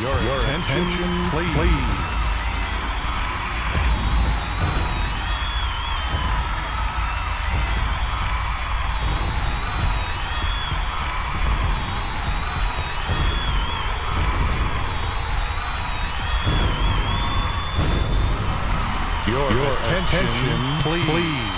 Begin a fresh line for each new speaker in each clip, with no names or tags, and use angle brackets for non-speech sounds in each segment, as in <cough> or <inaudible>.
Your, Your attention, attention please. please. Your, Your attention, attention please. please.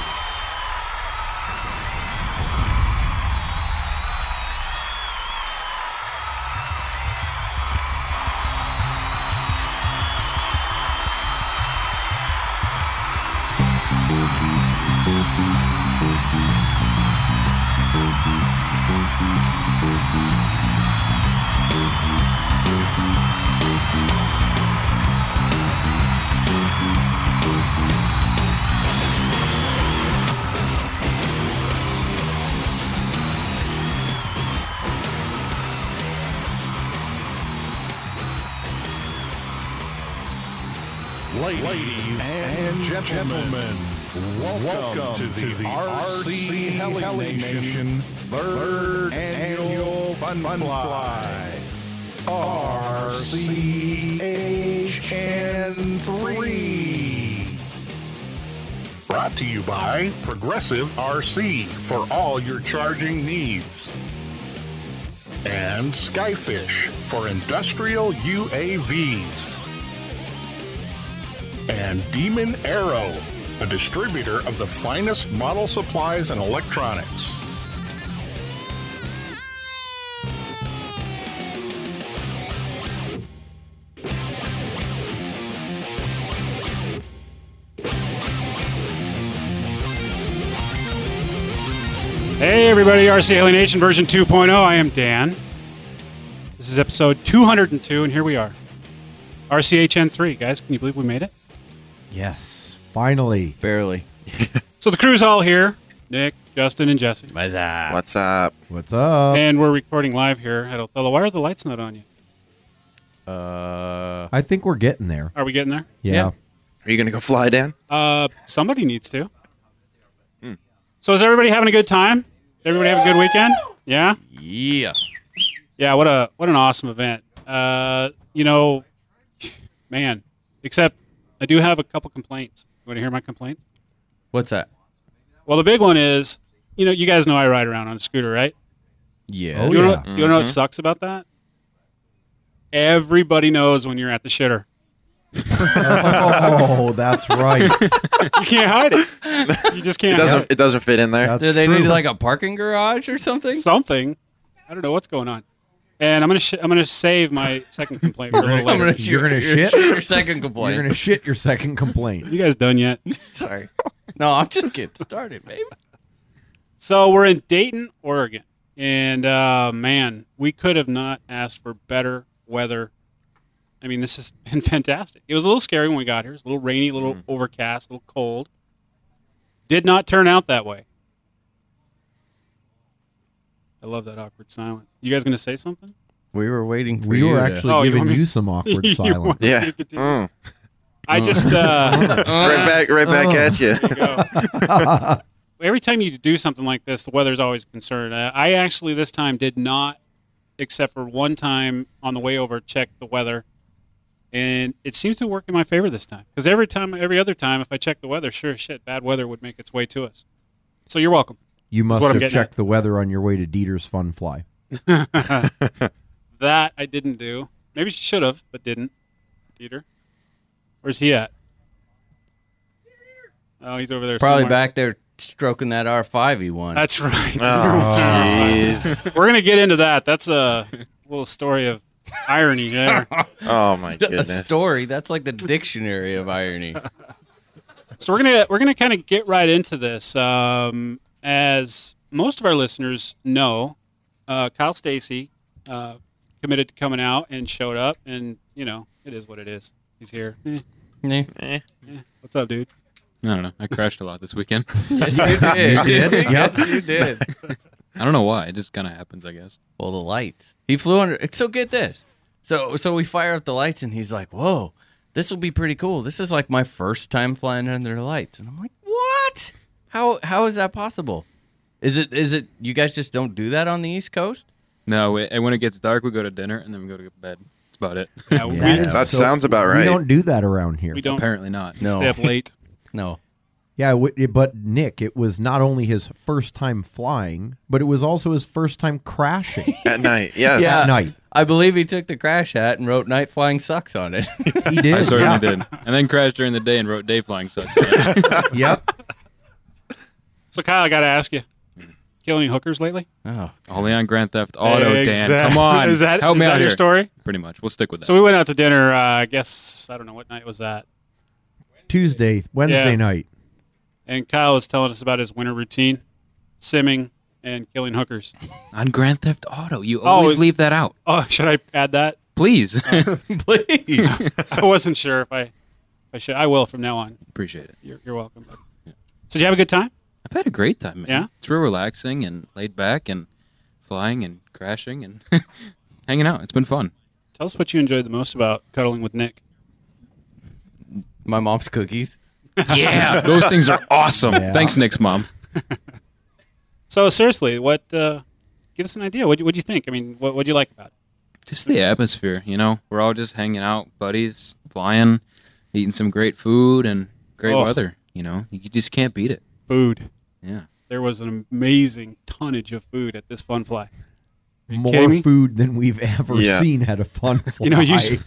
Ladies, and, gentlemen, welcome, to the, RC Heli Nation third annual Fun, Fly. RCHN3. Brought to you by Progressive RC for all your charging needs. And Skyfish for industrial UAVs and Demon Arrow, a distributor of the finest model supplies and electronics.
Hey, everybody, RC Alienation version 2.0. I am Dan. This is episode 202, and here we are. RCHN3, guys, can you believe we made it?
Yes, finally.
Barely.
So the crew's all here Nick, Justin, and Jesse.
What's up?
What's up?
And we're recording live here at Othello. Why are the lights not on yet?
Uh,
I think we're getting there.
Are we getting there?
Yeah.
Are you going to go fly, Dan?
Uh, somebody needs to. So is everybody having a good time? Everybody have a good weekend? Yeah?
yeah.
Yeah, what a what an awesome event. Uh, you know, man, except I do have a couple complaints. You want to hear my complaints?
What's that?
Well, the big one is, you know, you guys know I ride around on a scooter, right?
Yeah.
Oh,
you,
yeah.
know, what- you know what sucks about that? Everybody knows when you're at the shitter. <laughs>
Oh, that's
<laughs>
right.
You can't hide it. You just
It
can't.
doesn't.
hide
It doesn't fit in there.
That's
Do they
true.
need like a parking garage or something?
it. Something. I don't know what's going on. And I'm gonna sh- I'm gonna save my second complaint for a little
I'm
later.
gonna
<laughs> You're gonna
shoot your-
shit? <laughs>
your second
You're
complaint.
gonna shit your second complaint.
You guys
<laughs>
done yet?
Sorry. <laughs> No, I'm just getting started, baby.
So we're in Dayton, Oregon, and uh, man, we could have not asked for better weather. I mean, this has <laughs> been fantastic. It was a little scary when we got here. It was a little rainy, a little overcast, a little cold. Did not turn out that way. I love that awkward silence. You guys gonna say something?
We were waiting for
We
you.
were
to-
actually
Oh, you
giving
want me-
you
<laughs>
some awkward
You
silence.
want-
yeah.
You could do-
Mm.
<laughs>
I
<laughs>
just uh,
right back. Right back
uh.
at you.
go.
<laughs>
every time you do something like this, the weather's always a concern. Uh, I actually this time did not, except for one time on the way over, check the weather, and it seems to work in my favor this time. Because every time, every other time, if I check the weather, sure as shit, bad weather would make its way to us. So you're welcome.
You must
what I'm
have
getting at.
checked the weather on your way to Dieter's Fun
<laughs>
Fly.
That I didn't do. Maybe she should have, but didn't. Peter, where's he at? Oh, he's over there.
Probably
somewhere.
back there stroking that E R5 he won.
That's <laughs> right.
Oh, jeez.
<laughs> We're gonna get into that. That's a little story of irony
<laughs>
there.
Oh my
a
goodness.
story. That's like the dictionary of irony.
<laughs> so we're gonna we're gonna kind of get right into this. Um, as most of our listeners know, uh, Kyle Stacy uh, committed to coming out and showed up, and you know it is what it is. He's here. Eh,
Yeah.
what's up, dude?
I don't know. I crashed a lot this <laughs> weekend.
Yes, you did.
You did?
Yes, you did.
<laughs> I don't know why. It just kind of happens, I guess.
Well, the lights. He flew under. So get this. So so we fire up the lights, and he's like, "Whoa, this will be pretty cool. This is like my first time flying under the lights." And I'm like, "What? How how is that possible? Is it is it you guys just don't do that on the East Coast?
No, it, and when it gets dark, we go to dinner and then we go to bed. That's about it.
Yeah, we,
That is
That
so-
sounds about
We
right.
don't do that around here.
we don't
Apparently not.
No.
step <laughs> late.
No.
<laughs> Yeah, w- it- but Nick, it was not only his first time flying, but it was also his first time crashing
<laughs> At night, yes.
at night.
I believe he took the crash hat and wrote "Night Flying Sucks" on it.
<laughs> He did.
I certainly
yeah.
did. And then crashed during the day and wrote day flying sucks. on it.
Yep.
So Kyle, I got to ask you, kill any hookers lately?
oh,
Only on Grand Theft Auto, Dan.
Exact-
Come on.
<laughs> is that
Help
is
me
that
out
your
here.
story?
Pretty much. We'll stick with that.
So we went out to dinner. Uh, I guess I don't know what night was that.
Tuesday, Wednesday
Yeah.
night.
And Kyle was telling us about his winter routine, simming and killing hookers.
on
<laughs>
Grand Theft Auto, you always
it-
leave that out.
Oh, should I add that?
Please. <laughs>
please!
I wasn't sure if I, if I should. I will from now on.
Appreciate it.
You're, you're welcome. bud. So did you have a good time?
I've had a great time, man.
Yeah?
It's real relaxing and laid back and flying and crashing and <laughs> hanging out. It's been fun.
Tell us what you enjoyed the most about cuddling with Nick.
<laughs> My mom's cookies.
<laughs> Yeah. Those things are awesome.
Yeah.
Thanks, Nick's mom.
So seriously, what? Uh, give us an idea. What what you think? I mean, what what you like about it?
Just the atmosphere, you know. We're all just hanging out, buddies, flying, eating some great food and great
Oh.
weather, you know. You just can't beat it. <laughs>
Food.
Yeah.
There was an amazing tonnage of food at this fun fly. kidding
More
me?
food than we've ever
Yeah.
seen at a fun fly.
<laughs> You know, usually,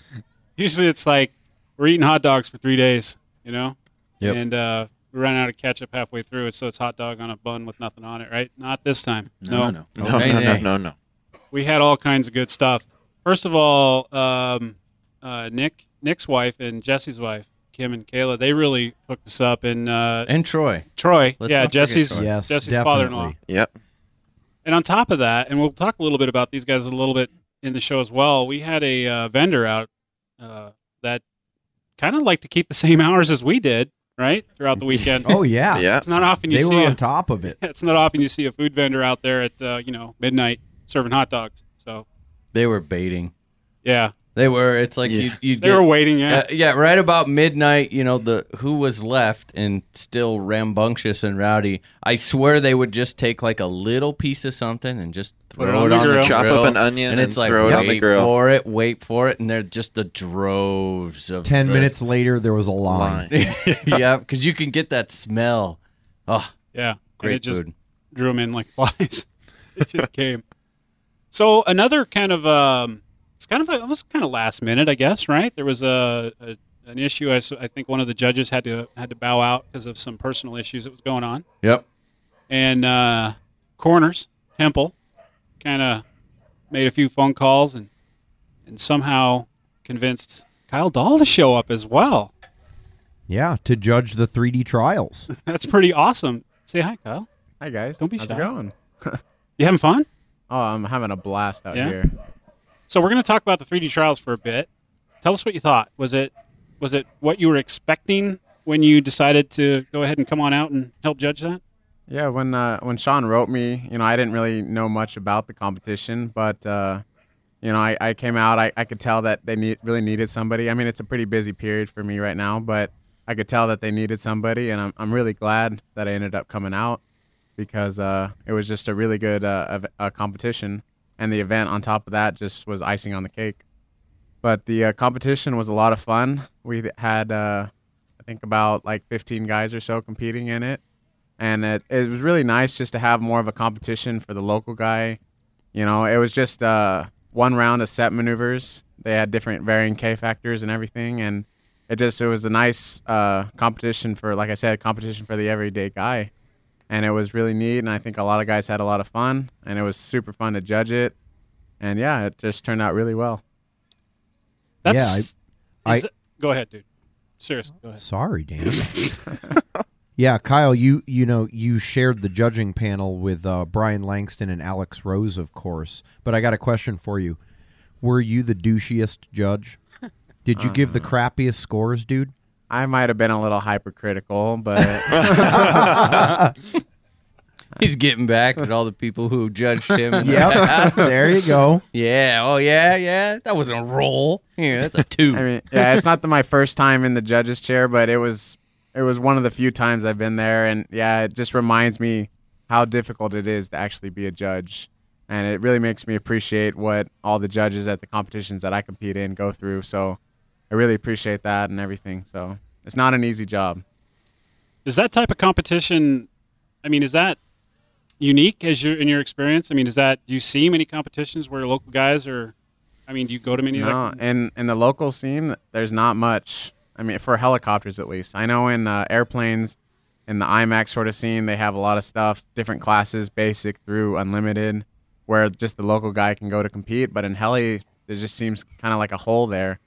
usually it's like we're eating hot dogs for three days, you know?
Yep.
And uh, we ran out of ketchup halfway through it, so it's hot dog on a bun with nothing on it, right? Not this time.
No, no. no.
No,
Okay,
no, no,
then.
no, no.
We had all kinds of good stuff. First of all, um, uh, Nick, Nick's wife and Jesse's wife, Kim and Kayla, they really hooked us up. And uh,
And Troy.
Troy,
Let's
yeah,
not forget
Jesse's,
Troy.
yes,
Jesse's
definitely.
father-in-law.
Yep.
And on top of that, and we'll talk a little bit about these guys a little bit in the show as well. We had a uh, vendor out uh, that kind of liked to keep the same <laughs> hours as we did, right, throughout the weekend.
Oh yeah,
Yeah.
it's not often you
they
see.
were
a-
on top of it.
<laughs> it's not often you see a food vendor out there at uh, you know midnight serving hot dogs. So
They were baiting.
yeah,
They were. It's like
Yeah.
you. you
they were waiting. Yeah,
Uh, yeah, right about midnight, you know, the who was left and still rambunctious and rowdy. I swear they would just take like a little piece of something and just
Put
throw
it
it on,
on the
the
grill.
grill.
Chop up an onion
and
and
it's like
throw
wait
it on the grill.
for it, wait for it, and they're just the droves of
Ten
the- <laughs>
minutes later, there was a line.
Line.
yeah, because you can get that smell. Oh,
yeah. and it
great
just
food.
drew them in like <laughs> flies. it just came. So another kind of um, it's kind of a, it was kind of last minute, I guess. Right? There was a, a an issue. I, s- I think one of the judges had to had to bow out because of some personal issues that was going on.
Yep.
And uh, corners Hempel kind of made a few phone calls and and somehow convinced Kyle Dahl to show up as well.
Yeah, to judge the 3D
<laughs>
trials.
That's pretty awesome. Say hi, Kyle.
Hi guys,
Don't be
how's
shy.
it going?
<laughs> You having fun?
Oh, I'm having a blast out
Yeah?
here.
So we're going to talk about the 3D trials for a bit. Tell us what you thought. Was it was it what you were expecting when you decided to go ahead and come on out and help judge that?
Yeah, when uh, when Sean wrote me, you know, I didn't really know much about the competition, but uh, you know, I, I came out. I, I could tell that they need really needed somebody. I mean, it's a pretty busy period for me right now, but I could tell that they needed somebody, and I'm I'm really glad that I ended up coming out because uh, it was just a really good uh, ev- uh, competition, and the event on top of that just was icing on the cake. But the uh, competition was a lot of fun. We had uh, I think about like 15 guys or so competing in it and it, it was really nice just to have more of a competition for the local guy. You know, it was just uh, one round of set maneuvers. They had different varying K factors and everything, and it just it was a nice uh, competition for, like I said, competition for the everyday guy, and it was really neat. And I think a lot of guys had a lot of fun, and it was super fun to judge it. And yeah, it just turned out really well.
That's
I-
is it- go ahead, dude. Seriously, go ahead.
Sorry,
<laughs>
Dan. yeah, Kyle, you you know you shared the judging panel with uh, Brian Langston and Alex Rose, of course. But I got a question for you: Were you the douchiest judge? Did you give the
Uh.
crappiest scores, dude?
I might have been a little hypercritical, but.
<laughs>
<laughs> He's getting back at all the people who <laughs> judged him.
<laughs>
in the past.
there you go.
Yeah. Oh, yeah. Yeah. That wasn't a roll. Yeah, that's a
<laughs>
two.
I mean, yeah, it's not the, my first time in the judges chair, but it was it was one of the few times I've been there, and yeah, it just reminds me how difficult it is to actually be a judge. and it really makes me appreciate what all the judges at the competitions that I compete in go through. So I really appreciate that and everything. So it's not an easy job.
Is that type of competition? I mean, is that unique as your in your experience? I mean, is that do you see many competitions where local guys are? I mean, do you go to many?
No,
Of that?
in in the local scene, there's not much. I mean, for helicopters at least. I know in uh, airplanes, in the IMAX sort of scene, they have a lot of stuff, different classes, basic through unlimited, where just the local guy can go to compete. But in heli, there just seems kind of like a hole there.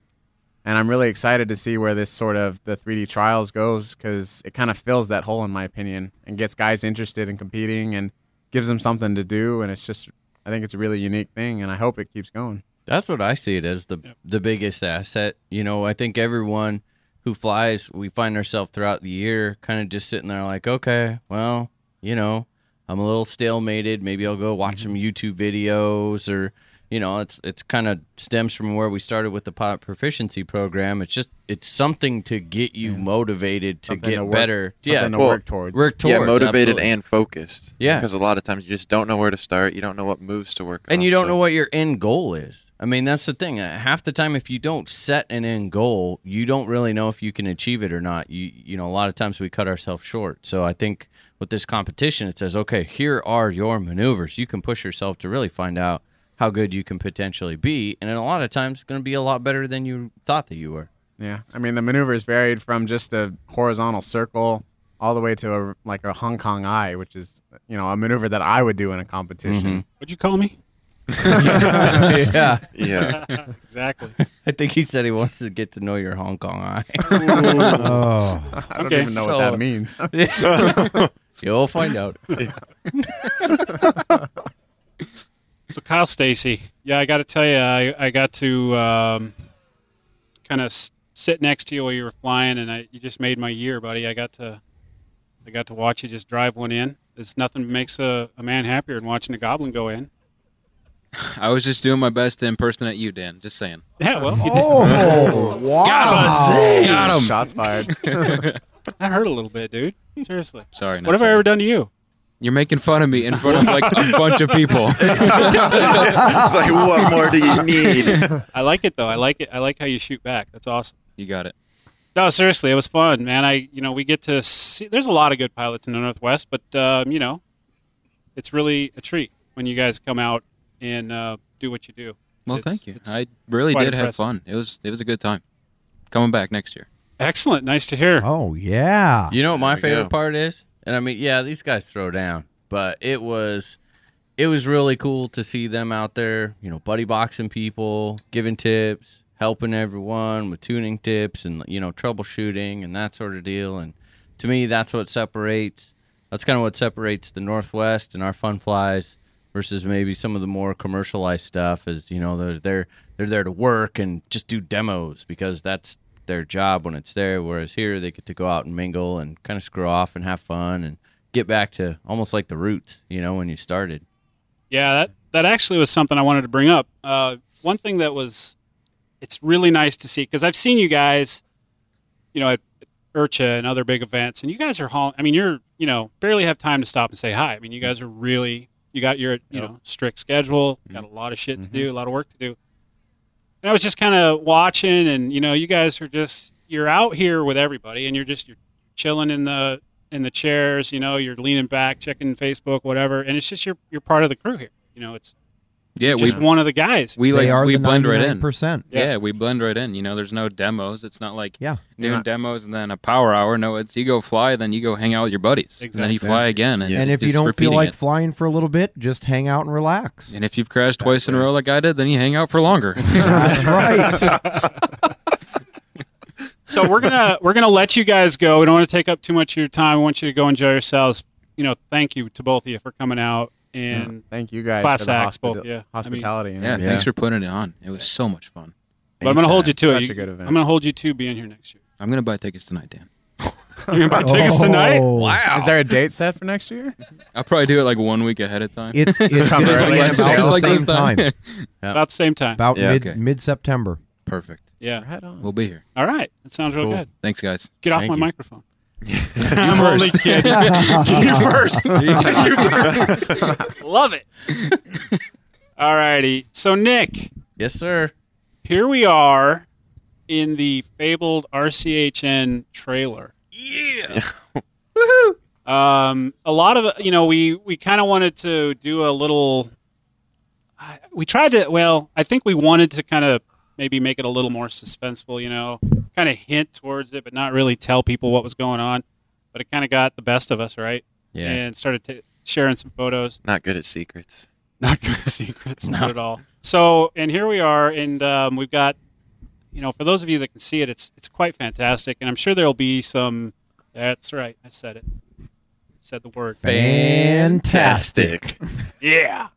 And I'm really excited to see where this sort of the 3D trials goes because it kind of fills that hole, in my opinion, and gets guys interested in competing and gives them something to do. And it's just, I think it's a really unique thing, and I hope it keeps going.
That's what I see it as the
Yep.
the biggest asset. You know, I think everyone who flies, we find ourselves throughout the year kind of just sitting there like, okay, well, you know, I'm a little stalemated. Maybe I'll go
Mm-hmm.
watch some YouTube videos or you know, it's it's kind of stems from where we started with the pilot proficiency program. It's just it's something to get you motivated to
Something
get
to work-
better.
something
Yeah,
to
Well,
work towards.
work towards
yeah, motivated
absolutely.
and focused.
Yeah.
because a lot of times you just don't know where to start. You don't know what moves to work on.
and you don't
so-
know what your end goal is. I mean, that's the thing. Uh, Half the time, if you don't set an end goal, you don't really know if you can achieve it or not. You you know, a lot of times we cut ourselves short. So I think with this competition, it says, okay, here are your maneuvers. You can push yourself to really find out how good you can potentially be, and then a lot of times it's going to be a lot better than you thought that you were.
Yeah, I mean the maneuvers varied from just a horizontal circle all the way to a, like a Hong Kong eye, which is you know a maneuver that I would do in a competition.
What'd you
<laughs>
call me?
yeah,
Yeah,
<laughs> exactly.
<laughs> I think he said he wants to get to know your Hong Kong
<laughs>
eye. <laughs>
Oh,
I don't
Okay,
even know
so-
what that means.
<laughs>
<laughs>
You'll find out.
So Kyle Stacy, yeah, I got to tell you, I, I got to um, kind of s- sit next to you while you were flying, and I, you just made my year, buddy. I got to I got to watch you just drive one in. It's nothing makes a, a man happier than watching a goblin go in. <laughs>
I was just doing my best to impersonate you, Dan. Just saying.
Yeah, well, you did. <laughs>
oh wow!
Got him.
Shots
<laughs>
fired.
that hurt a little bit, dude. Seriously,
Sorry. not
what have I
sorry.
ever done to you?
You're making fun of me in front of like
<laughs>
a bunch of people.
it's <laughs> like what more do you need?
I like it though. I like it. I like how you shoot back. That's awesome.
you got it.
No, seriously, it was fun, man. I, you know, we get to see. There's a lot of good pilots in the Northwest, but um, you know, it's really a treat when you guys come out and uh, do what you do.
Well,
It's-
thank you.
it's
I really
quite
did have
impressive.
fun. It was it was a good time. Coming back next year.
Excellent. Nice to hear.
Oh yeah!
<laughs> You know what my
There we
favorite
go.
part is? And I mean, yeah, these guys throw down, but it was it was really cool to see them out there, you know, buddy boxing people, giving tips, helping everyone with tuning tips and you know, troubleshooting and that sort of deal and to me that's what separates that's kind of what separates the Northwest and our fun flies versus maybe some of the more commercialized stuff is you know they're they're they're there to work and just do demos because that's their job when it's there whereas here they get to go out and mingle and kind of screw off and have fun and get back to almost like the roots you know when you started
Yeah, that that actually was something I wanted to bring up. Uh, one thing that was, it's really nice to see because I've seen you guys, you know, at Urcha and other big events, and you guys are hauling. I mean, you're you know barely have time to stop and say hi. I mean, you guys are really you got your you know strict schedule, got a lot of shit to do, a lot of work to do. And I was just kind of watching, and you know, you guys are just you're out here with everybody, and you're just you're chilling in the in the chairs, you know, you're leaning back, checking Facebook, whatever, and it's just you're you're part of the crew here. You know, it's <laughs>
Yeah, we
just one of the guys.
we
they
like
are
we
the
blend right in.
percent.
Yeah.
Yeah. we blend right in. You know, there's no demos. It's not like
Yeah.
doing
Yeah.
demos and then a power hour. No, it's you go fly, then you go hang out with your buddies, and then you
Exactly.
fly again. And,
And if you
just
don't feel
repeating
like
it.
flying for a little bit, just hang out and
<laughs>
relax.
and if you've crashed twice in a row like I did, then you hang out for longer.
<laughs> That's
<laughs>
right.
so we're gonna we're gonna let you guys go. We don't want to take up too much of your time. I want you to go enjoy yourselves. You know, thank you to both of you for coming out and
Thank you guys
Class
for the
acts,
hospita-
both, yeah. I mean-
hospitality. and
yeah,
everything.
thanks for putting it on. It was so much fun.
but I'm gonna hold you to it.
Such
You-
a good event.
I'm gonna hold you to being here next year.
I'm gonna buy tickets tonight, Dan.
You're about to take us tonight.
Oh.
Is there a date set for next year?
I'll probably do it like one week ahead of time.
It's
<laughs>
it's
Come
<laughs> gonna be
early
about
and about
the
like
same time,
<laughs> About the same time.
about
Yeah,
mid
okay.
mid September.
Perfect.
Yeah.
Right on.
We'll be here.
All right. That sounds real
Cool.
good.
Thanks, guys.
Get off
Thank
my
you.
microphone. I'm only kidding. <laughs>
you first. you first.
Love it. <laughs> All righty. So, Nick,
Yes, sir.
here we are in the fabled RCHN trailer. Yeah. <laughs> Woohoo. Um, a lot of you know we we kind of wanted to do a little. I- We tried to well, I think we wanted to kind of maybe make it a little more suspenseful, you know, kind of hint towards it, but not really tell people what was going on. But it kind of got the best of us, right?
Yeah.
And started t- sharing some photos
Not good at secrets.
not good secrets
No.
not at all <laughs> so and here we are and um, we've got you know for those of you that can see it it's it's quite fantastic and i'm sure there'll be some that's right i said it said the word
Fantastic.
yeah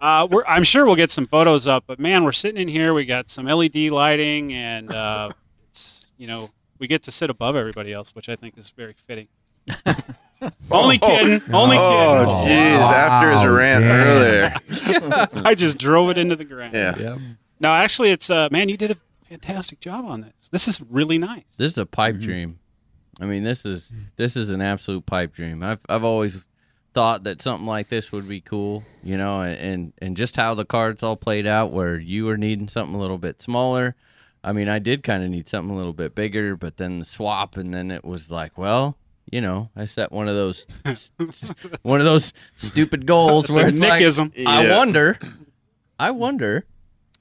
uh, we're, i'm sure we'll get some photos up but man we're sitting in here we got some led lighting and uh, it's you know we get to sit above everybody else which i think is very
<laughs>
fitting only kidding only
Oh,
kidding
Oh,
jeez.
wow.
After his rant
Damn.
earlier.
<laughs> i just drove it into the ground
Yeah.
Yep.
No, actually, it's uh, man, you did a fantastic job on this. This is really nice.
This is a pipe dream. I mean, this is this is an absolute pipe dream. I've I've always thought that something like this would be cool, you know, and and just how the cards all played out where you were needing something a little bit smaller. I mean, I did kind of need something a little bit bigger, but then the swap and then it was like, well, you know, I set one of those
<laughs>
one of those stupid goals
It's
where
a
it's like,
Nickism.
I
Yeah.
wonder, I wonder,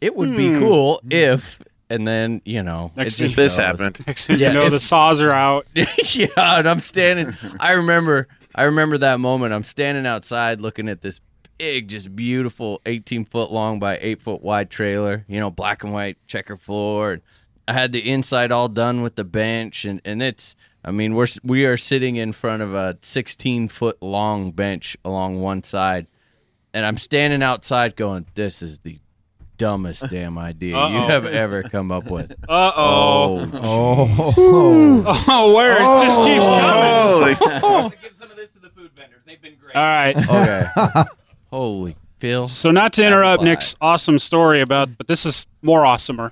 it would
Hmm.
be cool if, and then you know, it
Next
just
This
goes.
happened.
Next thing
Yeah,
you know,
if-
the saws are out.
<laughs> yeah, and I'm standing. I remember. I remember that moment. I'm standing outside looking at this big, just beautiful, 18 foot long by 8 foot wide trailer. You know, black and white checker floor. And I had the inside all done with the bench, and and it's. I mean, we're s- we are sitting in front of a 16 foot long bench along one side, and I'm standing outside going, "This is the." Dumbest damn idea you
Uh-oh.
have ever come up with.
Uh oh.
oh
Oh,
<laughs> Oh, where it just keeps
Oh.
coming. <laughs>
Holy.
<laughs>
All <laughs> right.
Okay. <laughs> Holy Phil.
So not to interrupt
Apple pie.
Nick's awesome story about, but this is more
<laughs>
awesomer,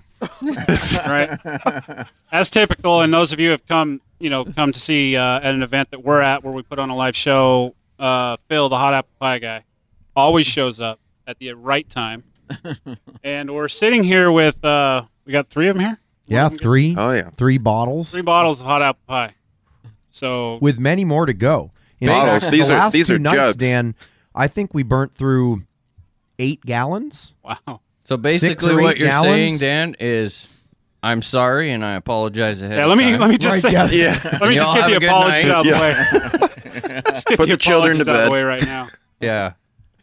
right? As typical, and those of you who have come, you know, come to see uh, at an event that we're at where we put on a live show. Uh, Phil, the hot apple pie guy, always shows up at the
<laughs>
right time, and we're sitting here with uh, we got three of them here,
yeah, three,
Oh, yeah.
three bottles
three bottles of hot apple pie. So
with many more to go. In fact,
Bottles.
the
These are-
last
these
two
are
nights,
jugs.
Dan. I think we burnt through eight gallons.
wow,
So
or
basically,
eight
what you're
gallons?
saying, Dan, is I'm sorry and I apologize ahead.
yeah.
of
Let me
time.
let me just
Right,
say,
yes.
<laughs> Yeah.
let me
And
just
y'all have
get the
a good
apologies
night.
out of the way.
<laughs>
Just get
Put the children
apologies
to
out of
bed.
the way right now.
Yeah.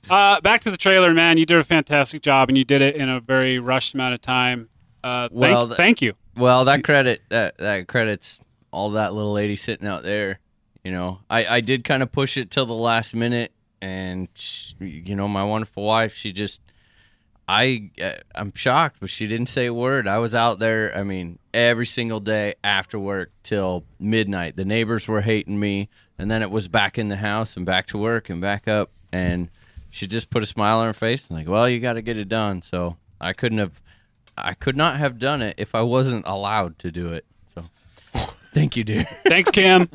Uh, back to the trailer, man. You did a fantastic job, and you did it in a very rushed amount of time. Uh, thank,
Well, th-
thank you.
Well, that credit that that credits all that little lady sitting out there. You know, I I did kind of push it till the last minute, and sh you know, my wonderful wife, she just. I uh, I'm shocked, but she didn't say a word. I was out there. I mean, every single day after work till midnight. The neighbors were hating me, and then it was back in the house and back to work and back up. And she just put a smile on her face and like, "Well, you got to get it done." So I couldn't have, I could not have done it if I wasn't allowed to do it. So <laughs> thank you, dear.
Thanks, Cam.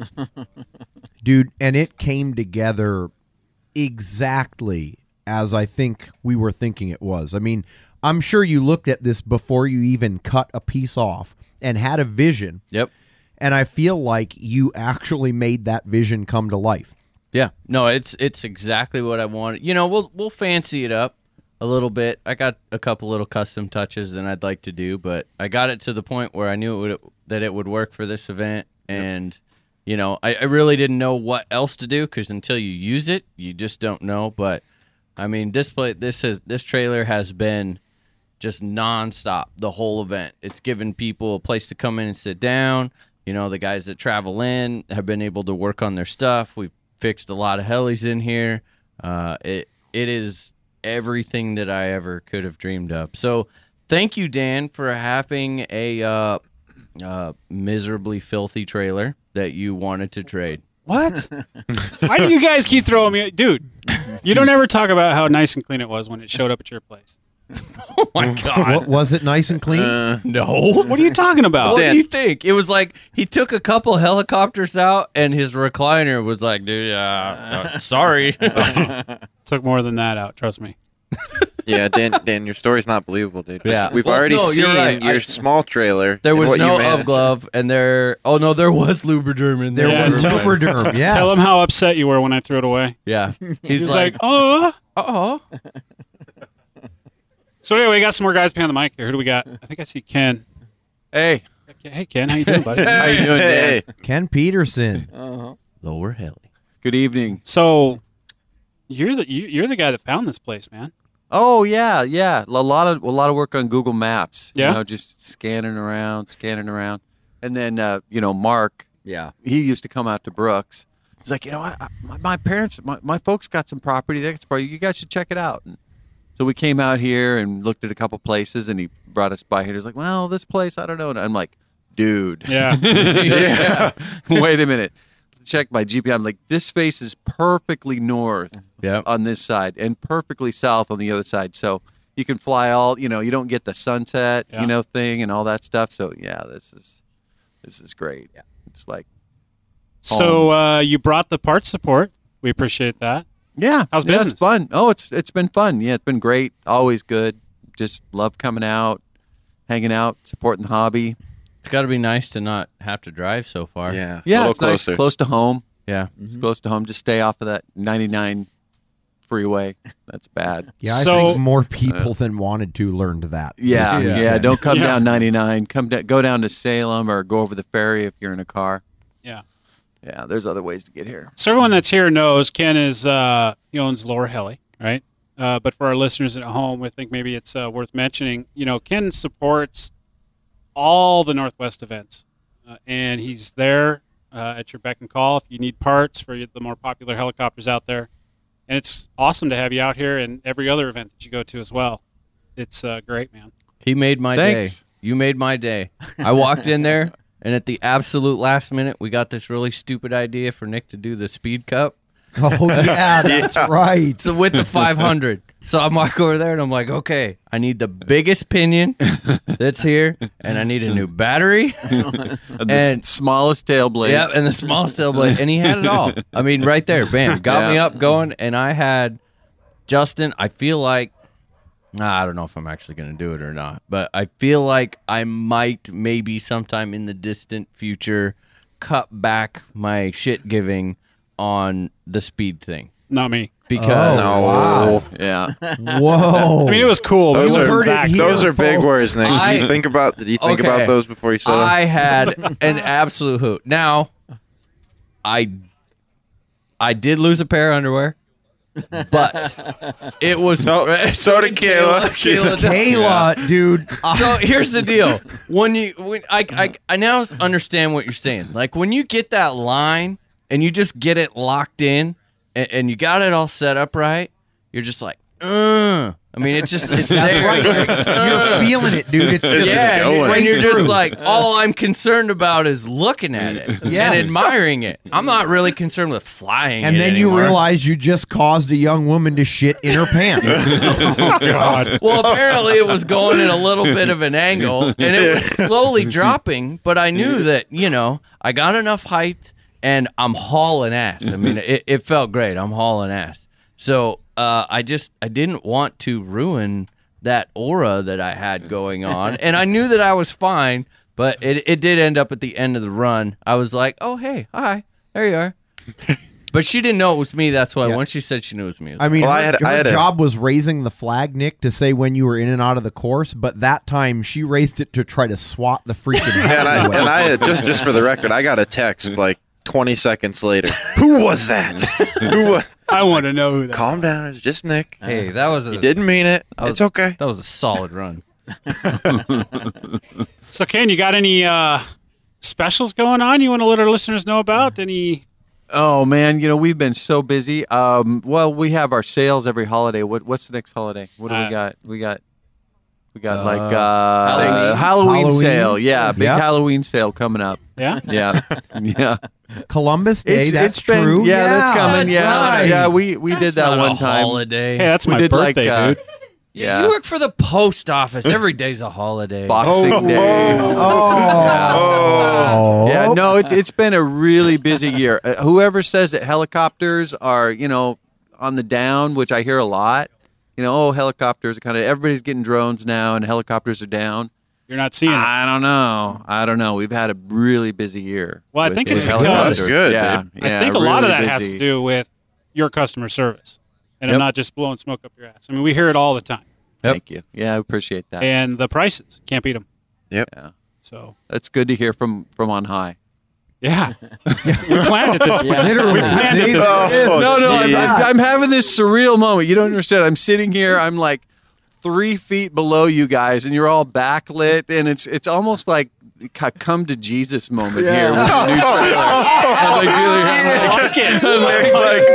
<laughs> dude and it came together exactly as i think we were thinking it was i mean i'm sure you looked at this before you even cut a piece off and had a vision
Yep.
and i feel like you actually made that vision come to life
<laughs> Yeah. No, it's it's exactly what I wanted. You know, we'll we'll fancy it up a little bit. I got a couple little custom touches that I'd like to do, but I got it to the point where I knew it would, that it would work for this event and you know, I, I really didn't know what else to do cuz until you use it, you just don't know, but I mean, this play this is this trailer has been just nonstop the whole event. It's given people a place to come in and sit down. You know, the guys that travel in have been able to work on their stuff. We've fixed a lot of helis in here. Uh, it it is everything that I ever could have dreamed up. So thank you, Dan, for having a uh, uh, miserably filthy trailer that you wanted to trade.
What? <laughs> Why do you guys keep throwing me, dude? You don't ever talk about how nice and clean it was when it showed up at your place.
Oh my god.
Mm. What, was it nice and clean?
No.
What are you talking about?
What
Dan.
do you think? It was like he took a couple helicopters out, and his recliner was like, "Dude, uh,
<laughs>
so- sorry." <laughs>
Took more than that out. Trust me.
<laughs> Yeah, Dan, Dan, your story's not believable, dude.
Yeah.
We've
Well,
already
no, you're
seen
right.
your
I-
small trailer.
there
and
was
what you
no
managed.
of glove, and there. Oh no, there was Lubriderm in there.
There
Yeah,
was
tell-
Lubriderm. Yeah.
Tell him how upset you were when I threw it away. <laughs>
Yeah, he's,
He's
like,
like, oh.
"Oh,
So anyway, we got some more guys behind the mic here. Who do we got? I think I see Ken.
Hey,
Hey Ken, how you doing, buddy?
how you doing, Dan?
Hey.
Ken Peterson.
<laughs> lower heli."
Good evening.
So you're the you, you're the guy that found this place, man.
Oh yeah, yeah. A lot of a lot of work on Google Maps.
Yeah?
You know, just scanning around, scanning around, and then uh, you know Mark,
Yeah,
he used to come out to Brooks. He's like, you know, I, I, my, my parents, my, my folks got some property. They got some property. You guys should check it out. And so we came out here and looked at a couple places, and he brought us by here. He's like, well, this place, I don't know. And I'm like, dude,
Yeah.
<laughs> yeah. Wait a minute. Check my GPS. I'm like, this face is perfectly north
Yep.
on this side and perfectly south on the other side. So you can fly all, you know, you don't get the sunset,
Yeah.
you know, thing and all that stuff. So yeah, this is this is great. Yeah. It's like Oh.
so uh, you brought the parts support. We appreciate that.
yeah,
How's
yeah,
business?
It's fun. Oh, it's it's been fun. Yeah, it's been great. Always good. Just love coming out, hanging out, supporting the hobby.
it's got to be nice to not have to drive so far. Mm-hmm.
Yeah, a
Yeah,
little
it's nice,
closer.
close to home. Mm-hmm.
yeah.
It's close to home. Just stay off of that 99 freeway. That's bad.
<laughs>
Uh,
Yeah, I
So-
think more people than wanted to learned that.
Yeah,
this
yeah.
weekend.
Don't come
Yeah.
down 99. Come down, go down to Salem or go over the ferry if you're in a car.
Yeah.
Yeah, there's other ways to get here.
So everyone that's here knows Ken is uh, he owns Lower Heli, right? Uh, but for our listeners at home, I think maybe it's uh, worth mentioning. You know, Ken supports all the Northwest events, uh, and he's there uh, at your beck and call if you need parts for the more popular helicopters out there. And it's awesome to have you out here and every other event that you go to as well. It's uh, great, man.
He made my
Thanks.
day. You made my day. I walked in
<laughs>
there, and at the absolute last minute, we got this really stupid idea for Nick to do the speed cup.
Oh
<laughs>
yeah, that's right.
So with the 500. So I walk over there and I'm like, okay, I need the biggest
<laughs>
pinion that's here, and I need a new battery.
<laughs>
<laughs>
And the
And-
s- smallest tail blades.
yeah, and the small steel blade. And he had it all. I mean, right there, bam, got me
Yeah.
up going, and I had Justin. I feel like nah, I don't know if I'm actually going to do it or not, but I feel like I might, maybe sometime in the distant future, cut back my shit giving on the speed thing
Not me.
because.
Oh.
No,
Wow.
yeah. <laughs>
Whoa.
I mean, it was cool. but
Those
we
are-
went
heard it
back.
here.
Those are big
folks.
words, Nick.
I-
Did you think about? Did you think
Okay.
about those before you said them?
I
<laughs>
had an absolute hoot. Now, I I did lose a pair of underwear, but it was
No,
<laughs>
so did Kayla. She's like,
Kayla,
<laughs>
dude. <laughs> Uh-huh.
so here's the
<laughs>
deal: when you, when I, I, I now understand what you're saying. Like when you get that line and you just get it locked in, and, and you got it all set up right, you're just like, Ugh. I mean, it's
<laughs>
just it's there. uh.
You're feeling it, dude. It's just
<laughs> Yeah,
going.
when you're just like, all I'm concerned about is looking at it
<laughs> Yes.
and admiring it. I'm not really concerned with flying.
and
it
then you
anymore.
realize you just caused a young woman to shit in
<laughs>
her <laughs> pants.
Oh, Well, apparently it was going at a little bit of an angle, and it <laughs> was slowly dropping. But I knew that you know I got enough height, and I'm hauling ass. I mean, it, it felt great. I'm hauling ass. So uh, I just I didn't want to ruin that aura that I had going on, and I knew that I was fine. But it, it did end up at the end of the run. I was like, oh hey, hi, there you are. But she didn't know it was me. That's why once she said she knew it was me, it was
I mean,
Well,
her,
I had-
her
I had a-
job was raising the flag, Nick, to say when you were in and out of the course. But that time, she raised it to try to swat the freaking <laughs>
<laughs> and I
hat away.
and I had- just just for the record, I got a <laughs> text like 20 seconds later. <laughs> Who was that? Who was?
I want to know who that.
Calm down. It's <laughs> just Nick.
Hey, that was a
He didn't mean it. It's okay.
That was a solid
<laughs>
run.
So, Ken, you got any uh, specials going on you want to let our listeners know about? Any?
Oh man, you know we've been so busy. Um, well, we have our sales every holiday. What what's the next holiday? What do
Uh,
we got? We got we got
Uh,
like uh, Halloween.
Halloween.
sale. Yeah, big
Yeah.
Halloween sale coming up.
Yeah.
<laughs> Yeah, yeah.
Columbus Day.
It's-
that's
it's been-
true.
Yeah, that's coming.
That's
yeah,
right.
yeah. We we did that one time.
Holiday.
Hey, that's
We
my
did like,
birthday,
uh,
dude.
Yeah. You work for the post office. Every day's a holiday.
Boxing
Oh,
Day.
Oh.
Yeah, no, it, it's been a really busy year. Uh, whoever says that helicopters are, you know, on the down, which I hear a lot, you know, oh, helicopters are kind of everybody's getting drones now and helicopters are down.
You're not seeing it.
I don't know. I don't know. We've had a really busy year.
Well, I
with-
think it's
with
because-
helicopters.
That's good,
Yeah, yeah,
I think a lot of that
really
has
busy.
to do with your customer service. And I'm
Yep.
not just blowing smoke up your ass. I mean, we hear it all the time.
Yep.
Thank you. Yeah, I appreciate that.
And the prices can't beat them.
Yep.
Yeah.
So
That's good to hear from from on high. <laughs>
yeah, <laughs> we planned it this way.
Literally.
planned it
See?
this way.
Oh,
no, no, I'm,
geez.
I'm, I'm having this surreal moment. You don't understand. I'm sitting here. I'm like three feet below you guys, and you're all backlit, and it's it's almost like a come to Jesus moment here. With the
<laughs>
<laughs>
new trailer. I'm like, really-
<laughs>
I'm like-
It's like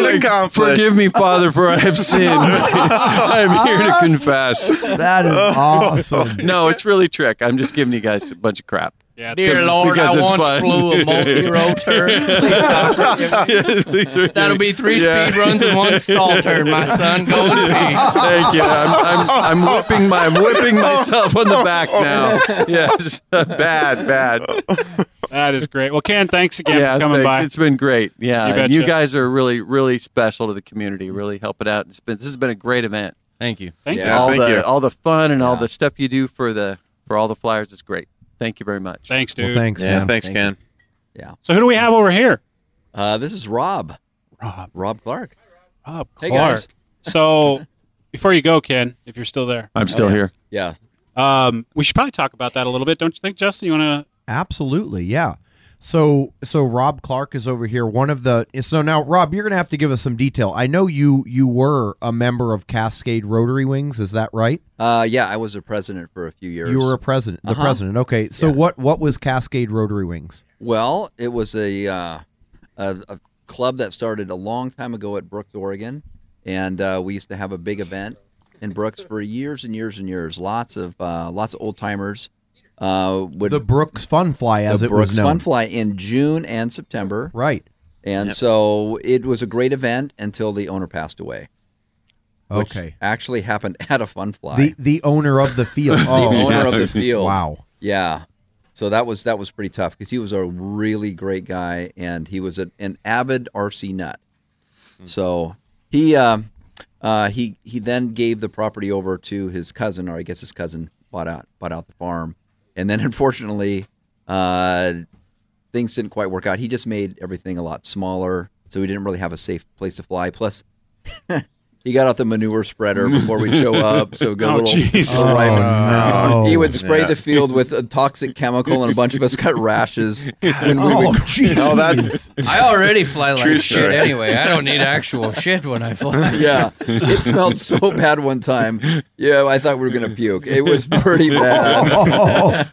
mission
<laughs>
accomplished.
Forgive me, Father, for I have
<laughs>
sinned. I'm here to confess.
That is awesome.
<laughs> No, it's really trick. I'm just giving you guys a bunch of crap.
Yeah, it's
Dear
good.
Lord,
because
I
it's
once
fun.
flew a multi-row
<laughs>
turn. That'll be three
Yeah.
speed runs and one stall turn, my son. Go in peace.
Thank you. I'm, Oh, I'm, I'm whipping my I'm whipping myself on the <laughs> back now. Yes, <laughs> bad, bad. Oh,
that is great. Well, Ken, thanks again for coming
thank-
by.
It's been great. Yeah,
You
and you
betcha.
guys are really, really special to the community. Really helping out. It's been this has been a great event.
Thank you.
Thank
Yeah,
you.
all
thank
the
you.
all the fun and all the stuff you do for the for all the flyers is great. Thank you very much.
Thanks, dude.
Well, thanks,
Yeah,
man.
thanks,
Thank
Ken.
So who do we have over here?
Uh, this is Rob.
Rob.
Rob Clark.
Rob
Hey,
Clark.
guys.
So before you go, Ken, if you're still there,
I'm still here.
Yeah.
um, we should probably talk about that a little bit, don't you think, Justin? You want
Absolutely, yeah. So so Rob Clark is over here. One of the so now Rob, you're gonna have to give us some detail. I know you you were a member of Cascade Rotary Wings. Is that right?
Uh, yeah, I was a president for a few years.
You were a president, the
Uh-huh.
president. Okay. So what what was Cascade Rotary Wings?
well, it was a, uh, a a club that started a long time ago at Brooks, Oregon, and uh, we used to have a big event in Brooks for years and years and years. Lots of uh, lots of old timers uh, would
The Brooks Fun Fly, as
the
it
Brooks
was known.
Fun Fly in June and September,
Right.
and so it was a great event until the owner passed away. which
Okay.
actually happened <laughs> at a Fun Fly.
The the owner of the
<laughs>
field. oh,
owner of
that's-
the field.
Wow.
Yeah. So that was that was pretty tough because he was a really great guy and he was a, an avid RC nut.
Hmm.
So he um uh, he he then gave the property over to his cousin, or I guess his cousin bought out bought out the farm, and then <laughs> unfortunately uh, things didn't quite work out. He just made everything a lot smaller, so we didn't really have a safe place to fly. Plus. <laughs> He got out the manure spreader before
<laughs>
we show up, so go
Oh,
a little <laughs>
jeez.
a little-
Oh, no.
he would spray the field with a toxic chemical, and a bunch of us
<laughs>
got rashes. When we
Oh,
<laughs>
would,
jeez.
Oh,
<laughs>
that's
I already fly like
True
shit
story.
anyway. I don't need actual shit when I fly.
yeah, it smelled so bad one time. Yeah, I thought we were gonna puke. It was pretty bad.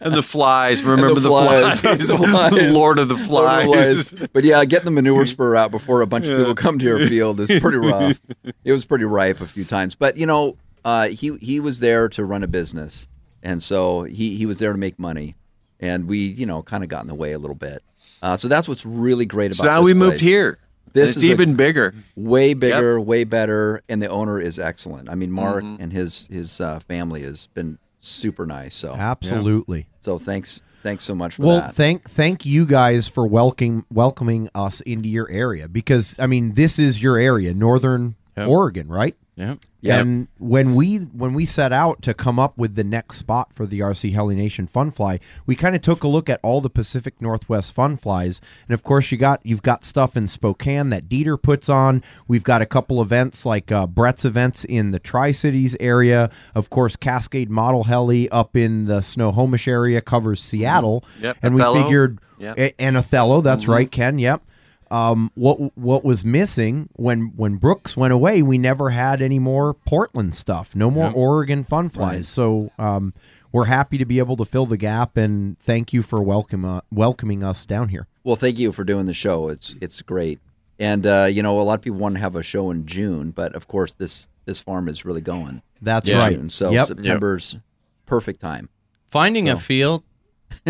<laughs> And the flies. Remember <laughs>
the
the,
flies.
flies.
The flies.
The Lord of the flies.
Otherwise- but yeah, getting the manure spur out before a bunch of people come to your field is
<laughs>
pretty rough. It was pretty ripe a few times, but you know, uh, he he was there to run a business, and so he he was there to make money, and we you know kind of got in the way a little bit. Uh, so that's what's really great about.
So now
this
we moved
place.
here.
This
it's
is a-
even bigger.
way bigger, way better, and the owner is excellent. I mean, Mark
Mm-hmm.
and his his uh, family has been super nice. So
Absolutely.
so thanks thanks so much for
Well,
that.
thank thank you guys for welcoming welcoming us into your area because I mean this is your area, Northern Oregon, right?
Yep.
Yep.
And when we when we set out to come up with the next spot for the RC Heli Nation Fun Fly, we kind of took a look at all the Pacific Northwest Fun Flies, and of course you got you've got stuff in Spokane that Dieter puts on. We've got a couple events like uh, Brett's events in the Tri Cities area. Of course, Cascade Model Heli up in the Snohomish area covers Seattle,
Yep,
and we
Othello.
figured
Yep. Mm-hmm.
a- and Othello. That's right, Ken. Yep. Um, what what was missing when when Brooks went away? We never had any more Portland stuff. No more Oregon fun flies. So um, we're happy to be able to fill the gap. And thank you for welcome uh, welcoming us down here.
Well, thank you for doing the show. It's it's great, and uh, you know a lot of people want to have a show in June, but of course this this farm is really going.
That's
in
right.
June, so
Yep.
September's perfect time.
<laughs> Finding a
So.
field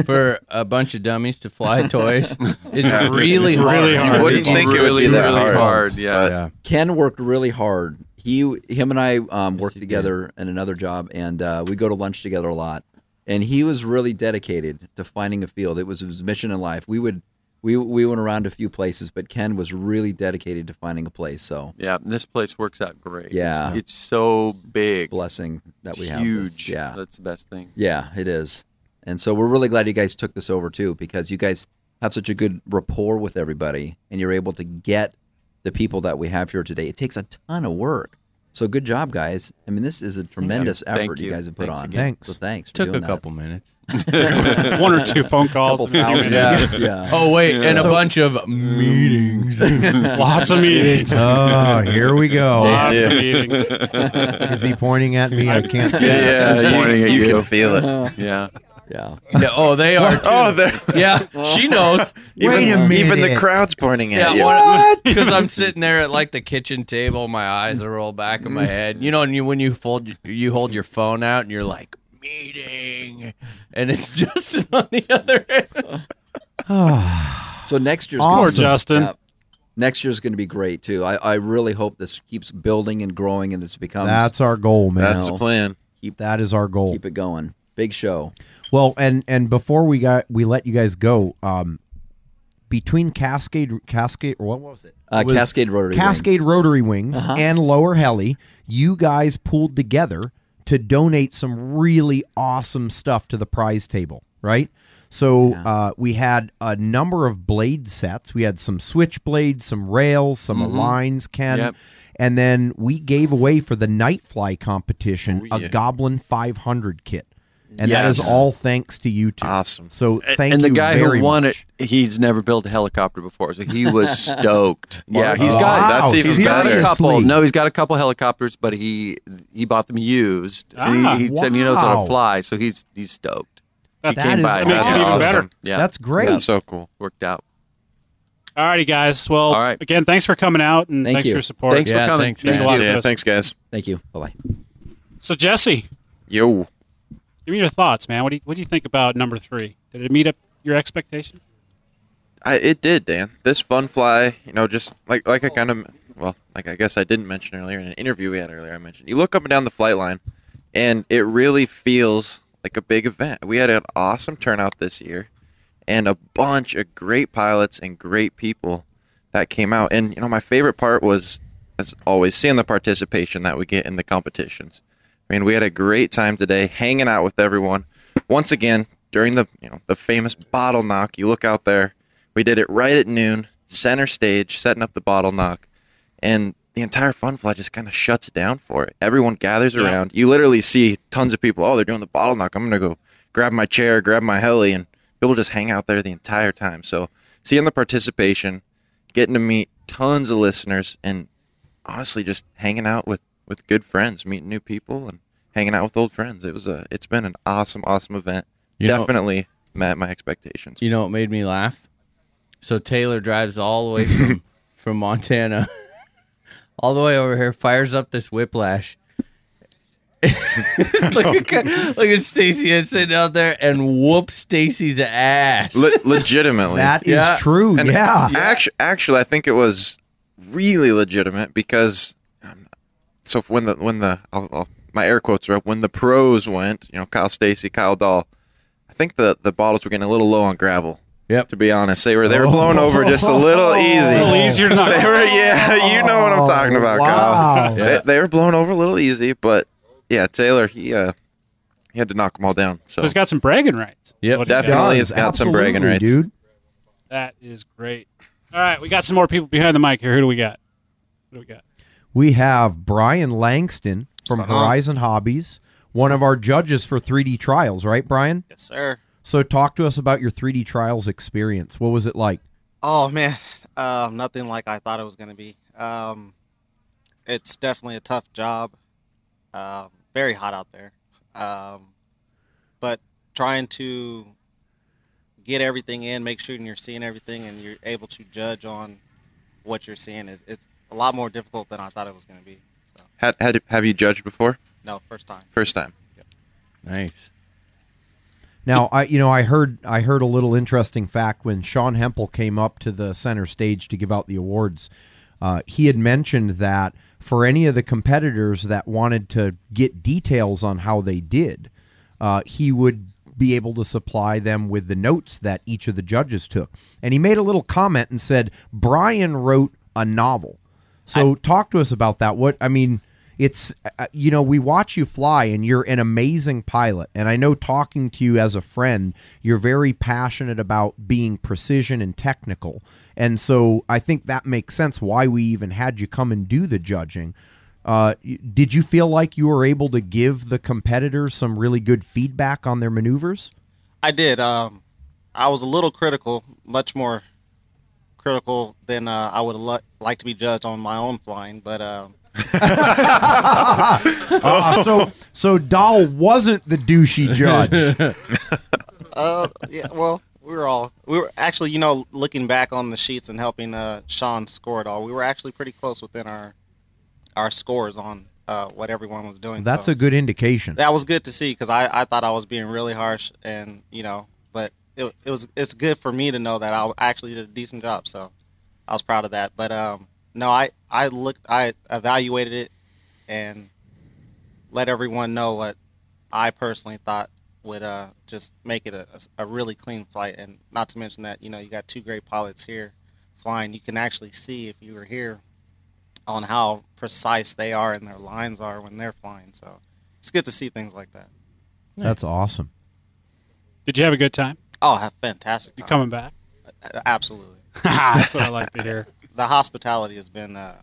for a bunch of dummies to <laughs>
<laughs>
fly toys is really hard.
Really hard.
Wouldn't
It's
think it would
really,
be that
really
hard.
hard. Yeah.
But-
Yeah.
Ken worked really hard. he him and I um, worked together in another job, and uh, we go to lunch together a lot. And he was really dedicated to finding a field. It was his mission in life. We would we we went around a few places, but Ken was really dedicated to finding a place. So
Yeah, and this place works out great. It's-
Yeah.
it's, so big,
blessing that we
It's
have. this.
huge.
Yeah.
that's the best thing.
Yeah, it is. And so we're really glad you guys took this over too, because you guys have such a good rapport with everybody and you're able to get the people that we have here today. It takes a ton of work. So good job, guys. I mean, this is a tremendous
Thank
effort you.
you.
guys have put
Thanks
on.
again.
Thanks.
So thanks. For
Took
doing
a
that.
<laughs>
couple minutes.
<laughs> One or two phone calls.
Couple thousand.
Yeah.
yeah.
Oh wait, and a bunch of meetings.
<laughs> Lots of
<laughs>
meetings.
<laughs> Oh, here we go.
Lots
<laughs>
of meetings.
Is he pointing at me? I can't see.
Yeah,
She's
you-
pointing at
you
you.
can
feel it.
<laughs>
Yeah,
Yeah.
No, oh, they are. Too.
Oh, there.
yeah, she knows.
Wait a minute.
Even the crowd's pointing at you.
Yeah, <laughs> because I'm sitting there at like the kitchen table, my eyes are rolled back in my head. You know, and you when you fold, you hold your phone out, and you're like meeting, and it's <laughs> Justin on the other
<sighs>
end.
So next year's
Poor
gonna be-
Justin.
yeah. Next year's going to be great too. I, I really hope this keeps building and growing and this becomes
That's our goal, man.
That's
No.
the plan.
That is our goal.
keep it going. Big show.
Well, and and before we got we let you guys go, um, between Cascade Cascade or what was it?
Uh,
It was
Cascade Rotary Uh-huh.
Cascade Rotary Wings and Lower Heli, you guys pulled together to donate some really awesome stuff to the prize table, right? So uh, we had a number of blade sets. We had some switchblades, some rails, some
Mm-hmm.
aligns, Ken.
Yep.
And then we gave away for the Nightfly competition
Oh,
a Goblin 500 kit. And that
Yes.
is all thanks to you two.
Awesome.
So
A-
thank
and
you
the guy
very
who won
much.
it, he's never built a helicopter before, so he
<laughs>
was stoked. yeah, he's
Wow,
got
that's even
he's got a
seriously?
couple. No, he's got a couple helicopters, but he he bought them used. and
Ah,
he, he said he knows how
wow.
to fly, so he's he's stoked.
That-
he came
is
by. and
makes
got
it even
awesome.
better.
Yeah,
That's great.
That's so cool.
worked out.
All righty, guys. Well,
All right.
again, thanks for coming out and
Thank
thanks
you.
for your support.
Thanks
Yeah,
for coming.
thanks,
Means a
man.
lot to
Yeah,
us.
thanks, guys.
Thank you. Bye bye.
So, Jesse,
Yo.
give me your thoughts, man. What do you, what do you think about number three? Did it meet up your expectations?
I, it did, Dan. This fun fly, you know, just like like I kind of well, like I guess I didn't mention earlier in an interview we had earlier. I mentioned you look up and down the flight line, and it really feels like a big event. We had an awesome turnout this year, and a bunch of great pilots and great people that came out. And you know, my favorite part was, as always, seeing the participation that we get in the competitions. I mean, we had a great time today, hanging out with everyone. Once again, during the you know the famous bottle knock, you look out there. We did it right at noon, center stage, setting up the bottle knock, and the entire fun fly just kind of shuts down for it. Everyone gathers around. You literally see tons of people. Oh, they're doing the bottle knock. I'm gonna go grab my chair, grab my heli, and people just hang out there the entire time. So seeing the participation, getting to meet tons of listeners, and honestly just hanging out with with good friends, meeting new people, and hanging out with old friends. It was a it's been an awesome, awesome event.
You know-
Definitely met my expectations.
You know what made me laugh? So Taylor drives all the way
<laughs>
from from Montana, <laughs> all the way over here, fires up this whiplash. <laughs> look, at, look at Stacy sitting out there and whoop Stacy's ass.
Le- legitimately.
That is
Yeah.
true.
And
yeah.
Actually, actually, I think it was really legitimate because um, so when the when the I'll, I'll, my air quotes are up when the pros went, you know, Kyle Stacy, Kyle Dahl. I think the the bottles were getting a little low on gravel.
Yep.
To be honest, they were they were blown
Oh.
over just
<laughs>
a little
A little
easy. <laughs>
easier to knock.
They were, yeah, you know what I'm talking about, Kyle.
Wow.
They, they were blown over a little easy, but yeah, Taylor he uh he had to knock them all down.
So
So
he's got some bragging rights.
Yep,
What he got.
definitely. has got some bragging
Absolutely,
rights.
dude.
That is great. All right, we got some more people behind the mic here. Who do we got? Who do we got?
we have Brian Langston from Horizon Hobbies, one of our judges for 3D trials, right, Brian?
Yes, sir.
So talk to us about your 3D trials experience. What was it like?
Oh man, <laughs> uh, nothing like I thought it was gonna be. Um, it's definitely a tough job. Um, very hot out there, um, but trying to get everything in, make sure you're seeing everything, and you're able to judge on what you're seeing is it's a lot more difficult than I thought it was gonna be.
had, had have you judged before?
No, first time.
First time.
Nice.
Now, I you know, I heard I heard a little interesting fact when Sean Hempel came up to the center stage to give out the awards. Uh, he had mentioned that for any of the competitors that wanted to get details on how they did, uh, he would be able to supply them with the notes that each of the judges took. And he made a little comment and said, Brian wrote a novel. So talk to us about that. What I mean, it's uh, you know we watch you fly and you're an amazing pilot and i know talking to you as a friend you're very passionate about being precision and technical and so i think that makes sense why we even had you come and do the judging uh, y- did you feel like you were able to give the competitors some really good feedback on their maneuvers
I did. Um, I was a little critical, much more critical than uh, I would li- like to be judged on my own flying. But um,
<laughs>
Oh.
Uh, so so dahl wasn't the douchey judge
<laughs> uh, yeah, well, we were all we were actually, you know, looking back on the sheets and helping uh, Sean score it all. We were actually pretty close within our our scores on uh, what everyone was doing.
that's
so
a good indication
that was good to see because I, I thought I was being really harsh and you know, but it, it was it's good for me to know that I actually did a decent job. So I was proud of that. But um, no, I I looked I evaluated it and let everyone know what I personally thought would uh just make it a, a really clean flight and not to mention that you know you got two great pilots here flying you can actually see if you were here on how precise they are and their lines are when they're flying so it's good to see things like that
that's awesome
Did you have a good time?
oh have fantastic
You
time.
coming back?
Uh, absolutely
<laughs> That's what I like to hear.
<laughs> the hospitality has been uh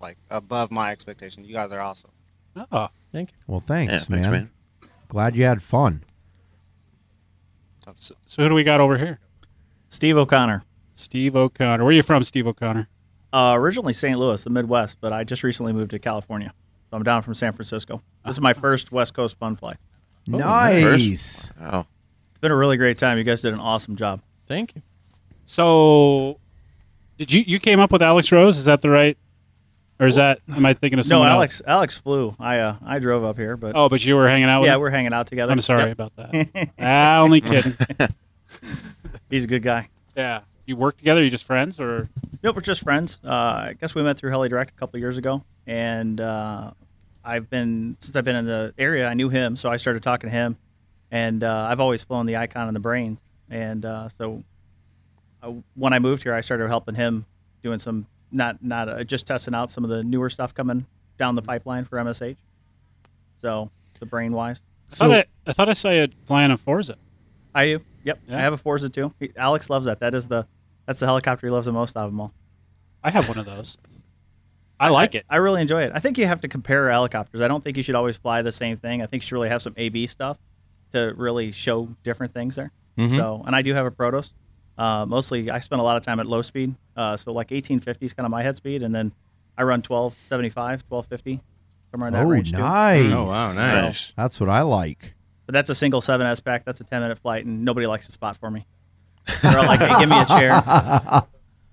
like above my expectation you guys are awesome
Oh,
thank
well thanks,
Yeah, thanks,
man.
man.
glad you had fun
So, so who do we got over here?
Steve O'Connor.
Steve O'Connor. Where are you from, Steve O'Connor?
Uh, originally St. Louis, the Midwest, but I just recently moved to California. So I'm down from San Francisco. This is
Ah.
my first West Coast fun fly.
Oh, nice.
Oh.
It's been a really great time. You guys did an awesome job.
Thank you.
So, did you you came up with Alex Rose? Is that the right, or is that am I thinking of
No,
someone
Alex. Alex flew. I uh, I drove up here, but
Oh, but you were hanging out with
yeah,
him?
we're hanging out together.
I'm sorry
Yep.
about that. ah,
<laughs>
only kidding.
He's a good guy.
Yeah, you work together. You just friends, or
Nope, we're just friends. Uh, I guess we met through Heli Direct a couple years ago, and uh, I've been since I've been in the area. I knew him, so I started talking to him, and uh, I've always flown the Icon and the Brains, and uh, so I, when I moved here, I started helping him doing some not not uh, just testing out some of the newer stuff coming down
Mm-hmm.
the pipeline for MSH. So the brain wise,
I thought I, I thought I saw you flying a Forza.
I do. Yep, I have a Forza too. He- Alex loves that. That is the that's the helicopter he loves the most out of them all.
I have one of those. I like it.
I really enjoy it. I think you have to compare helicopters. I don't think you should always fly the same thing. I think you should really have some AB stuff to really show different things there.
Mm-hmm.
Mhm.
So, and I do have a Protos. Uh, mostly, I spend a lot of time at low speed. Uh, so, like 1850 is kind of my head speed, and then I run 1275, 1250, somewhere in that
oh
range. too.
nice
So-
that's what i like
but that's a single 7S pack. That's a 10 minute flight, and nobody likes to spot for me. They're all like, hey, give me a chair.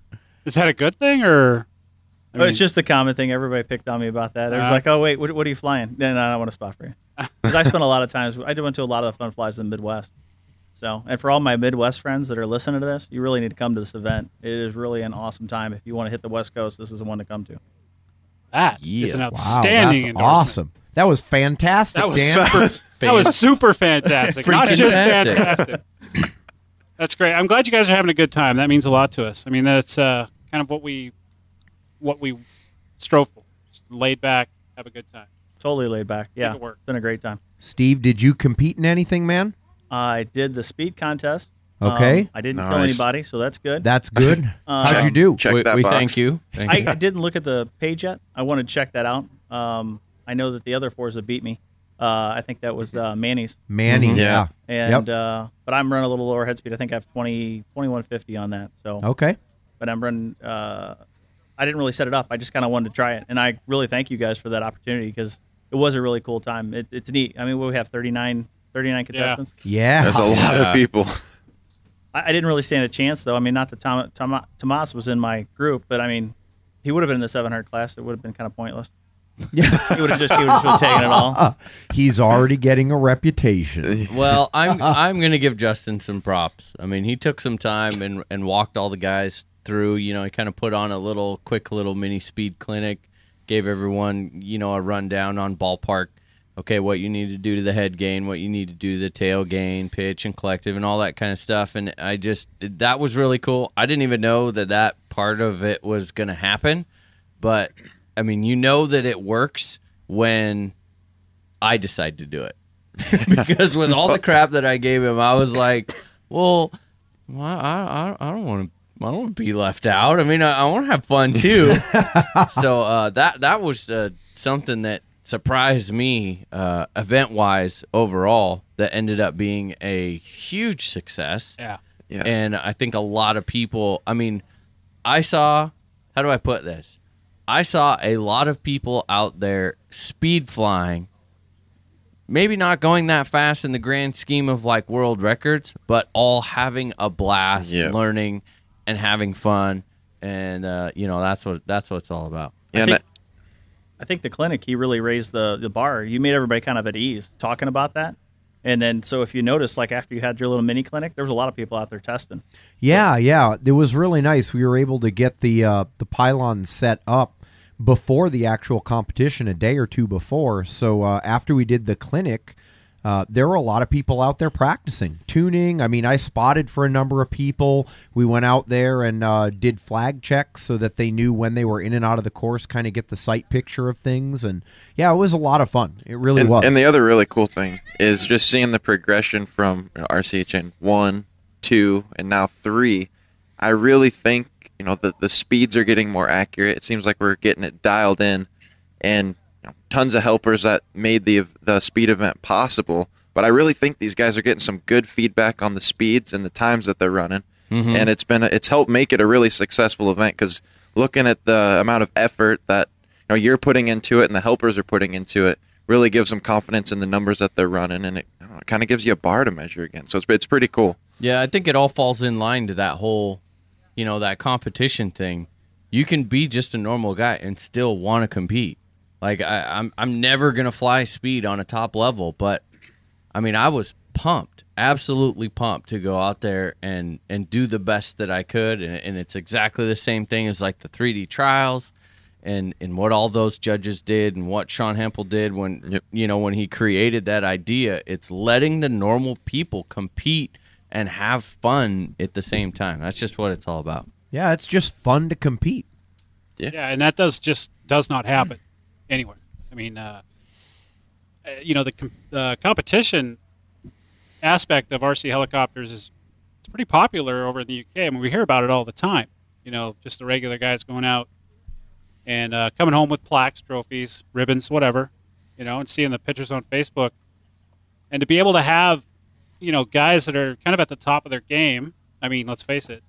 <laughs> Is that a good thing or? I
Oh,
mean-
it's just the common thing. Everybody picked on me about that. It was
Ah.
like, oh, wait, what, what are you flying? No, no, I don't want to spot
<laughs>
for you. 'Cause I spent a lot of times, I went to a lot of the fun flies in the Midwest. So, and for all my Midwest friends that are listening to this, you really need to come to this event. It is really an awesome time. If you want to hit the West Coast, this is the one to come to.
That is
Yeah.
an
Wow,
outstanding
wow, that's
endorsement.
awesome that was fantastic
<laughs> That was
Dan. <laughs>
super, that was super fantastic. Not
Freaking
just
fantastic.
fantastic. that's great. I'm glad you guys are having a good time. That means a lot to us. I mean, that's uh, kind of what we what we strove for. Just laid back, have a good time.
Totally laid back. Yeah.
it work.
It's been a great time.
steve did you compete in anything man
I did the speed contest.
Okay.
Um, I didn't kill
Nice.
anybody, so that's good.
That's good.
<laughs> Um,
How'd you do? Check that box. Thank
I,
you.
I <laughs> didn't look at the page yet. I want to check that out. Um, I know that the other fours that beat me. Uh, I think that was uh, Manny's.
Manny, Mhm. yeah.
And uh, but I'm running a little lower head speed. I think I have 20, 2150 on that. So
Okay.
But I'm running. Uh, I didn't really set it up. I just kind of wanted to try it, and I really thank you guys for that opportunity because it was a really cool time. It, it's neat. I mean, we have 39, 39 contestants.
Yeah. That's a lot of people.
I, I didn't really stand a chance though. I mean, not that Tom, Tom, Tomas was in my group, but I mean, he would have been in the 700 class. It would have been kind of pointless. Yeah, he would have just he would have just taken
<laughs>
it all.
Uh, He's already getting
<laughs>
a reputation. <laughs>
Well, I'm I'm gonna give Justin some props. I mean, he took some time and and walked all the guys through. You know, he kind of put on a little quick little mini speed clinic, gave everyone, you know, a rundown on ballpark. Okay, what you need to do to the head gain, what you need to do to the tail gain, pitch and collective, and all that kind of stuff. And I just that was really cool. I didn't even know that that part of it was going to happen, but I mean, you know that it works when I decide to do it <laughs> because with all the crap that I gave him, I was like, well, well, I, I, I don't want to. I don't want to be left out. I mean, I, I want to have fun too. so uh, that that was uh, something that surprised me uh, event wise overall. That ended up being a huge success.
Yeah.
Yeah.
And I think a lot of people. I mean, I saw. How do I put this? I saw a lot of people out there speed flying maybe not going that fast in the grand scheme of like world records, but all having a blast,
Yeah.
learning, and having fun, and uh, you know that's what that's what it's all about.
I think, I think the clinic he really raised the the bar. You made everybody kind of at ease talking about that, and then so if you notice, like after you had your little mini clinic, there was a lot of people out there testing.
Yeah, yeah, it was really nice. We were able to get the uh, the pylon set up before the actual competition, a day or two before. So uh, after we did the clinic, uh, there were a lot of people out there practicing tuning. I mean, I spotted for a number of people. We went out there and uh, did flag checks so that they knew when they were in and out of the course, kind of get the sight picture of things. And yeah, it was a lot of fun. It really
and,
was.
and the other really cool thing is just seeing the progression from you know, RCHN one, two, and now three. I really think you know the the speeds are getting more accurate. It seems like we're getting it dialed in, and you know, tons of helpers that made the the speed event possible. But I really think these guys are getting some good feedback on the speeds and the times that they're running,
Mhm.
and it's been a, it's helped make it a really successful event because looking at the amount of effort that you know you're putting into it and the helpers are putting into it really gives them confidence in the numbers that they're running and it, kind of gives you a bar to measure against. So it's it's pretty cool.
Yeah, I think it all falls in line to that whole, you know, that competition thing. You can be just a normal guy and still want to compete. Like I, I'm, I'm never gonna fly speed on a top level, but I mean, I was pumped, absolutely pumped to go out there and and do the best that I could, and, and it's exactly the same thing as like the 3D trials, and and what all those judges did, and what Sean Hempel did when you know when he created that idea. It's letting the normal people compete and have fun at the same time. That's just what it's all
<laughs>
about.
yeah, it's just fun to compete.
Yeah.
and that does just does not happen anywhere. I mean, uh, uh, you know, the com- uh, competition aspect of RC helicopters is it's pretty popular over in the UK. I mean, we hear about it all the time. You know, just the regular guys going out and uh, coming home with plaques, trophies, ribbons, whatever. You know, and seeing the pictures on Facebook, and to be able to have, you know, guys that are kind of at the top of their game. I mean, let's face it,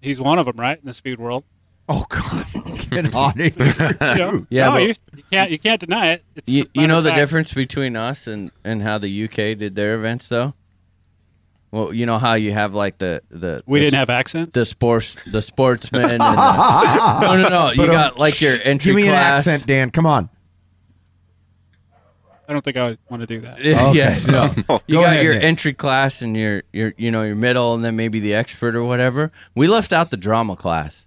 he's one of them, right, in the speed world.
Oh God, <laughs> get on it!
yeah,
Yeah,
no,
but-
<laughs> you, you can't you can't deny it. It's
You,
a
you know
matter
the
of fact.
difference between us and, and how the UK did their events though? Well, you know how you have like the the
We
the
didn't
s-
have accents.
the sports
<laughs>
the sportsmen and
<laughs>
the, no no no you
But, um,
got like your entry
Give me
class
an accent, Dan. Come on.
I don't think I would want to do
<laughs>
that.
Yeah, yeah,
<laughs>
no. you
Go
got
ahead,
your
Nick.
entry class and your your you know your middle and then maybe the expert or whatever. We left out the drama class.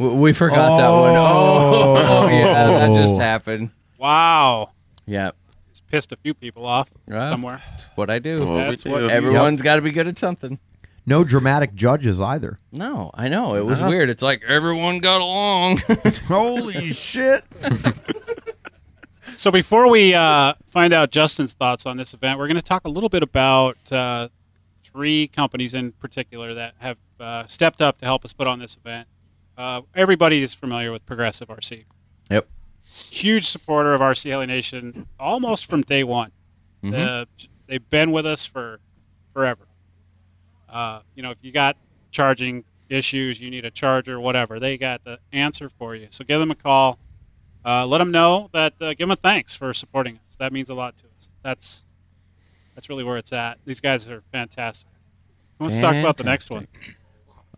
We, we forgot that one. Oh, <laughs> yeah, that just happened.
Wow,
Yeah,
it's pissed a few people off
Yeah.
somewhere.
what I do.
What we
That's
do.
what
Yep.
everyone's got to be good at something.
No dramatic judges either.
No, I know it
Uh-huh.
was weird. It's like everyone got along. <laughs> Uh,
Holy shit!
So before we uh, find out Justin's thoughts on this event, we're going to talk a little bit about uh, three companies in particular that have uh, stepped up to help us put on this event. Uh, everybody is familiar with Progressive RC.
Yep.
Huge supporter of RC Heli Nation, almost from day one. Uh, they've been with us for forever. Uh, you know, if you got charging issues, you need a charger, whatever, they got the answer for you. So give them a call. Uh, let them know that uh, give them a thanks for supporting us. That means a lot to us. That's that's really where it's at. These guys are fantastic. Let's talk about the next one.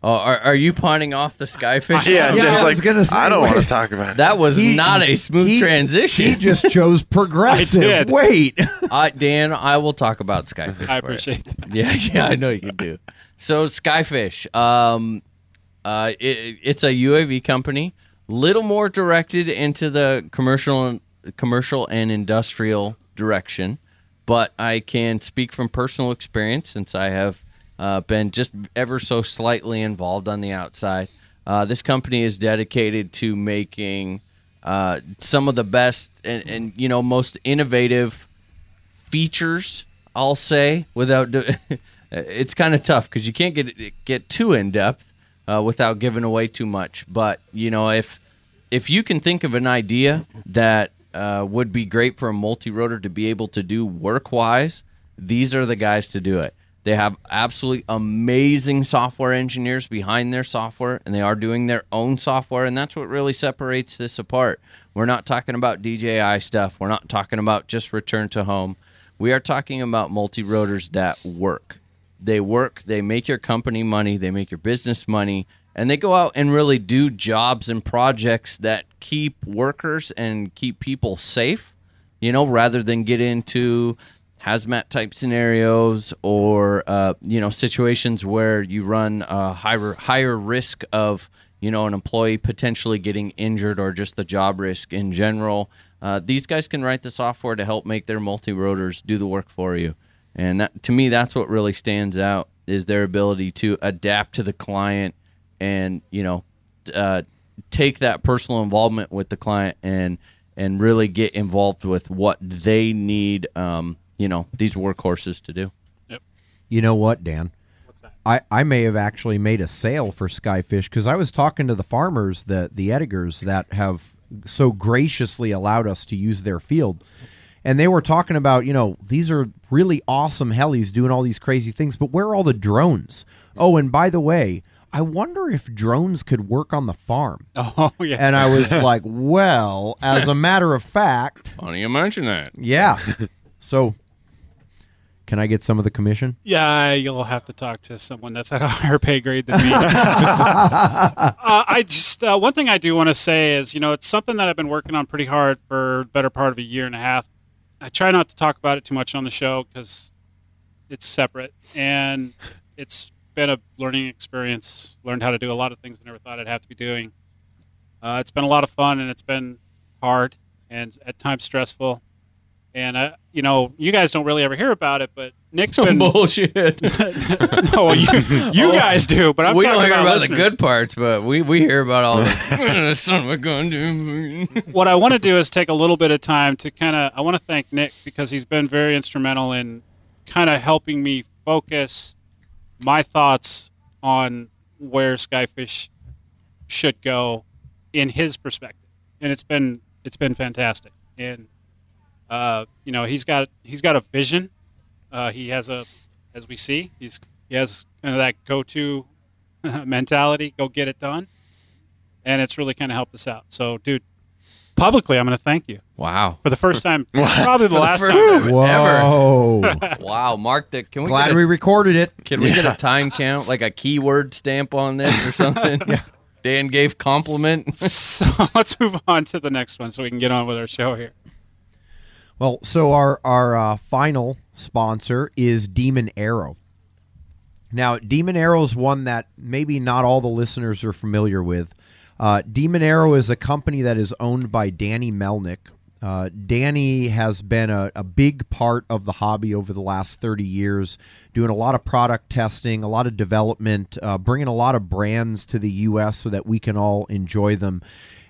Oh, are, are you pawning off the
<laughs>
skyfish?
Yeah,
Yeah,
it's
I
like
was gonna say,
I don't want
wait.
to talk about it.
that was
He-
not a smooth
he-
transition.
He just chose progressive.
I did.
Wait.
<laughs> I, Dan, I will talk about Skyfish.
I
for it.
appreciate that.
Yeah, yeah, I know you do. So Skyfish, um, uh, it, it's a UAV company. little more directed into the commercial commercial and industrial direction but i can speak from personal experience since i have uh, been just ever so slightly involved on the outside uh, this company is dedicated to making uh, some of the best and, and you know most innovative features i'll say without de- <laughs> it's kind of tough because you can't get get too in-depth uh, without giving away too much but you know if if you can think of an idea that uh, would be great for a multi-rotor to be able to do work-wise these are the guys to do it they have absolutely amazing software engineers behind their software, and they are doing their own software, and that's what really separates this apart. We're not talking about DJI stuff. We're not talking about just return to home. We are talking about multi rotors that work. They work, they make your company money, they make your business money, and they go out and really do jobs and projects that keep workers and keep people safe, you know, rather than get into hazmat type scenarios or uh, you know situations where you run a higher higher risk of you know an employee potentially getting injured or just the job risk in general. Uh, these guys can write the software to help make their multi rotors do the work for you, and that, to me that's what really stands out is their ability to adapt to the client and you know uh, take that personal involvement with the client and and really get involved with what they need um, you know these workhorses to do.
You know what, Dan? I, I may have actually made a sale for Skyfish because I was talking to the farmers that the Edgars that have so graciously allowed us to use their field. And they were talking about, you know, these are really awesome helis doing all these crazy things, but where are all the drones? Oh, and by the way, I wonder if drones could work on the farm.
<laughs>
Oh, yes.
And I was like, well, as a matter of
<laughs>
fact,
Funny you mention that. <laughs>
yeah. So can I get some of the commission?
Yeah, you'll have to talk to someone that's at a higher pay grade than me. <laughs> uh, I just uh, one thing I do want to say is, you know, it's something that I've been working on pretty hard for the better part of a year and a half. I try not to talk about it too much on the show because it's separate and it's been a learning experience. Learned how to do a lot of things I never thought I'd have to be doing. Uh, it's been a lot of fun and it's been hard and at times stressful. And uh, you know, you guys don't really ever hear about it, but Nick's been
bullshit.
<laughs> no, <laughs> well, you
<laughs>
you guys do, but I'm
Oh. we
talking
don't hear
about,
about, the
listeners.
good parts, but we, we hear about all
<laughs>
the <laughs> son of a gun. dude.
what I want to do is take a little bit of time to kind of I want to thank Nick because he's been very instrumental in kind of helping me focus my thoughts on where Skyfish should go in his perspective, and it's been it's been fantastic. And uh, you know he's got he's got a vision. Uh, he has a as we see he's he has kind of that go to <laughs> mentality, go get it done, and it's really kind of helped us out. So, dude, publicly, I'm going to thank you
<laughs> Wow.
for the first time, probably
For
the
the
last
first
time.
time.
Whoa.
Wow, Mark. The, can we
Oh. Glad
get a,
we recorded it.
can we get a time count, like a keyword stamp on this or
<laughs>
something? Dan gave compliments.
<laughs> So let's move on to the next one so we can get on with our show here.
Well, so our our uh, final sponsor is Demon Arrow. Now, Demon Arrow is one that maybe not all the listeners are familiar with. Uh, Demon Arrow is a company that is owned by Danny Melnick. Uh, Danny has been a, a big part of the hobby over the last 30 years, doing a lot of product testing, a lot of development, uh, bringing a lot of brands to the U.S. so that we can all enjoy them.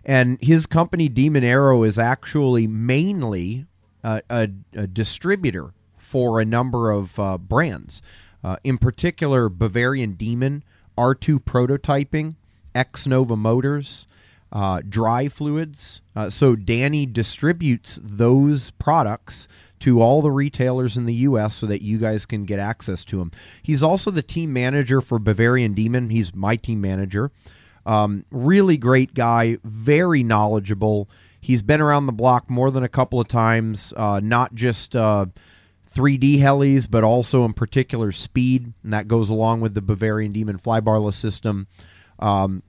And his company, Demon Arrow, is actually mainly uh, a, a distributor for a number of uh, brands, uh, in particular Bavarian Demon, R2 Prototyping, X Nova Motors, uh, Dry Fluids. Uh, so Danny distributes those products to all the retailers in the U.S. so that you guys can get access to them. He's also the team manager for Bavarian Demon. He's my team manager. Um, really great guy, very knowledgeable. He's been around the block more than a couple of times, uh, not just uh, 3D helis, but also in particular speed, and that goes along with the Bavarian Demon flybarless system. Um,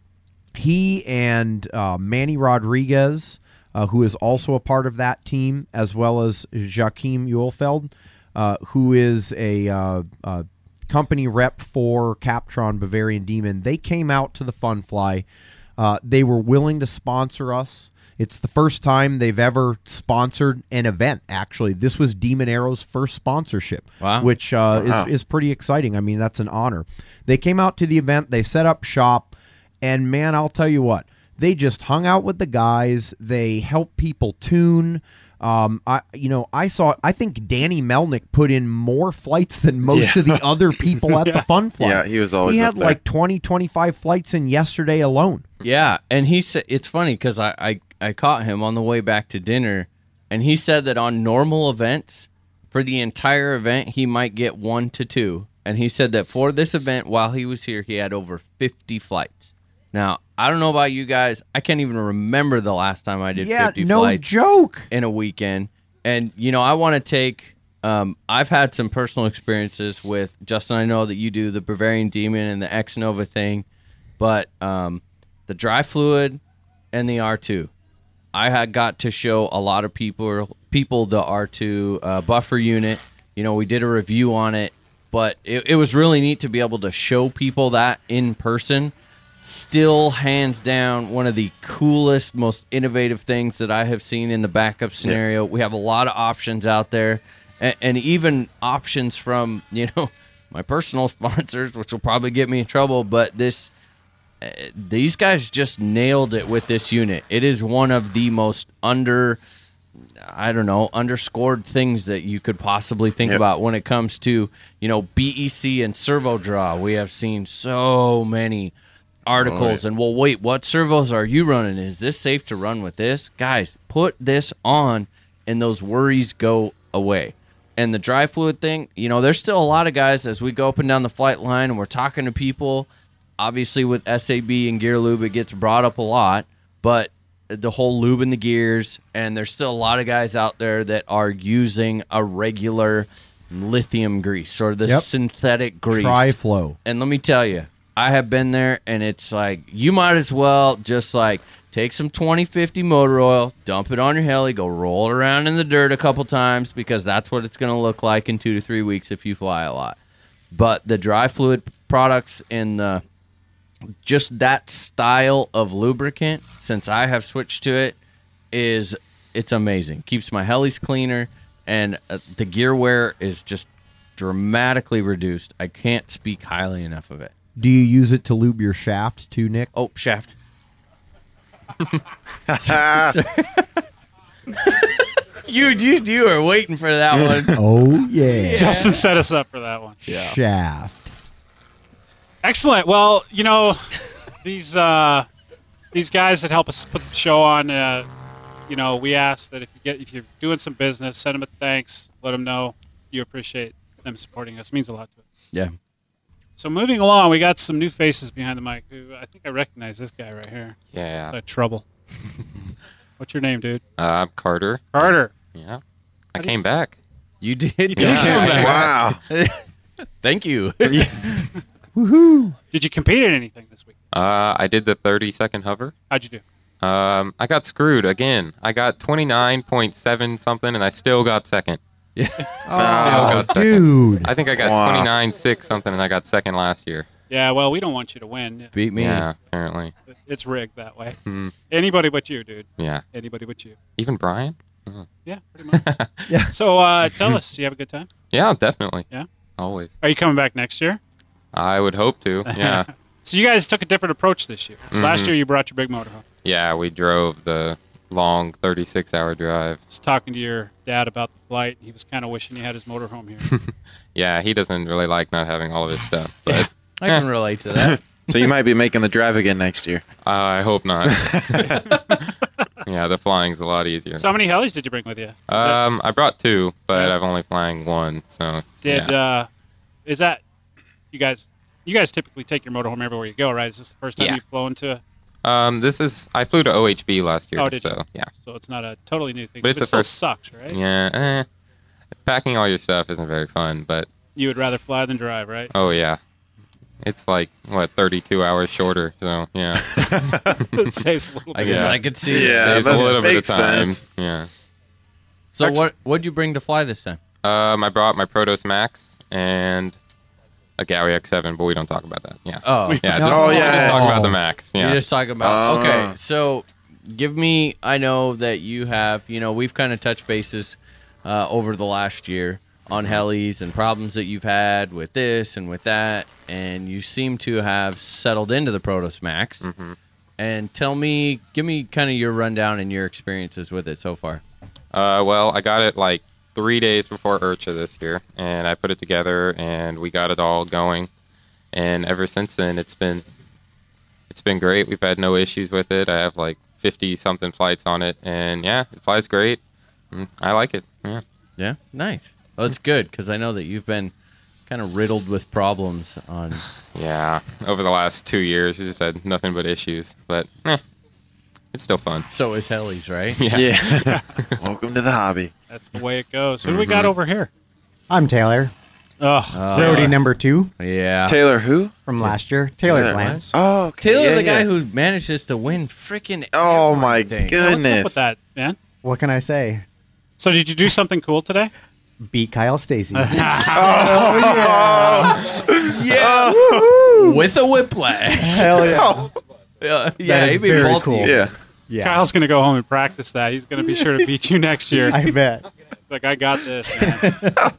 he and uh, Manny Rodriguez, uh, who is also a part of that team, as well as Joachim Uhlfeld, uh, who is a uh, uh, company rep for Captron Bavarian Demon, they came out to the Fun Fly. Uh, they were willing to sponsor us. It's the first time they've ever sponsored an event. Actually, this was Demon Arrow's first sponsorship,
Wow.
which uh,
Wow.
is, is pretty exciting. I mean, that's an honor. They came out to the event, they set up shop, and man, I'll tell you what, they just hung out with the guys. They helped people tune. Um, I you know I saw I think Danny Melnick put in more flights than most
Yeah.
of the
<laughs>
other people at the
Yeah.
fun flight.
Yeah, he was always
he
up
had
there.
like 20, 25 flights in yesterday alone.
Yeah, and he said it's funny because I, I I caught him on the way back to dinner, and he said that on normal events, for the entire event, he might get one to two, and he said that for this event, while he was here, he had over fifty flights. Now I don't know about you guys, I can't even remember the last time I did
Yeah,
fifty
no
flights
joke
in a weekend, and you know I want to take. Um, I've had some personal experiences with Justin. I know that you do the Bavarian Demon and the X Nova thing but um, the dry fluid and the R2. I had got to show a lot of people people the R2 uh, buffer unit. You know, we did a review on it, but it, it was really neat to be able to show people that in person. Still, hands down, one of the coolest, most innovative things that I have seen in the backup scenario. We have a lot of options out there, and, and even options from <laughs> you know my personal <laughs> sponsors, which will probably get me in trouble. But this uh, these guys just nailed it with this unit. It is one of the most under, I don't know, underscored things that you could possibly think
Yep.
about when it comes to, you know, BEC and servo draw. We have seen so many articles
Oh, yeah.
and, well, wait, what servos are you running? Is this safe to run with this? Guys, put this on and those worries go away and the dry fluid thing, you know, there's still a lot of guys as we go up and down the flight line and we're talking to people. Obviously, with SAB and Gear Lube, it gets brought up a lot, but the whole lube in the gears, and there's still a lot of guys out there that are using a regular lithium grease or the
Yep.
synthetic grease.
Tri-Flow.
And let me tell you, I have been there, and it's like you might as well just like take some 2050 motor oil, dump it on your heli, go roll it around in the dirt a couple times because that's what it's going to look like in two to three weeks if you fly a lot. But the dry fluid products and the just that style of lubricant, since I have switched to it, is it's amazing. Keeps my helis cleaner, and uh, the gear wear is just dramatically reduced. I can't speak highly enough of it.
Do you use it to lube your shaft too, Nick?
Oh, shaft. <laughs> you, you, you are waiting for that one.
<laughs> oh yeah.
Justin set us up for that one.
Shaft.
Excellent. Well, you know, these uh, these guys that help us put the show on, uh, you know, we ask that if you get if you're doing some business, send them a thanks. Let them know you appreciate them supporting us. It means a lot to us.
<laughs> Yeah.
So moving along, we got some new faces behind the mic. Who I think I recognize this guy right here.
Yeah.
It's like trouble. What's your name, dude?
Uh, I'm Carter.
Carter.
Yeah. I came back.
You did?
Yeah.
Yeah.
Wow. <laughs> Thank you.
Woohoo! Did you compete in anything this week?
Uh, I did the 30 second hover.
How'd you do?
Um, I got screwed again. I got 29.7 something, and I still got second. <laughs>
Yeah.
Oh, dude.
I think I got
Wow.
29.6 something, and I got second last year.
Yeah. Well, we don't want you to win.
Beat
Yeah, apparently.
It's rigged that way.
Hmm.
Anybody but you, dude.
Yeah.
Anybody but you.
Even Brian? Oh.
Yeah, pretty much.
<laughs>
yeah. So uh, tell us, you have a good time?
Yeah, definitely.
Yeah.
Always.
Are you coming back next year?
I would hope
<laughs>
to. Yeah.
So you guys took a different approach this year. Last
Mhm.
year you brought your big motorhome.
yeah, we drove the long 36 hour drive.
I was talking to your dad about the flight. He was kind of wishing he had his motorhome here.
Yeah, he doesn't really like not having all of his stuff, but
I can relate to that.
<laughs>
so you might be making the drive again next year.
I hope
<laughs>
not. yeah, the flying's a lot easier.
so how many helis did you bring with you?
Um, I brought two, but I've only flying one. So
Did
yeah.
uh, is that you guys? You guys typically take your motorhome everywhere you go, right? Is this the first time
Yeah.
you've flown to?
um, this is I flew to OHB last year.
oh, did
so
you?
yeah,
So it's not a totally new thing.
but it's
it
the
still
first.
sucks, right?
Yeah, eh. packing all your stuff isn't very fun, but
You would rather fly than drive, right?
oh yeah, it's like what 32 hours shorter. So yeah,
<laughs> it saves a little
I
bit.
guess
Yeah.
I could see.
Yeah,
it.
Saves a little bit of time. Yeah.
So what what'd you bring to fly this time?
Um, I brought my Protos Max and a Gallery X7, but we don't talk about that. Yeah.
Oh.
<laughs>
yeah.
No.
Just,
Oh,
we
yeah.
Just talk about the
Oh.
Max.
You're
Yeah.
just talking about
Ah.
Oh.
okay. So, give me. I know that you have. You know, we've kind of touched bases uh, over the last year on helis and problems that you've had with this and with that, and you seem to have settled into the Protos Max.
Mm-hmm.
And tell me, give me kind of your rundown and your experiences with it so far.
Uh, well, I got it like three days before Urcha this year, and I put it together, and we got it all going. And ever since then, it's been it's been great. We've had no issues with it. I have like fifty something flights on it, and yeah, it flies great. Mm, I like it. Yeah.
Yeah, nice. Well, it's good because I know that you've been kind of riddled with problems on.
Yeah, over the last two years, we just had nothing but issues, but eh, it's still fun.
So is Helly's, right?
<laughs> Yeah. <laughs>
Yeah. <laughs> Welcome to the hobby.
That's the way it goes. Who do we
Mm-hmm.
got over here?
I'm Taylor.
Ugh,
Roadie number two.
Yeah.
Taylor who?
From last year. Taylor
Taylor
Glance.
Oh,
Taylor,
Yeah,
the guy
yeah.
who manages to win freaking.
Oh my
What's up with that, man?
What can I say?
So did you do something cool today? Oh.
Beat Kyle
<laughs>
Stacy.
Oh,
Oh.
<laughs>
Yeah. With a whiplash.
Hell
<laughs> Oh,
yeah.
yeah,
That
yeah
is
he
very
multi-
<laughs>
cool. Yeah.
Yeah.
Kyle's gonna go home and practice that. He's gonna be sure to beat you next year.
<laughs>
<laughs>
I bet.
It's like I got this.
<laughs>
man. I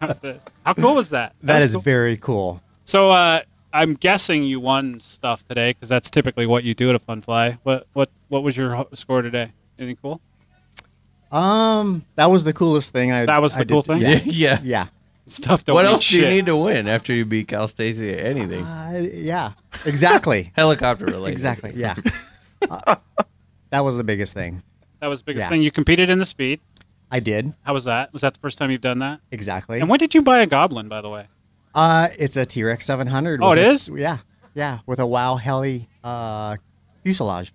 got this. How cool was that?
that
was
is very cool.
So uh, I'm guessing you won stuff today because that's typically what you do at a fun fly. What what what was your ho- score today? Anything cool?
Um, that was the coolest thing. I
That was the
I did-
cool thing?
Yeah,
yeah, <laughs>
yeah.
Stuff.
What else do you need to win after you beat Cal Stacey at anything?
Uh, yeah, exactly.
<laughs> Helicopter related.
exactly. Yeah. Uh, that was the biggest thing.
That was the biggest
Yeah.
thing. You competed in the speed.
I did
How was that? Was that the first time you've done that?
exactly.
And when did you buy a goblin, by the way?
Uh, it's a T Rex 700.
Oh,
with
it
a
is?
s- Yeah, yeah, with a Wow Heli uh, fuselage.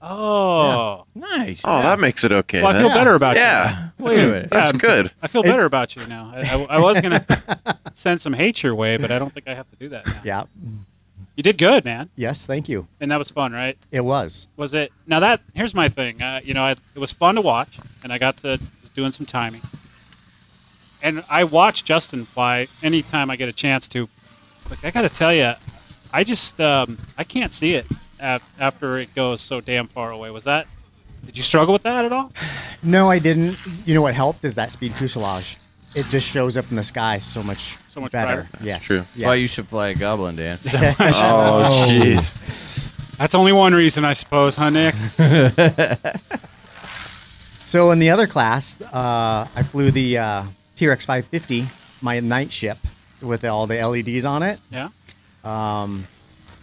Oh,
nice.
Oh, that makes it okay.
Well, I
then.
feel better about
yeah. <laughs>
you. now.
Yeah. That's
Yeah,
good.
Um, I feel better about you now. I, I, I
<laughs>
was
<laughs>
gonna send some hate your way, but I don't think I have to do that now.
Yeah.
You did good, man,
Yes, thank you.
and that was fun, right?
It was.
Was it? Now that here's my thing. Uh, you know, I, it was fun to watch, and I got to was doing some timing. And I watch Justin fly anytime I get a chance to. Like I got to tell you, I just um, I can't see it af- after it goes so damn far away. Was that? Did you struggle with that at all?
No, I didn't. You know what helped is that speed fuselage. It just shows up in the sky so much, so
much
better.
brighter.
Yes. Yeah.
Why you should fly a goblin,
<laughs>
Dan? <laughs>
Oh, jeez.
That's only one reason, I suppose, huh,
<laughs>
Nick?
<laughs> So in the other class, uh, I flew the uh, T-Rex 550, my night ship, with all the LEDs on it.
Yeah.
Um,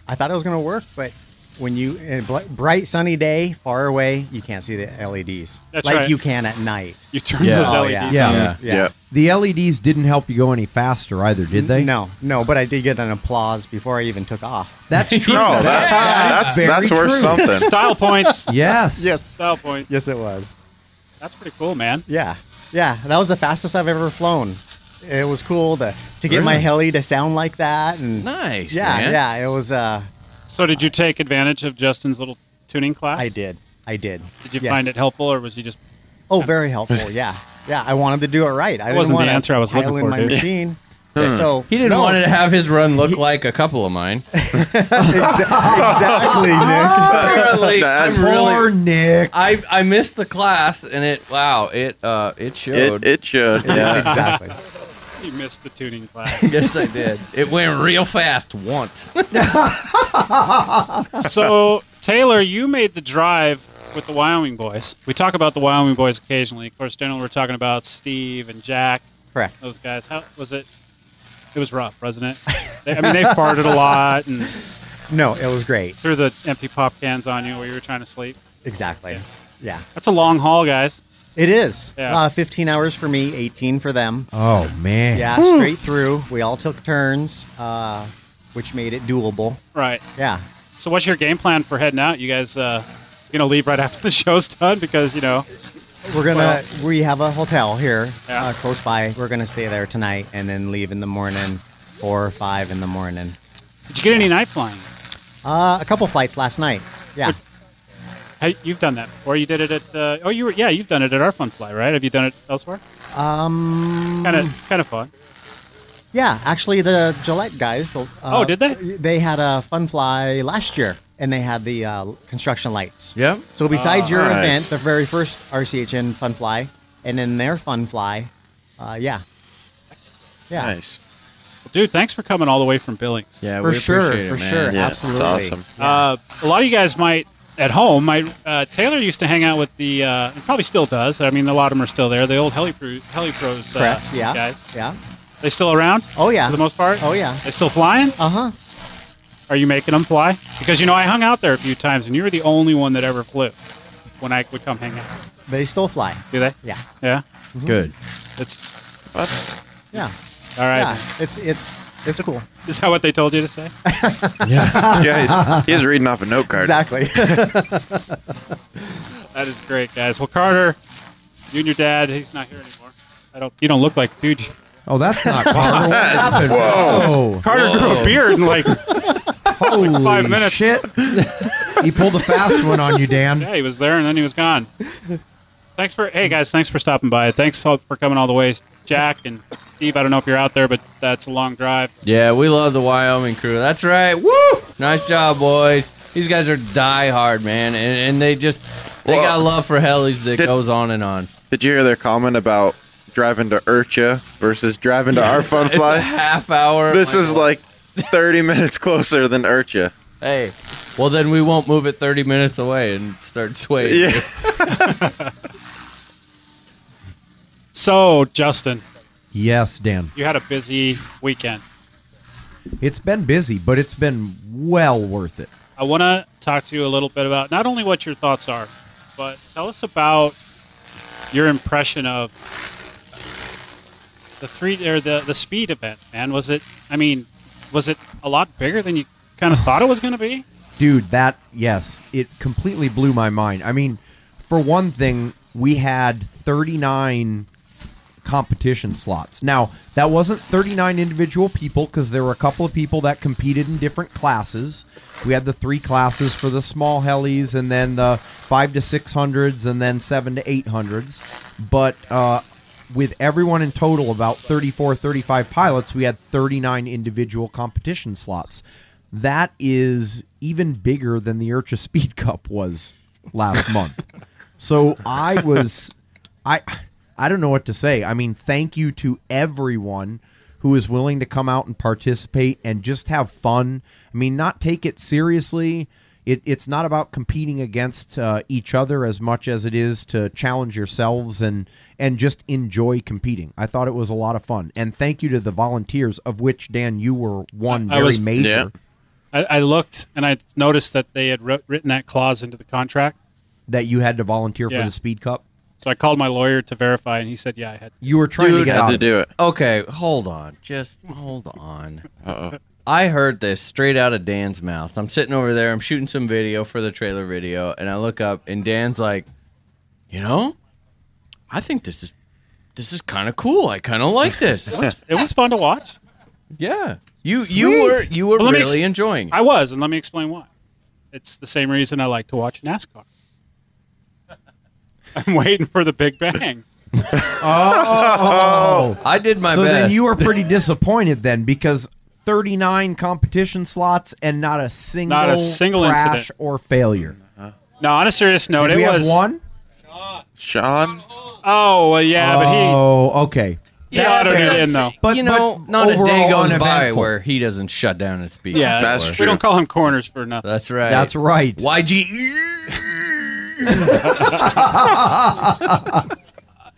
I thought it was going to work, but when you in a bl- bright sunny day, far away, you can't see the LEDs
That's
like
right.
you can at night.
You turn those
Oh,
LEDs
yeah.
on.
Yeah.
Yeah.
Yeah.
The LEDs didn't help you go any faster either, did they?
No, no, but I did get an applause before I even took off.
<laughs>
That's true.
No,
that's- that's- that's worth something.
Style <laughs> points.
Yes.
Yes.
Style point.
Yes, it was.
That's pretty cool, man.
Yeah, yeah. That was the fastest I've ever flown. It was cool to to get my
Really?
heli to sound like that and
Nice,
Yeah,
man.
yeah. It was. Uh,
So, did you take advantage of Justin's little tuning class? I
did. I did.
Did you
Yes.
find it helpful, or was you just
oh, very
<laughs>
helpful. Yeah, yeah. I wanted to do it right. I
That
didn't
wasn't the
want to
answer I was looking
pile in
for,
my
dude.
machine.
Hmm.
so
he didn't
no.
want to have his run look like a couple of mine. <laughs>
exactly,
Nick. Apparently, I'm really
Poor Nick.
I I missed the class, and it wow, it uh it showed.
It- it
<laughs>
showed, yeah.
<laughs>
Exactly.
you missed the tuning class?
yes, I did. It went real fast once. <laughs>
<laughs> so, Taylor, you made the drive with the Wyoming boys. We talk about the Wyoming boys occasionally. Of course, generally we're talking about Steve and Jack.
Correct.
Those guys. How was it? It was rough, wasn't it? They, I
<laughs>
mean, they farted a lot and
No, it was great.
threw the empty pop cans on you while you were trying to sleep.
Exactly. Yeah.
That's a long haul, guys.
It is.
Yeah.
Uh, 15 hours for me, 18 for them.
Oh man.
Yeah,
Whew.
straight through. We all took turns, uh, which made it doable.
Right.
Yeah.
So, what's your game plan for heading out? You guys uh, gonna leave right after the <laughs> show's done because you know
We're gonna.
Well-
we have a hotel here,
Yeah.
uh, close by. We're gonna stay there tonight and then leave in the morning, four or five in the morning.
Did you get any night flying?
Uh, a couple flights last night. Yeah.
Hey, you've done that before. You did it at uh, oh, you were yeah, you've done it at our fun fly, right? Have you done it elsewhere?
Um.
Kind of, it's kind of fun.
Yeah, actually, the Gillette guys. Uh,
Oh, did they?
They had a fun fly last year, and they had the uh, construction lights.
Yeah.
So besides
Ah.
your
Nice.
event, the very first RCHN fun fly, and then their fun fly, uh, yeah, yeah,
Nice.
Well, dude, thanks for coming all the way from Billings.
Yeah,
For we sure, appreciate it, for man. sure, Yeah, it's absolutely. awesome.
Uh, a lot of you guys might at home. My uh, Taylor used to hang out with the, uh, and probably still does. I mean, a lot of them are still there. The old Heli Pro, Heli Pros uh,
Correct, yeah,
guys.
yeah.
They still around?
Oh yeah.
For the most part.
Oh, yeah.
They still flying?
Uh huh.
Are you making them fly? Because you know I hung out there a few times, and you were the only one that ever flew when I would come hang out.
They still fly.
Do they?
Yeah.
Yeah.
Mhm.
Good.
It's.
Yeah.
All right.
Yeah, it's it's it's cool.
<laughs> Is that what they told you
<laughs>
to say?
yeah, he's,
<laughs>
he's reading off a note card. <laughs>
Exactly.
That is great, guys. Well, Carter, you and your dad, he's not here anymore. I don't. You don't look like dude.
Oh, that's not
<laughs>
Carter. What happened? Whoa.
Carter grew
Whoa.
a beard in
<laughs>
like
Holy
five minutes.
shit. he pulled a fast one on you, Dan.
Yeah, he was there and then he was gone. Thanks for hey guys, thanks for stopping by. Thanks all- for coming all the way, Jack and Steve. I don't know if you're out there, but that's a long drive.
Yeah, we love the Wyoming crew. That's right. Woo! Nice job, boys. These guys are diehard, man, and, and they just they got love for helis that goes on and on.
Did you hear their comment about driving to Urcha versus driving to our fun
it's a
fly?
half hour.
This
My
is
God.
like 30 minutes closer than Urcha.
Hey, well then we won't move it 30 minutes away and start swaying.
Yeah.
So Justin,
Yes, Dan.
you had a busy weekend.
It's been busy, but it's been well worth it.
I want to talk to you a little bit about not only what your thoughts are, but tell us about your impression of the three or the the speed event. Man, was it? I mean, was it a lot bigger than you kind
<sighs>
of thought it was going to be?
Dude, that yes, it completely blew my mind. I mean, for one thing, we had 39 competition slots. Now, that wasn't 39 individual people because there were a couple of people that competed in different classes. We had the three classes for the small helis and then the 5 to 600s and then 7 to 800s. But uh with everyone in total about 34 35 pilots, we had 39 individual competition slots that is even bigger than the Urcha Speed <laughs> Cup was last month. So I was I I don't know what to say. I mean, thank you to everyone who is willing to come out and participate and just have fun. I mean, not take it seriously. It, it's not about competing against uh, each other as much as it is to challenge yourselves and and just enjoy competing. I thought it was a lot of fun, and thank you to the volunteers, of which Dan, you were one
I
very
was-
major.
Yeah. I, I looked and I noticed that they had wrote, written that clause into the contract.
that you had to volunteer
Yeah.
for the Speed Cup.
So I called my lawyer to verify, and he said, "Yeah, I had."
You were <laughs> trying to get out.
Okay, hold on. Just hold on. Uh-oh. I heard this straight out of Dan's mouth. I'm sitting over there, I'm shooting some video for the trailer video, and I look up and Dan's like, "You know, I think this is this is kind of cool. I kind of like this."
It was, it was fun to watch.
Yeah, you you were you were
But let me
really
ex-
enjoying.
I was, and let me explain why. It's the same reason I like to watch NASCAR. <laughs> I'm waiting for the
<laughs>
Big Bang.
Oh,
I did my
so then
best.
you
<laughs>
were pretty disappointed then because 39 competition slots and not a single
Not a single
crash
incident.
or failure.
No, on a serious note,
Did
it
we
was
have one.
Sean.
Oh well, yeah, but
<laughs>
he
Oh, okay.
he autoed it in though.
But, you know, not a day
overall
goes by
uneventful.
where he doesn't shut down and speak.
Yeah, we don't call him corners for nothing.
That's right.
That's right.
YG.
<laughs>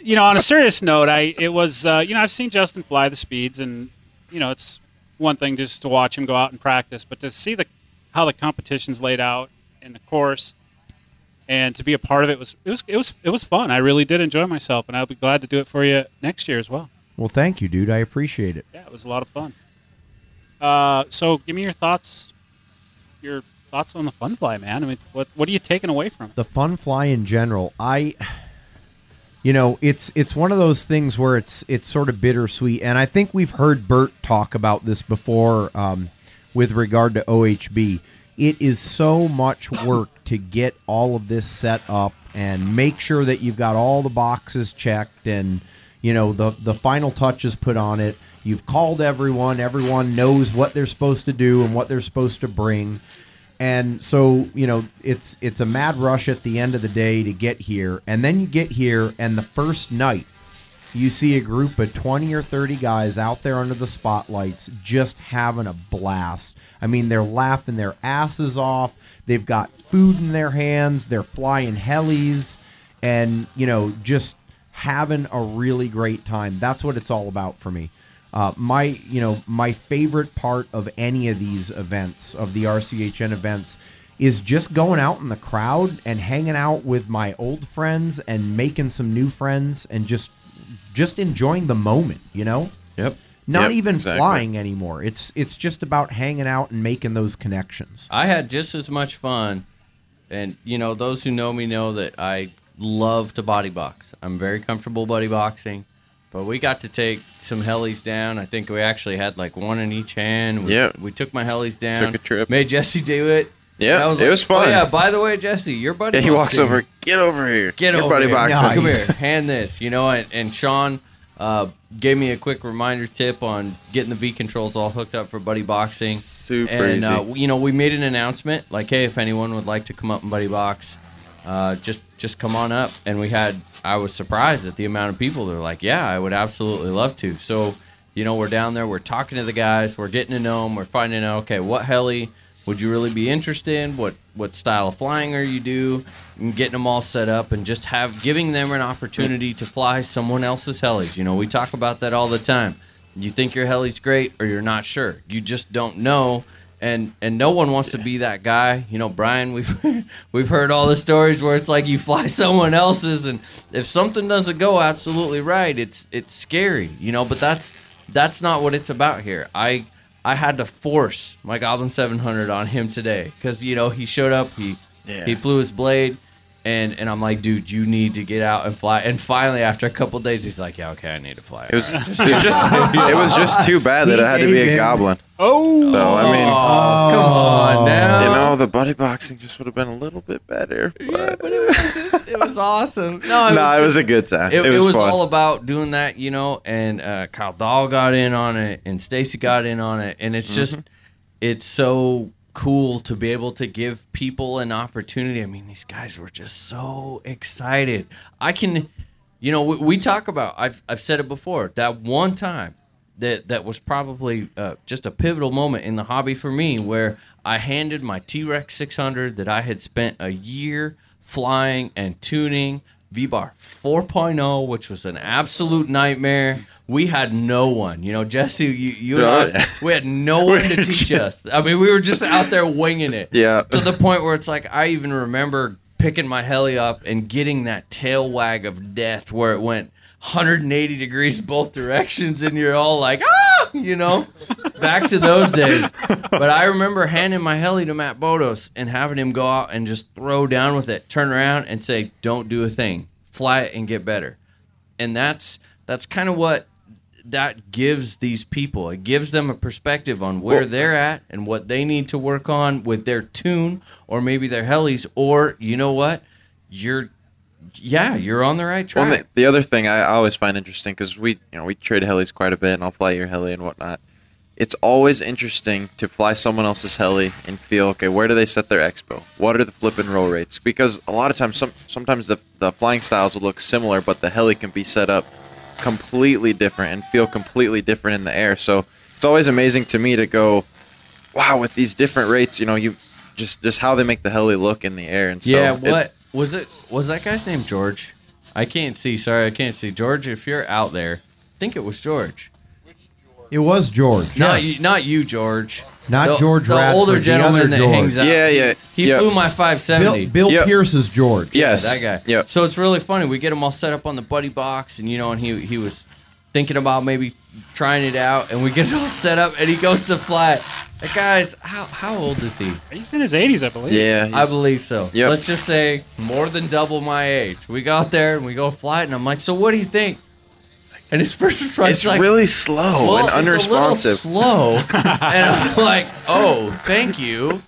you know, on a serious note, I it was uh, you know I've seen Justin fly the speeds, and you know it's one thing just to watch him go out and practice, but to see the how the competition's laid out and the course, and to be a part of it was it was it was it was fun. I really did enjoy myself, and I'll be glad to do it for you next year as well.
Well, thank you, dude. I appreciate it.
Yeah, it was a lot of fun. Uh, so give me your thoughts, your thoughts on the fun fly, man. I mean, what what are you taking away from? it?
The fun fly in general, I you know, it's it's one of those things where it's it's sort of bittersweet and I think we've heard Bert talk about this before um, with regard to OHB. It is so much work to get all of this set up and make sure that you've got all the boxes checked and you know the the final touches put on it You've called everyone. Everyone knows what they're supposed to do and what they're supposed to bring. And so, you know, it's it's a mad rush at the end of the day to get here. And then you get here and the first night you see a group of 20 or 30 guys out there under the spotlights just having a blast. I mean, they're laughing their asses off. They've got food in their hands. They're flying helis and, you know, just having a really great time. That's what it's all about for me. Uh, my, you know, my favorite part of any of these events, of the RCHN events, is just going out in the crowd and hanging out with my old friends and making some new friends and just just enjoying the moment, you know?
Yep.
Not
Yep,
even
exactly.
flying anymore. It's it's just about hanging out and making those connections.
I had just as much fun, and you know, those who know me know that I love to body box. I'm very comfortable buddy boxing, but we got to take some helis down. I think we actually had like one in each hand. We,
Yeah.
we took my helis down.
Took a trip.
Made Jesse do it.
Yeah,
And I
it
like,
was fun.
Oh, yeah, by the way, Jesse, your buddy.
Yeah, he walks
boxing.
over. Get over here.
Get
Your
over
buddy
here.
boxing."
Come
<laughs> Nice.
here. Hand this, you know. And, and Sean uh, gave me a quick reminder tip on getting the V controls all hooked up for buddy boxing. Super and,
easy.
Uh, we- you know, we made an announcement like, hey, if anyone would like to come up and buddy box, uh, just just come on up. And we had, I was surprised at the amount of people. They're like, yeah, I would absolutely love to. So, you know, we're down there, we're talking to the guys, we're getting to know them, we're finding out, okay, what heli would you really be interested in? What what style of flying are you do? And getting them all set up and just have giving them an opportunity to fly someone else's helis. You know, we talk about that all the time. You think your heli's great or you're not sure. You just don't know. And and no one wants to be that guy. You know, Brian, we've <laughs> we've heard all the stories where it's like you fly <laughs> someone else's and if something doesn't go absolutely right, it's it's scary, you know, but that's that's not what it's about here. I I had to force my Goblin 700 on him today cuz you know, he showed up, he
Yeah.
he flew his blade and and I'm like, dude, you need to get out and fly. And finally, after a couple days, he's like, yeah, okay, I need to fly.
It was, it was just
<laughs>
it was just too bad that it had to be a goblin.
Oh,
so I mean,
Oh, come on now.
You know, the buddy boxing just would have been a little bit better. But
it was awesome. No, it
Nah,
was,
it was a good time.
It,
It was fun.
all about doing that, you know. And uh, Kyle Dahl got in on it, and Stacy got in on it, and it's just, it's so cool to be able to give people an opportunity. I mean, these guys were just so excited. I can, you know, we, we talk about. I've I've said it before. That one time that that was probably uh, just a pivotal moment in the hobby for me, where I handed my T Rex 600 that I had spent a year flying and tuning V-Bar 4.0, which was an absolute nightmare. We had no one, you know, Jesse. You, you and
Oh,
I,
yeah.
we had no one to
We're
teach
<laughs> just-
us. I mean, we were just out there winging it.
Yeah.
To the point where it's like I even remember picking my heli up and getting that tail wag of death where it went 180 degrees both directions and you're all like, ah, you know, back to those days. But I remember handing my heli to Matt Bodos and having him go out and just throw down with it, turn around and say, don't do a thing, fly it and get better. And that's that's kind of what that gives these people. It gives them a perspective on where
Well-
they're at and what they need to work on with their tune or maybe their helis. Or you know what, you're yeah, you're on the right
Well,
track.
and the, the other thing I always find interesting because we, you know, we trade helis quite a bit, and I'll fly your heli and whatnot. It's always interesting to fly someone else's heli and feel okay. Where do they set their expo? What are the flip and roll rates? Because a lot of times, some sometimes the, the flying styles will look similar, but the heli can be set up completely different and feel completely different in the air. So it's always amazing to me to go, wow, with these different rates, you know, you just just how they make the heli look in the air. And so
yeah,
it's-
what was it? Was that guy's name George? I can't see. Sorry, I can't see. George, if you're out there, I think it was George.
It was George.
Not
yes.
you, not you, George.
Not
The-
George
The
Radford,
older
the
gentleman
other
that
George.
hangs out.
Yeah, yeah,
He
yeah.
flew my 570.
Bill, Bill Pierce is George.
Yeah, that guy. So it's really funny. We get him all set up on the buddy box, and you know, and he he was thinking about maybe trying it out, and we get it all set up, and he goes to fly. it. That guy's how how old is he?
He's in his 80s, I believe.
I believe so. Let's just say more than double my age. We got there and we go fly it, and I'm like, so what do you think? And his first <laughs> response
It's
is like,
really slow
"Well,
and
it's a little <laughs>
unresponsive.
slow, and I'm like, oh, thank you.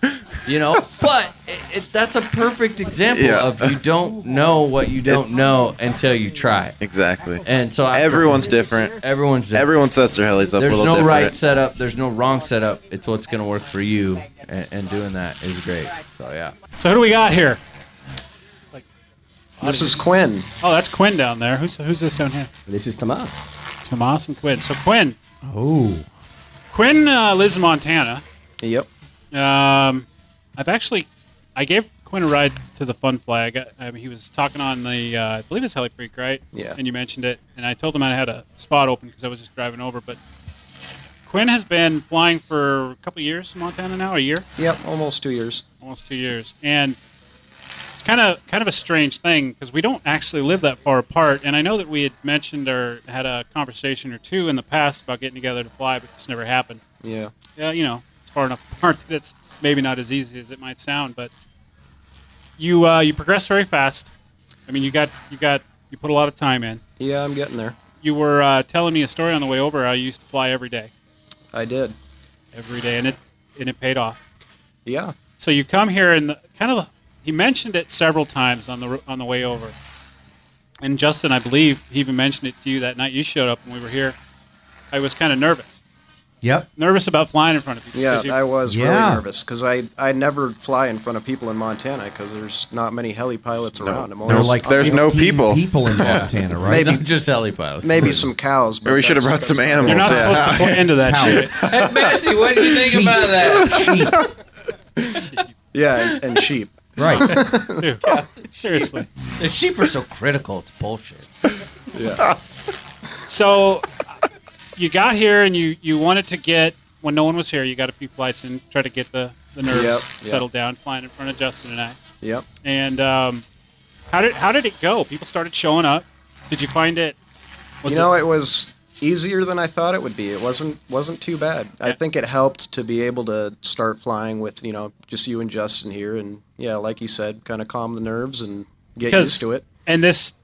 you
<laughs>
know. but it, it, that's a perfect example
Yeah.
of you don't know what you don't
It's-
know until you try.
Exactly.
And so after-
everyone's different.
Everyone's different.
Everyone sets their helis up
There's
a
no
little different.
right setup. There's no wrong setup. It's what's going to work for you, and, and doing that is great. So yeah.
So who do we got here?
This is Quinn.
Oh, that's Quinn down there. Who's who's this down here?
This is Tomas.
Tomas and Quinn. So Quinn.
Oh.
Quinn uh, lives in Montana.
Yep.
Um, I've actually, I gave Quinn a ride to the Fun Flag. I, I mean, he was talking on the, uh, I believe it's Heli Freak, right?
Yeah.
And you mentioned it, and I told him I had a spot open because I was just driving over. But Quinn has been flying for a couple years in Montana now, a year,
Yep, almost two years.
almost two years, and it's kind of kind of a strange thing because we don't actually live that far apart. And I know that we had mentioned or had a conversation or two in the past about getting together to fly, but it's never happened
Yeah.
yeah, you know, it's far enough apart <laughs> that it's maybe not as easy as it might sound. But you uh, you progress very fast. I mean, you got you got you put a lot of time in.
Yeah, I'm getting there.
You were uh, telling me a story on the way over. How you used to fly every day,
I did.
every day, and it and it paid off.
Yeah.
So you come here and the, kind of the, he mentioned it several times on the r- on the way over. And Justin, I believe he even mentioned it to you that night you showed up when we were here. I was kind of nervous,
Yep.
nervous about flying in front of people.
Yeah,
'cause you-
I was
Yeah.
really nervous because I I never fly in front of people in Montana because there's not many heli pilots around. I'm
No,
always-
like there's no 15 people. people in
<laughs>
Montana, right?
Maybe
Not just heli pilots.
Maybe some cows. But
Or we should have
that's-
brought some
that's-
animals. You're not Yeah. supposed to play into that Cows. shit.
Hey, Bessie, what do you think about that?
Yeah, and, and sheep. <laughs>
<laughs> Dude,
<laughs>
seriously.
The sheep are so critical. It's bullshit.
Yeah.
<laughs> so you got here and you you wanted to get when no one was here. You got a few flights and try to get the the nerves
Yep, yep.
settled down, flying in front of Justin and I.
Yep.
And um, how did how did it go? People started showing up. Did you find it?
you know, it was easier than I thought it would be. It wasn't wasn't too bad. I think it helped to be able to start flying with you know just you and Justin here, and yeah, like you said, kind of calm the nerves and get
Because-
used to it.
And this,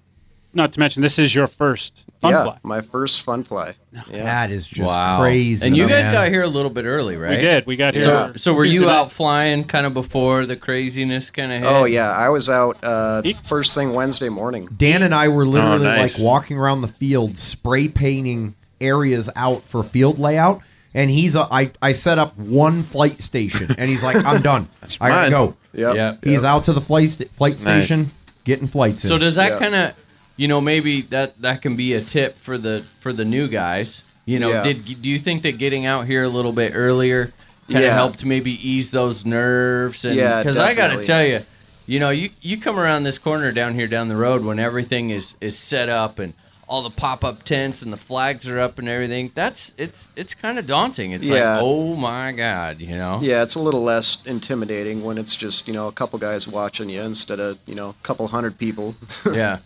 not to mention, this is your first fun
yeah,
fly.
my first fun fly. Yeah.
Oh, That is just crazy.
And you guys
man.
got here a little bit early, right?
did. We got here
So, so were you
Tuesday night.
out flying kind of before the craziness kind of hit?
Oh yeah, I was out uh, first thing Wednesday morning.
Dan and I were literally
nice.
like walking around the field, spray painting areas out for field layout. And he's a, I, I set up one flight station, and he's like, "I'm done. I gotta
mine."
go."
Yep. Yep.
He's out to the flight sta- flight
Nice.
station, getting flights.
So
in.
does that <laughs> kind of, you know, maybe that that can be a tip for the for the new guys. You know,
Yeah.
did do you think that getting out here a little bit earlier kind of
Yeah.
helped maybe ease those nerves? And,
Yeah,
because I got to
definitely.
tell you, you know, you you come around this corner down here down the road when everything is is set up and all the pop up tents and the flags are up and everything. That's it's it's kind of daunting. It's
Yeah.
like oh my god, you know.
Yeah, it's a little less intimidating when it's just you know a couple guys watching you instead of you know a couple hundred people. <laughs>
yeah.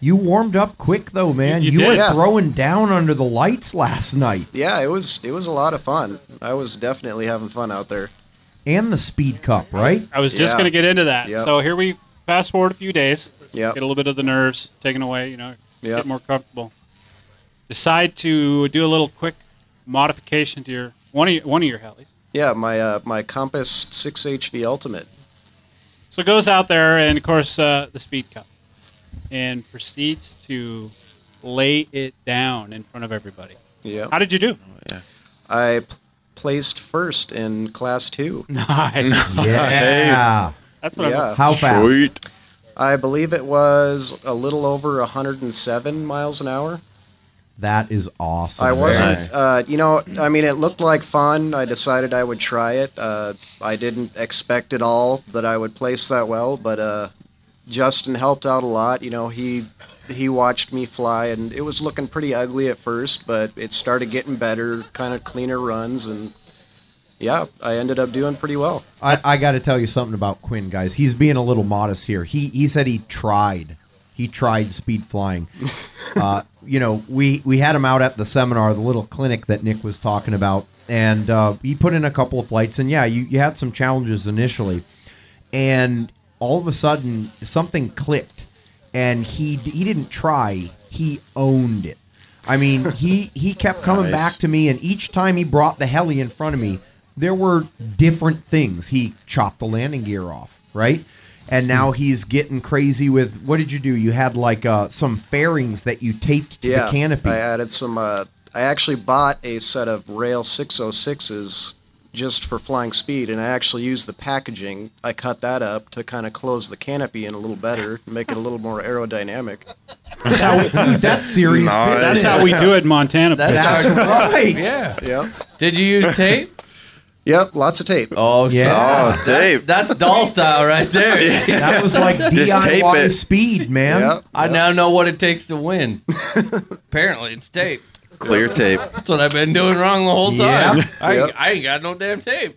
you warmed up quick though, man.
you
You,
did.
were
Yeah.
throwing down under the lights last night,
Yeah, it was it was a lot of fun. I was definitely having fun out there.
and the Speed Cup, right?
I was just
Yeah.
going to get into that.
Yep.
So here we fast forward a few days.
Yep.
Get a little bit of the nerves taken away. You know,
Yep.
get more comfortable. Decide to do a little quick modification to your one of your, one of your helis.
Yeah, my uh, my Compass 6HV Ultimate.
So goes out there and of course uh, the speed cup, and proceeds to lay it down in front of everybody.
Yeah.
How did you do?
I p- placed first in class two.
<laughs> Nice.
Yeah.
That's what I want.
How fast? Sweet.
I believe it was a little over 107 miles an hour.
That is awesome.
I wasn't.
man.
Uh, you know, I mean, it looked like fun. I decided I would try it. Uh, I didn't expect at all that I would place that well, but uh, Justin helped out a lot. You know, he he watched me fly, and it was looking pretty ugly at first, but it started getting better, kind of cleaner runs, and yeah, I ended up doing pretty well.
I, I got to tell you something about Quinn, guys. He's being a little modest here. He he said he tried, he tried speed flying. uh, you know, we we had him out at the seminar, the little clinic that Nick was talking about, and uh, he put in a couple of flights. And yeah, you you had some challenges initially, and all of a sudden something clicked, and he d- he didn't try, he owned it. I mean, he he kept coming
Nice.
back to me, and each time he brought the heli in front of me, there were different things. He chopped the landing gear off, right? And now
Hmm.
he's getting crazy with what did you do? You had like uh, some fairings that you taped to
yeah,
the canopy.
I added some. Uh, I actually bought a set of Rail 606s just for flying speed, and I actually used the packaging. I cut that up to kind of close the canopy in a little better, make it a little more aerodynamic.
That's how we,
that's serious
business.
Nice.
That's how we do it in Montana.
That's <laughs>
bitches.
right.
Yeah.
Yep.
Did you use tape?
Yep, lots of tape.
Oh
yeah.
That- that's doll style right
<laughs>
there.
That was like
Just tape DIY it. speed, man. Yep,
I now know what it takes to
<laughs>
win. Apparently, it's tape.
Clear tape.
That's what I've been doing wrong the whole time.
<laughs>
Yep.
I,
Yep.
I ain't got no damn
<laughs>
tape.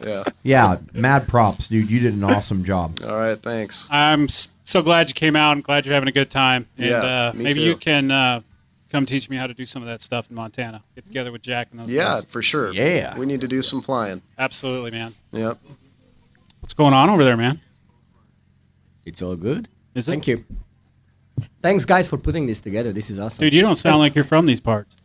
yeah.
Yeah, mad props, dude. You did an awesome job.
All right, thanks.
I'm s- so glad you came out. I'm glad you're having a good time. And
Yeah,
uh,
me
maybe
too.
you can uh, come teach me how to do some of that stuff in Montana. Get together with Jack and those
Yeah,
guys.
for sure.
Yeah.
We need to do some flying.
Absolutely, man.
Yep.
What's going on over there, man?
It's all good.
Is it?
Thank you. Thanks, guys, for putting this together. This is awesome.
Dude, you don't sound like you're from these parts.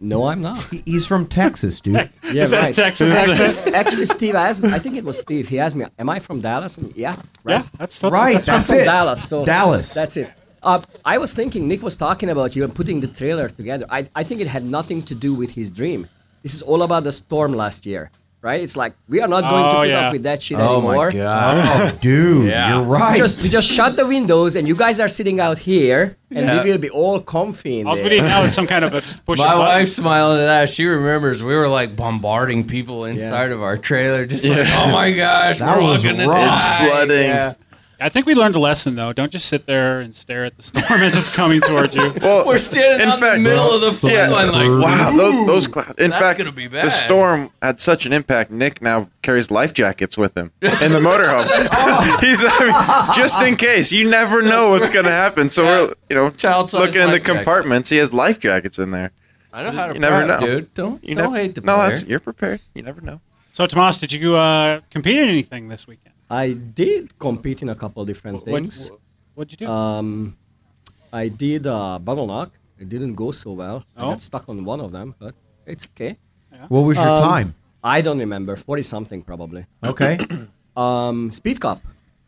No, I'm not.
He's from Texas, dude.
Yeah,
<laughs> Is that
right. <laughs>
Texas?
Actually, actually, Steve asked. I think it was Steve. He asked me, "Am I from Dallas?" And yeah, right.
Yeah, that's
Right, that's
I'm from
it.
Dallas. So
Dallas.
That's it. Uh, I was thinking Nick was talking about you and putting the trailer together. I, I think it had nothing to do with his dream. This is all about the storm last year, right? It's like we are not going to
Oh,
put
yeah.
up with that shit
Oh, my
anymore.
God. Oh, dude, Yeah. you're right.
We just, we just shut the windows, and you guys are sitting out here, and
Yeah.
we will be all comfy in
All
there.
we need now is some kind of a just push a
My
button.
wife's smiling at us. She remembers we were like bombarding people inside of our trailer, just like,
Yeah.
oh my gosh, we're all gonna die. Yeah.
I think we learned a lesson though. Don't just sit there and stare at the storm as it's coming towards you.
<laughs>
<laughs>
Well,
We're standing
in
out in
fact,
the middle of the
yeah,
floor, like,
wow, those, those
"Ooh,
clouds. In
that's
fact, <laughs>
gonna be <laughs>
the
bad."
storm had such an impact. Nick now carries life jackets
<laughs>
with him in the motorhome. He's I mean, just in case. You never know what's going to happen. So we're you know
Child-sized
looking in the
life jacket.
compartments. He has life jackets in there.
I know how to
You never
prep,
know,
dude. Don't-
you
don't
nev-
hate the
No, that's
player.
you're prepared. You never know.
So Tomas, did you uh, compete in anything this weekend?
I did compete in a couple of different
What-
things.
what'd you do?
Um, I did uh, bottle knock. It didn't go so well. I
Oh.
got stuck on one of them, but it's okay.
What was your
Um,
time?
I don't remember. Forty something probably.
Okay.
<clears throat> um, speed cup.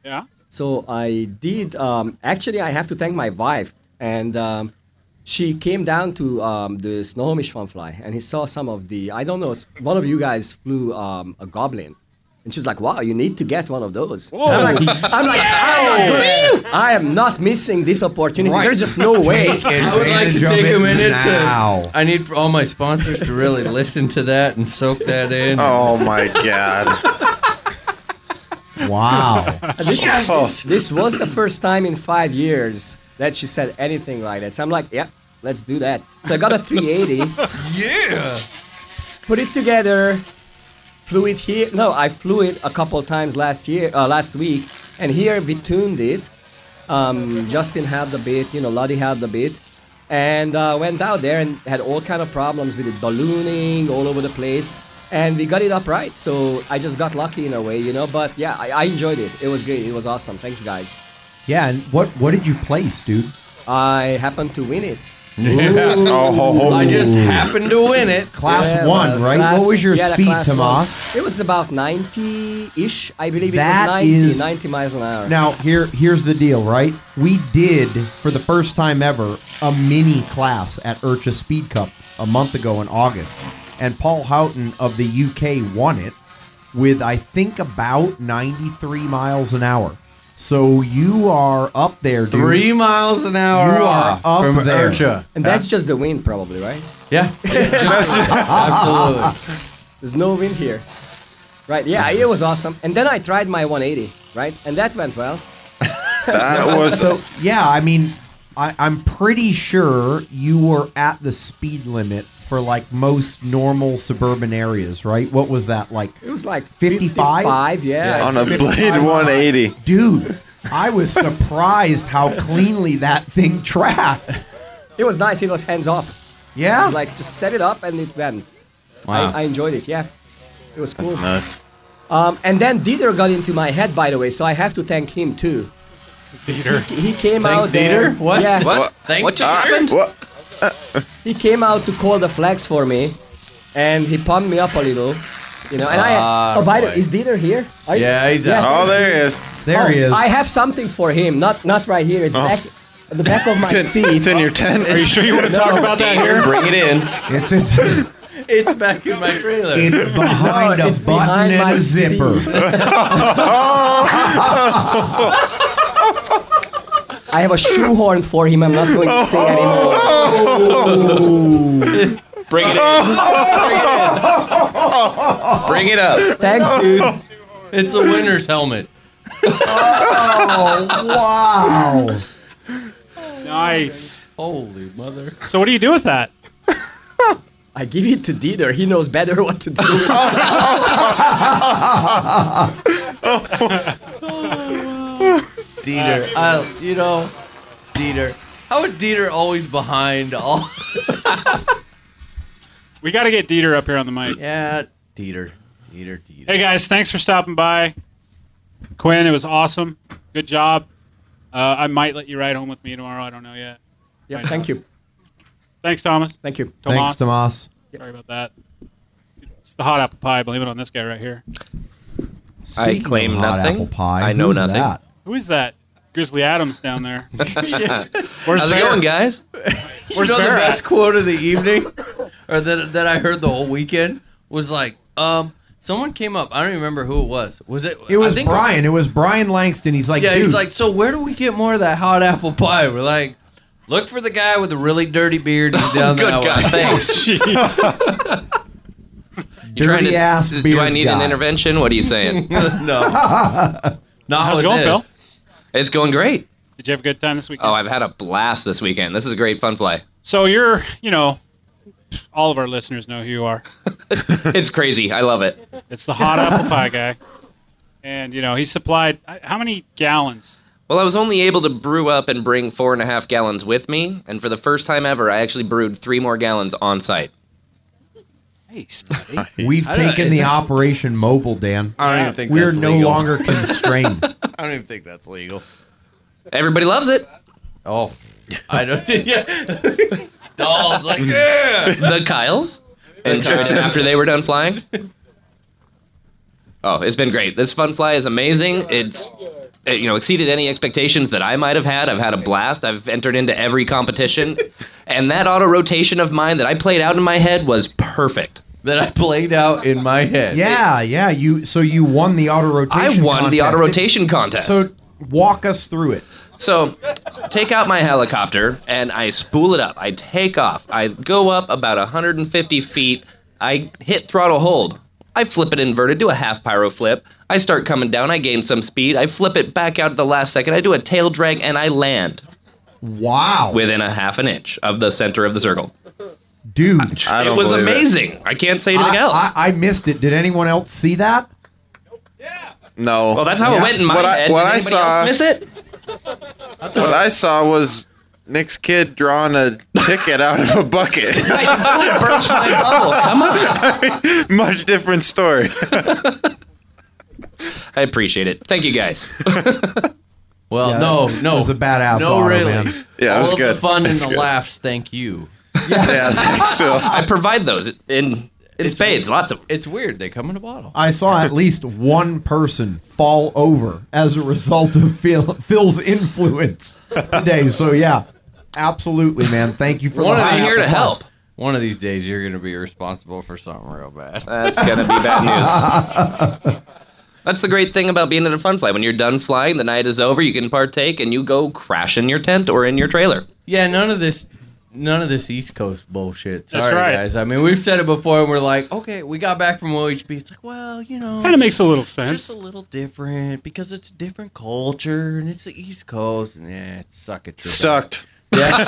Yeah.
So I did. Um, actually, I have to thank my wife, and um, she came down to um, the Snohomish Fun Fly, and he saw some of the. I don't know. s- One of you guys flew um, a goblin, and she's like, "Wow, you need to get one of those." I'm like, I'm like, "I'm not doing- I am not missing this opportunity.
Right.
There's just no
<laughs>
way.
I would like to take a minute
Now.
to. I need all my sponsors to really listen to that and soak that in.
Oh my god!
Wow.
<laughs> This,
Yes!
this- this was the first time in five years that she said anything like that. So I'm like, yeah, let's do that. So I got a 380,
Yeah.
put it together, flew it here. No, I flew it a couple times last year, uh, last week, and here we tuned it. Um, Justin had the bit, you know, Lottie had the bit, and uh, went out there and had all kind of problems with it ballooning all over the place. And we got it up right, so I just got lucky in a way, you know. But yeah, I, I enjoyed it. It was great. It was awesome. Thanks, guys.
Yeah, and what what did you place, dude?
I happened to win it.
Yeah.
Ooh.
<laughs> Oh. I just
happened to win it.
Class
Yeah,
one,
well,
right?
class-
what was your
yeah, the
speed,
class one.
Tomas?
It was about 90 ish, I believe.
That
it was 90,
is-
90 miles an hour.
Now here here's the deal, right? We did for the first time ever a mini class at Urcha Speed Cup a month ago in August, and Paul Houghton of the UK won it with I think about 93 miles an hour. So you are up there, dude.
Three miles an hour
You are
off
up
from
there.
Urcha.
And that's just the wind, probably, right? <laughs>
Yeah.
Absolutely. There's no wind here. Right, yeah, it was awesome. And then I tried my 180, right? And that went
<laughs>
well.
That was-
so. Yeah, I mean, I, I'm pretty sure you were at the speed limit for like most normal suburban areas, right? What was that like?
It was like
55?
55, yeah.
On a
55
blade
miles.
180.
dude. I was surprised how cleanly that thing tracked.
It was nice. It was hands off.
Yeah.
It was like just set it up and it went.
Wow.
I, I enjoyed it. Yeah. It was cool.
nuts.
Um, and then Dieter got into my head, by the way, so I have to thank him too.
Dieter.
He, he came
Thank
out there.
Dieter? What?
Yeah. <laughs>
What? What? Thank What just Dieter? happened?
What?
he came out to call the flags for me, and he pumped me up a little. You know, and I.
Ah,
Oh, by the
boy.
is Dieter here? Are you-
Yeah, he's out.
there's
Oh, there he
Dieter.
is. There he is.
I have something for him. Not not right here. It's
Oh.
back at the back of my
It's in-
seat.
it's in your tent. Are you sure you wanna talk about that here? Bring it in.
It's it's
It's back in my trailer. <laughs>
<laughs>
<laughs> It's behind
No,
a
it's
button
behind
and
my
a zipper.
I have a shoehorn for him. I'm not going to
Oh.
say anymore.
<laughs> Bring
in.
it Bring it up.
Thanks, dude.
It's the winner's helmet.
Oh,
wow.
Nice. <laughs>
Holy <laughs> mother.
<laughs> So what do you do with that?
I give it to Dieter. He knows better what
<laughs>
to do.
Dieter. I, you know, Dieter. How is Dieter always behind all?
We got to get Dieter up here on the mic.
Yeah, Dieter. Dieter, Dieter.
Hey guys, thanks for stopping by. Quinn, it was awesome. Good job. Uh, I might let you ride home with me tomorrow. I don't know yet.
Yeah,
Might
thank
not.
you.
Thanks, Thomas.
Thank you.
Thanks, Tomas.
Sorry about that. It's the hot apple pie. Blame it on this guy right here.
Speaking of
claim
hot
nothing.
Apple pie,
I know
who's
nothing.
that?
Who is that? Grizzly Adams
<laughs>
down there.
How's it going,
<laughs>
guys?
you
Where's
know the
Bear at?
best quote of the evening, or that that I heard the whole weekend was like, um, someone came up. I don't even remember who it was. Was it?
It
I
was
think-
Brian. It was Brian Langston. He's like,
yeah,
dude,
he's like, so where do we get more of that hot apple pie? We're like, look for the guy with the really dirty beard. He's down
Oh, good
that
God, Oh,
way.
<laughs> thanks. You trying
Dirty
to-
ass
Do I
beard
need an
guy.
intervention? What are you
<laughs>
saying?
<laughs> no. Not
How's it going, Phil?
It's going great.
Did you have a good time this weekend?
Oh, I've had a blast this weekend. This is a great fun fly.
So you're, you know, all of our listeners know who you are.
<laughs> It's crazy. I love it.
It's the hot apple pie guy. And, you know, he supplied I- how many gallons?
Well, I was only able to brew up and bring four and a half gallons with me, and for the first time ever, I actually brewed three more gallons on site.
we've
I don't know,
taken
is
the
that-
operation mobile, Dan.
I don't even think
we're
that's
Uh, no
legal. <laughs>
longer constrained.
I don't even think that's legal.
Everybody loves it.
Oh, I don't. <laughs> Yeah. Dolls like yeah.
the Kyles enjoyed it after they were done flying. Oh, it's been great. This fun fly is amazing. It's it, you know exceeded any expectations that I might have had. I've had a blast. I've entered into every competition, and that auto rotation of mine that I played out in my head was perfect.
That I played out in my head.
yeah, yeah. You so you won the auto rotation.
I won the
contest.
auto rotation contest.
So walk us through it.
So, take out my helicopter and I spool it up. I take off. I go up about 150 feet. I hit throttle hold. I flip it inverted, do a half pyro flip. I start coming down. I gain some speed. I flip it back out at the last second. I do a tail drag and I land.
Wow.
Within a half an inch of the center of the circle.
Dude,
it was amazing. I can't say anything
I,
else. <laughs>
I, I missed it. Did anyone else see that?
No.
Well, that's how it went in my
what
head.
I, what
Did
I
anybody
saw,
else miss it?
what I saw was Nick's kid drawing a ticket out of a bucket. <laughs>
burst my bubble. Come on.
Much different story.
I appreciate it. Thank you guys.
<laughs> Well,
Yeah,
no,
that
no.
was a badass
No,
auto,
really.
man. Yeah, it
All
was
of
good.
the fun
It
and
was
the
good.
laughs. Thank you.
<laughs> yeah, thanks, Phil. I provide those in in spades, lots of.
It's weird. They come in a bottle.
I saw at least one person fall over as a result of Phil, Phil's influence today. So yeah, absolutely, man. Thank you for the high applause.
One of these days, you're going to be responsible for something real
<laughs>
bad.
That's gonna be <laughs> bad news. That's the great thing about being at a fun fly. When you're done flying, the night is over. You can partake, and you go crash in your tent or in your trailer.
Yeah, none of this, none of this East Coast bullshit. Sorry,
That's right.
guys. I mean, we've said it before, and we're like, okay, we got back from OHB. It's like, well, you know,
Kinda makes a little
it's
sense.
Just a little different because it's a different culture and it's the East Coast, and yeah, it suck it. True.
Sucked.
<laughs>
There's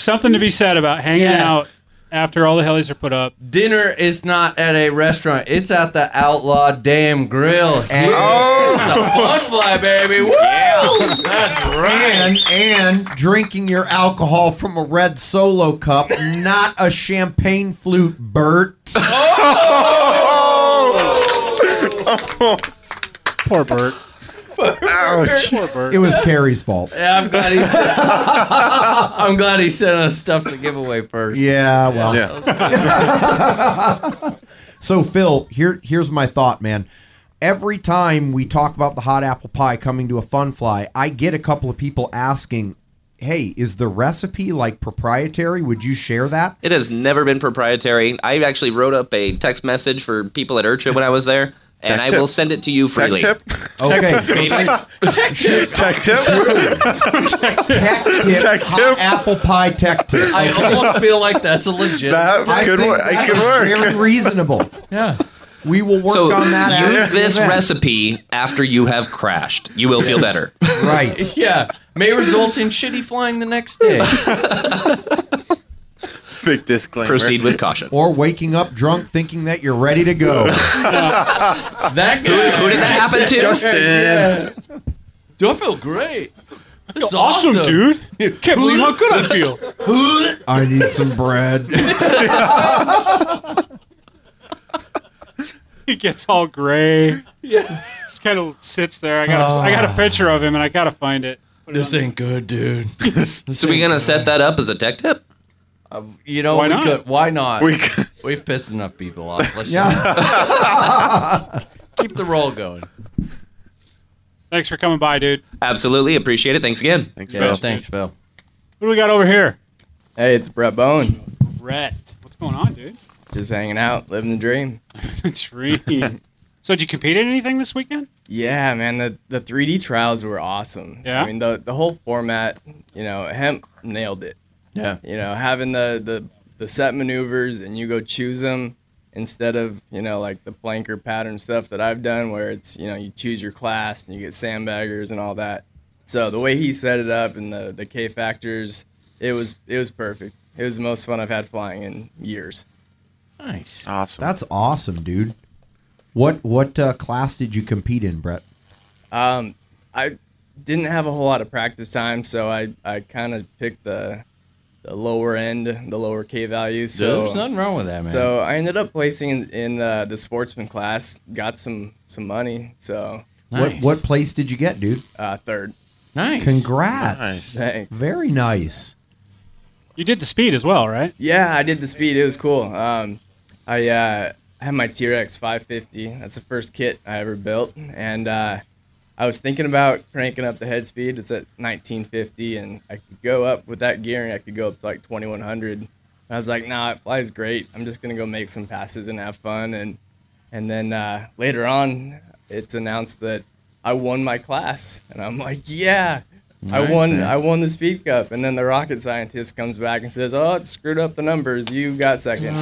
something to be said about hanging
Yeah.
out after all the helis are put up.
Dinner is not at a restaurant. It's at the Outlaw Damn Grill. And the fun fly, baby. Woo! That's right.
And and drinking your alcohol from a red solo cup, not a champagne flute, Bert.
Oh!
<laughs>
Poor Bert.
Oh,
Ouch. It was Carrie's fault.
Yeah, I'm glad he said. <laughs> I'm glad he sent us stuff to give away first.
Yeah, well. So Phil, here here's my thought, man. Every time we talk about the hot apple pie coming to a fun fly, I get a couple of people asking, "Hey, is the recipe like proprietary? Would you share that?"
It has never been proprietary. I actually wrote up a text message for people at Urcha when I was there, and
Tech
I
tip.
will send it to you freely.
tip? Okay.
Tech tip.
Tech tip.
tech tip.
Tech
hot apple pie tech tip.
I almost feel like that's a legit.
I think that is Very reasonable.
Yeah.
We will work
so
on that. after
use
the
this
event.
recipe after you have crashed. You will feel better.
<laughs>
<laughs>
Right.
Yeah. May result in shitty flying the next day.
Big disclaimer.
Proceed with caution.
Or waking up drunk thinking that you're ready to go.
that guy. Who,
did that happen to?
Justin.
Do I feel great? This is
Awesome,
awesome,
dude. Can't believe how good I <laughs> feel.
I need some bread.
<laughs> he gets
<laughs>
all gray. Yeah, just kind of sits there. I got a, I got a picture of him, and I gotta find it.
Ah. This ain't good,
<laughs>
dude.
so we're gonna set that up as a tech tip.
Uh, You know,
Why
we
not?
could. Why not?
We
We
could-
have pissed enough people off.
<laughs>
Let's <laughs>
<laughs>
Yeah.
just keep the roll going.
Thanks for coming by, dude.
Absolutely appreciate it. Thanks again. Thanks,
Yeah, Phil. thanks,
Phil.
What do we got over here?
Hey, it's Brett Bone.
Brett, what's going on, dude?
Just hanging out, living
<laughs>
the dream.
dream. so, did you compete in anything this weekend?
Yeah, man, the, the 3D trials were awesome.
Yeah?
I mean, the, the whole format, you know, Hemp nailed it.
Yeah.
You know, having the, the, the set maneuvers and you go choose them instead of, you know, like the planker pattern stuff that I've done where it's, you know, you choose your class and you get sandbaggers and all that. So the way he set it up and the, the K factors, it was it was perfect. It was the most fun I've had flying in years.
Nice.
Uh,
Awesome. That's awesome, dude. What what uh, class did you compete in, Brett?
Um, I didn't have a whole lot of practice time, so I, I kind of picked the the lower end, the lower K value. So
There's nothing wrong with that, man.
So I ended up placing in, in uh, the sportsman class, got some some money. So
What what place did you get, dude?
uh, third.
Congrats.
Thanks.
Very nice.
You did the speed as well, right?
Yeah, I did the speed. It was cool. Um, I uh, had my T Rex 550. That's the first kit I ever built, and uh, I was thinking about cranking up the head speed. It's at 1950, and I could go up with that gearing. I could go up to like 2100. And I was like, nah, it flies great. I'm just gonna go make some passes and have fun. And and then uh, later on, it's announced that I won my class, and I'm like, yeah.
Nice,
I won.
man.
I won the speed cup, and then the rocket scientist comes back and says, "Oh, it screwed up the numbers. You got second. <laughs>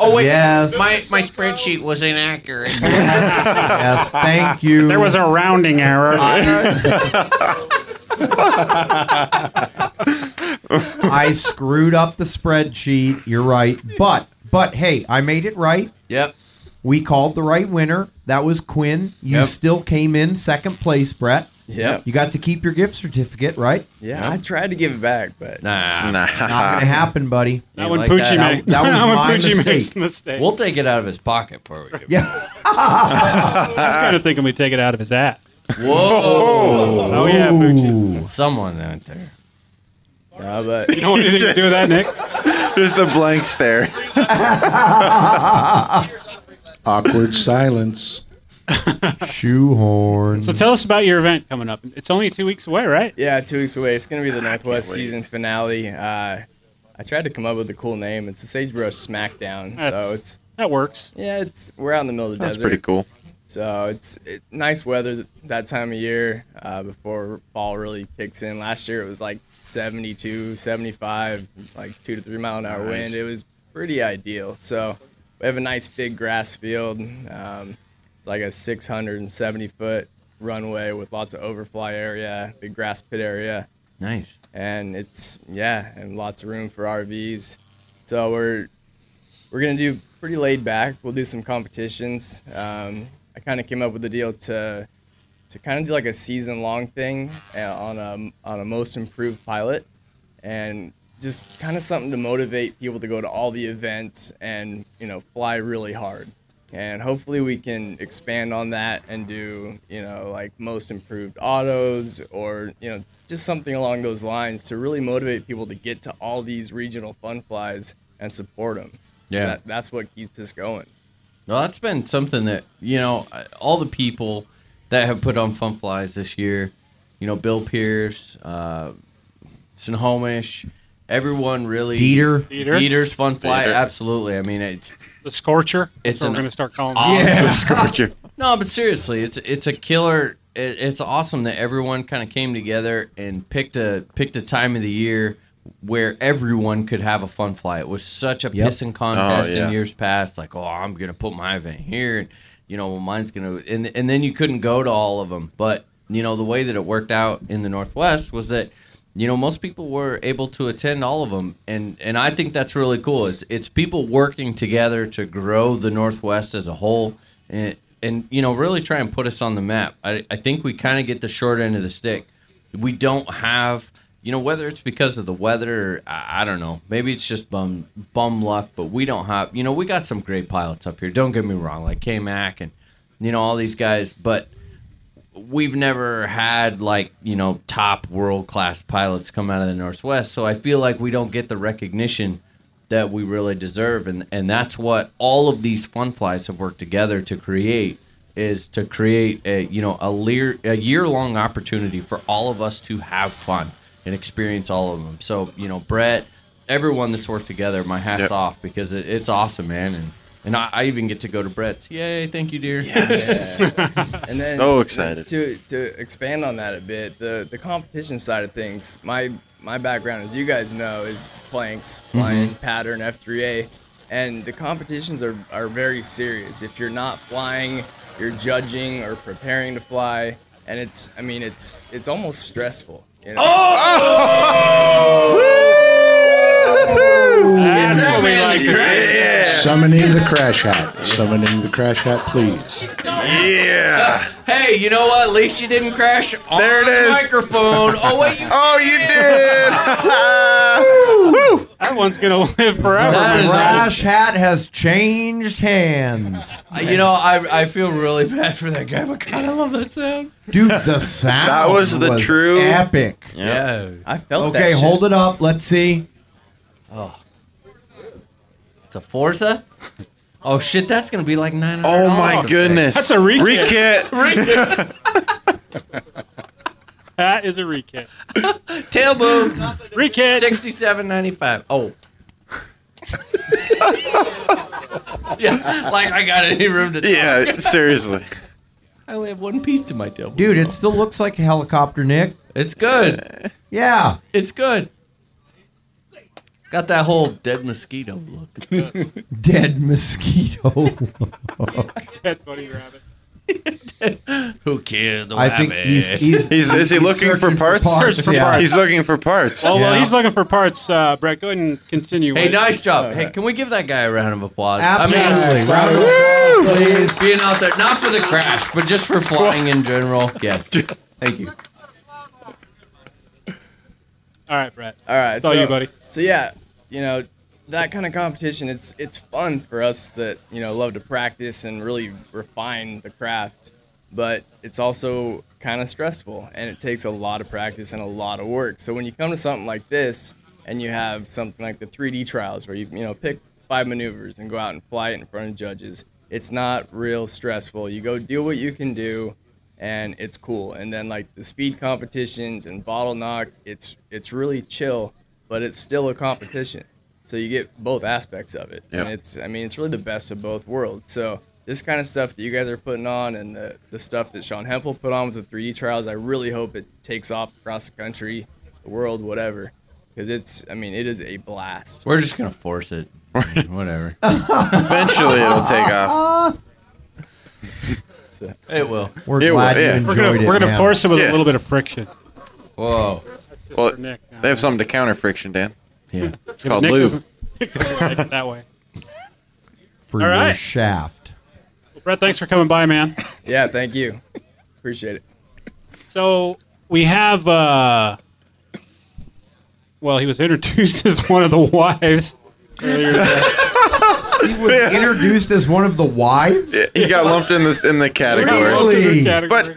Oh wait,
Yes.
my my spreadsheet was inaccurate.
<laughs> Yes,
<laughs>
thank you.
There was a rounding error. <laughs>
I screwed up the spreadsheet. You're right. But but hey, I made it right.
Yep.
We called the right winner. That was Quinn. You
Yep.
still came in second place, Brett.
Yep.
You got to keep your gift certificate, right?
Yeah, I tried to give it back, but
nah,
nah.
Not
<laughs>
gonna happen, buddy.
That one Poochie made.
That, that
<laughs>
was
one
my
Poochie
mistake.
makes a mistake.
We'll take it out of his pocket for we.
Yeah. <laughs>
I was kind of thinking we take it out of his ass.
Whoa.
Oh yeah, Poochie.
Someone out there.
Yeah, but
You don't want anything to do with that, Nick.
Just a blank stare.
Awkward silence.
Shoehorn.
So tell us about your event coming up. It's only two weeks away, right?
Yeah, two weeks away. It's gonna
Ah,
be the Northwest season finale. Uh, I tried to come up with a cool name. It's the Sagebrush Smackdown.
That's-
so it's
that works.
Yeah, it's we're out in the middle of the
That's
desert.
pretty cool.
So it's it, nice weather th- that time of year uh, before fall really kicks in. Last year it was like 72, 75, like two to three mile an hour
Nice.
wind. It was pretty ideal. So we have a nice big grass field. Um, it's like a 670 foot runway with lots of overfly area, big grass pit area
Nice.
and it's yeah, and lots of room for RVs. So we're we're gonna do pretty laid back. We'll do some competitions. Um, I kind of came up with a deal to to kind of do like a season long thing uh, on a on a most improved pilot, and just kind of something to motivate people to go to all the events and you know fly really hard. and hopefully we can expand on that and do you know like most improved autos or you know just something along those lines to really motivate people to get to all these regional fun flies and support them.
Yeah.
that, that's what keeps us going.
Well, that's been something that you know all the people that have put on Fun Flies this year. You know, Bill Pierce, uh, Snohomish, everyone really.
Dieter.
Dieter.
Dieter's Fun Fly,
Dieter.
absolutely. I mean, it's
The Scorcher.
It's
That's what
an
we're gonna start calling.
awesome-
it.
<laughs> no, but seriously, it's it's a killer. It, it's awesome that everyone kind of came together and picked a picked a time of the year where everyone could have a fun fly. It was such a
Yep.
pissing contest
Oh, yeah.
in years past. Like, oh, I'm gonna put my event here, and you know, well, mine's gonna, and and then you couldn't go to all of them. But you know, the way that it worked out in the Northwest was that you know most people were able to attend all of them and and i think that's really cool it's, it's people working together to grow the northwest as a whole and and you know really try and put us on the map i, I think we kind of get the short end of the stick we don't have you know whether it's because of the weather or I, I don't know maybe it's just bum bum luck but we don't have you know we got some great pilots up here don't get me wrong like k-mac and you know all these guys but we've never had like you know top world class pilots come out of the northwest so i feel like we don't get the recognition that we really deserve and and that's what all of these fun flies have worked together to create is to create a you know a lear, a year long opportunity for all of us to have fun and experience all of them so you know brett everyone that's worked together my hats
Yep.
off because it, it's awesome man and and I, I even get to go to brett's yay thank you dear <laughs>
Yes. and then
So excited.
To to expand on that a bit, the the competition side of things, my my background, as you guys know, is planks,
Mm-hmm.
flying pattern F3A, and the competitions are are very serious. If you're not flying, you're judging or preparing to fly, and it's I mean it's it's almost stressful. You know?
Oh!
Oh,
That's what we like. to see.
Summoning the crash hat. Summoning the crash hat, please.
Yeah. Hey, you know what? At least you didn't crash on there it is. microphone. Oh wait, you
<laughs> Oh, you
did. that one's gonna live forever.
The
man.
Crash hat has changed hands.
Uh, You know, I I feel really bad for that guy, but God, I love that sound.
Dude, the sound
<laughs> That was the true-
epic.
Yeah. I felt that
Okay,
shit.
hold it up. Let's see.
Oh. It's a <laughs> Forza? Oh shit, that's gonna be like nine.
Oh my goodness. That's a rekit. Rekit.
<laughs>
That is a recap.
Tail boom.
Rekit.
Sixty-seven ninety-five. Oh. <laughs> yeah, like I got any room to talk.
Yeah, seriously.
I only have one piece to my tail.
Dude, it still looks like a helicopter, Nick.
It's good.
Yeah.
It's good. It's got that whole dead mosquito <laughs> look.
Dead mosquito.
<laughs>
<laughs>
Dead bunny rabbit.
Who killed the
I think
rabbit? <laughs>
he's- he's-
He's, is he
He's
looking for
searching for
parts?
parts, Search for yeah. parts.
He's looking for parts.
Oh well, he's looking for parts. Uh, Brett, go ahead and continue.
Hey,
with-
nice job.
All
Hey,
right.
can we give that guy a round of applause?
Absolutely.
<laughs>
Round of applause, please.
Being out there, not for the crash, but just for flying in
<laughs>
general. Yes. Thank you.
All right, Brett.
All right,
it's all you, buddy.
So yeah, you know that kind of competition. It's it's fun for us that you know love to practice and really refine the craft, but it's also kind of stressful and it takes a lot of practice and a lot of work. So when you come to something like this and you have something like the 3D trials where you you know pick five maneuvers and go out and fly it in front of judges, it's not real stressful. You go do what you can do and it's cool. And then like the speed competitions and bottle knock, it's it's really chill, but it's still a competition. So you get both aspects of it.
Yep.
And it's I mean, it's really the best of both worlds. So this kind of stuff that you guys are putting on and the, the stuff that Sean Hempel put on with the 3D trials, I really hope it takes off across the country, the world, whatever. Because it's, I mean, it is a blast.
We're just gonna force
<laughs>
it. Whatever.
Eventually it'll take off.
<laughs>
It will.
We're
It
glad
will,
you
yeah.
enjoyed
We're gonna-
it.
we're gonna
man.
force it with a Yeah.
A little bit of friction.
Whoa.
Well,
for Nick now.
they have something to counter friction, Dan.
Yeah.
It's
Yeah, but
called
Nick
lube.
doesn't- Nick doesn't like it that way.
for
All
your
right.
shaft.
Well, Brett, thanks for coming by, man.
Yeah, thank you. Appreciate it.
So we have. uh <laughs> Well, he was introduced as one of the wives earlier. today.
he was introduced as one of the wives.
Yeah, he got lumped in this in the category.
Really?
But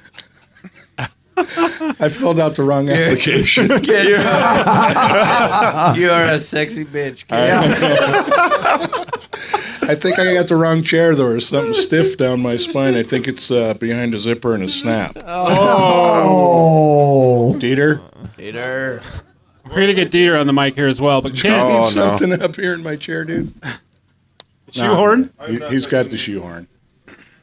I filled out the wrong application.
<laughs>
<laughs>
you are
<laughs>
a sexy bitch. Kid. <laughs>
I think I got the wrong chair though, or something stiff down my spine. I think it's uh, behind a zipper and a snap.
Oh.
Oh,
Dieter.
Dieter.
We're gonna get Dieter on the mic here as well, but
I
Ken,
need something up here in my chair, dude.
Shoehorn?
He, has got the shoehorn.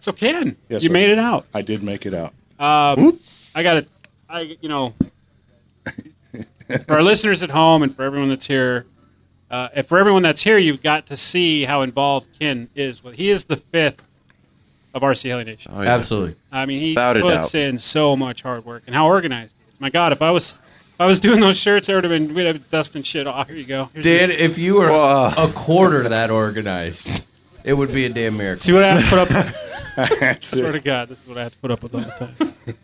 So Ken,
Yes,
you
sir.
made it out.
I did make it out.
Um, I got to, I you know, for our listeners at home and for everyone that's here, uh, and for everyone that's here, you've got to see how involved Ken is. Well, he is the fifth of RC Heli Nation.
Oh, yeah. Absolutely.
I mean, he
Without a
puts
doubt.
in so much hard work and how organized he is. My God, if I was, if I was doing those shirts, I would have been, we'd have dusting shit off. Here you go. Here's
Dude,
your-
if you were a quarter that organized, it would be a damn miracle.
See what I have to put
<laughs>
up. swear to God, this is what I have to put up with all the time.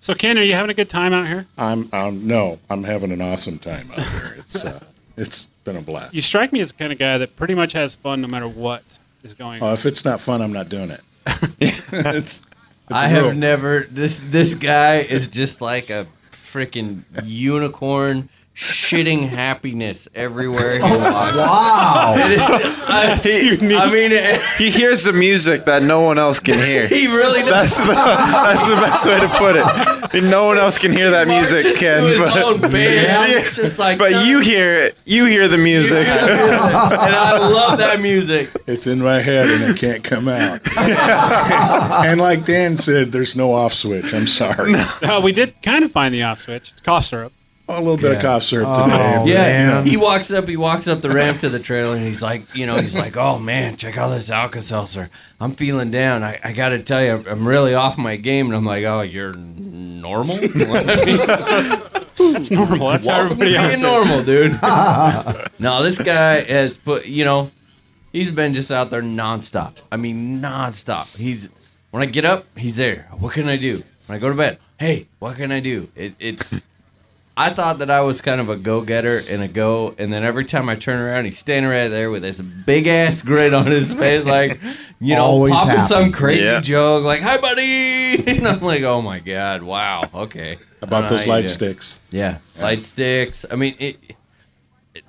so, Ken, are you having a good time out here?
I'm, I'm no, I'm having an awesome time out there. It's uh, <laughs> it's been a blast.
You strike me as the kind of guy that pretty much has fun no matter what is going
Oh,
on.
if it's not fun, I'm
<laughs>
not doing it. <laughs> it's, it's
I
a
have
rule.
never this this guy is just like a freaking unicorn shitting happiness everywhere he
Oh,
walks. <laughs>
Wow.
It is- I, I mean it,
he hears the music that no one else can
<laughs>
hear.
He really does.
That's the, that's the best way to put it. And no one else can hear that music, Ken.
his
but
own band. It's just like,
but you hear it. You hear the music.
and I love that music.
It's in my head and it can't come out. <laughs> and like Dan said, there's no off switch. I'm sorry.
Uh, we did kind of find the off switch. It's cough syrup.
A little bit of cough syrup today.
yeah, he walks up. He walks up the ramp to the trailer, and he's like, you know, he's like, oh man, check out this Alka Seltzer. I'm feeling down. I, I got to tell you, I'm really off my game. And I'm like, oh, you're n- normal. <laughs> I mean,
that's, that's normal. That's how
Welcome
everybody
to
else
being
is.
normal, dude. <laughs> no, this guy has put, you know, he's been just out there nonstop. I mean, nonstop. He's when I get up, he's there. What can I do? When I go to bed, hey, what can I do? It, it's. I thought that I was kind of a go-getter and a go, and then every time I turn around, he's standing right there with this big ass grin on his face,
<laughs>
like, you know,
Always
popping
happy.
some crazy
Yeah.
joke, like, "Hi, buddy," <laughs> and I'm like, "Oh my god, wow, okay."
About
I don't know how
those
you
light
do it.
sticks.
Uh, Yeah, light sticks. I mean, it,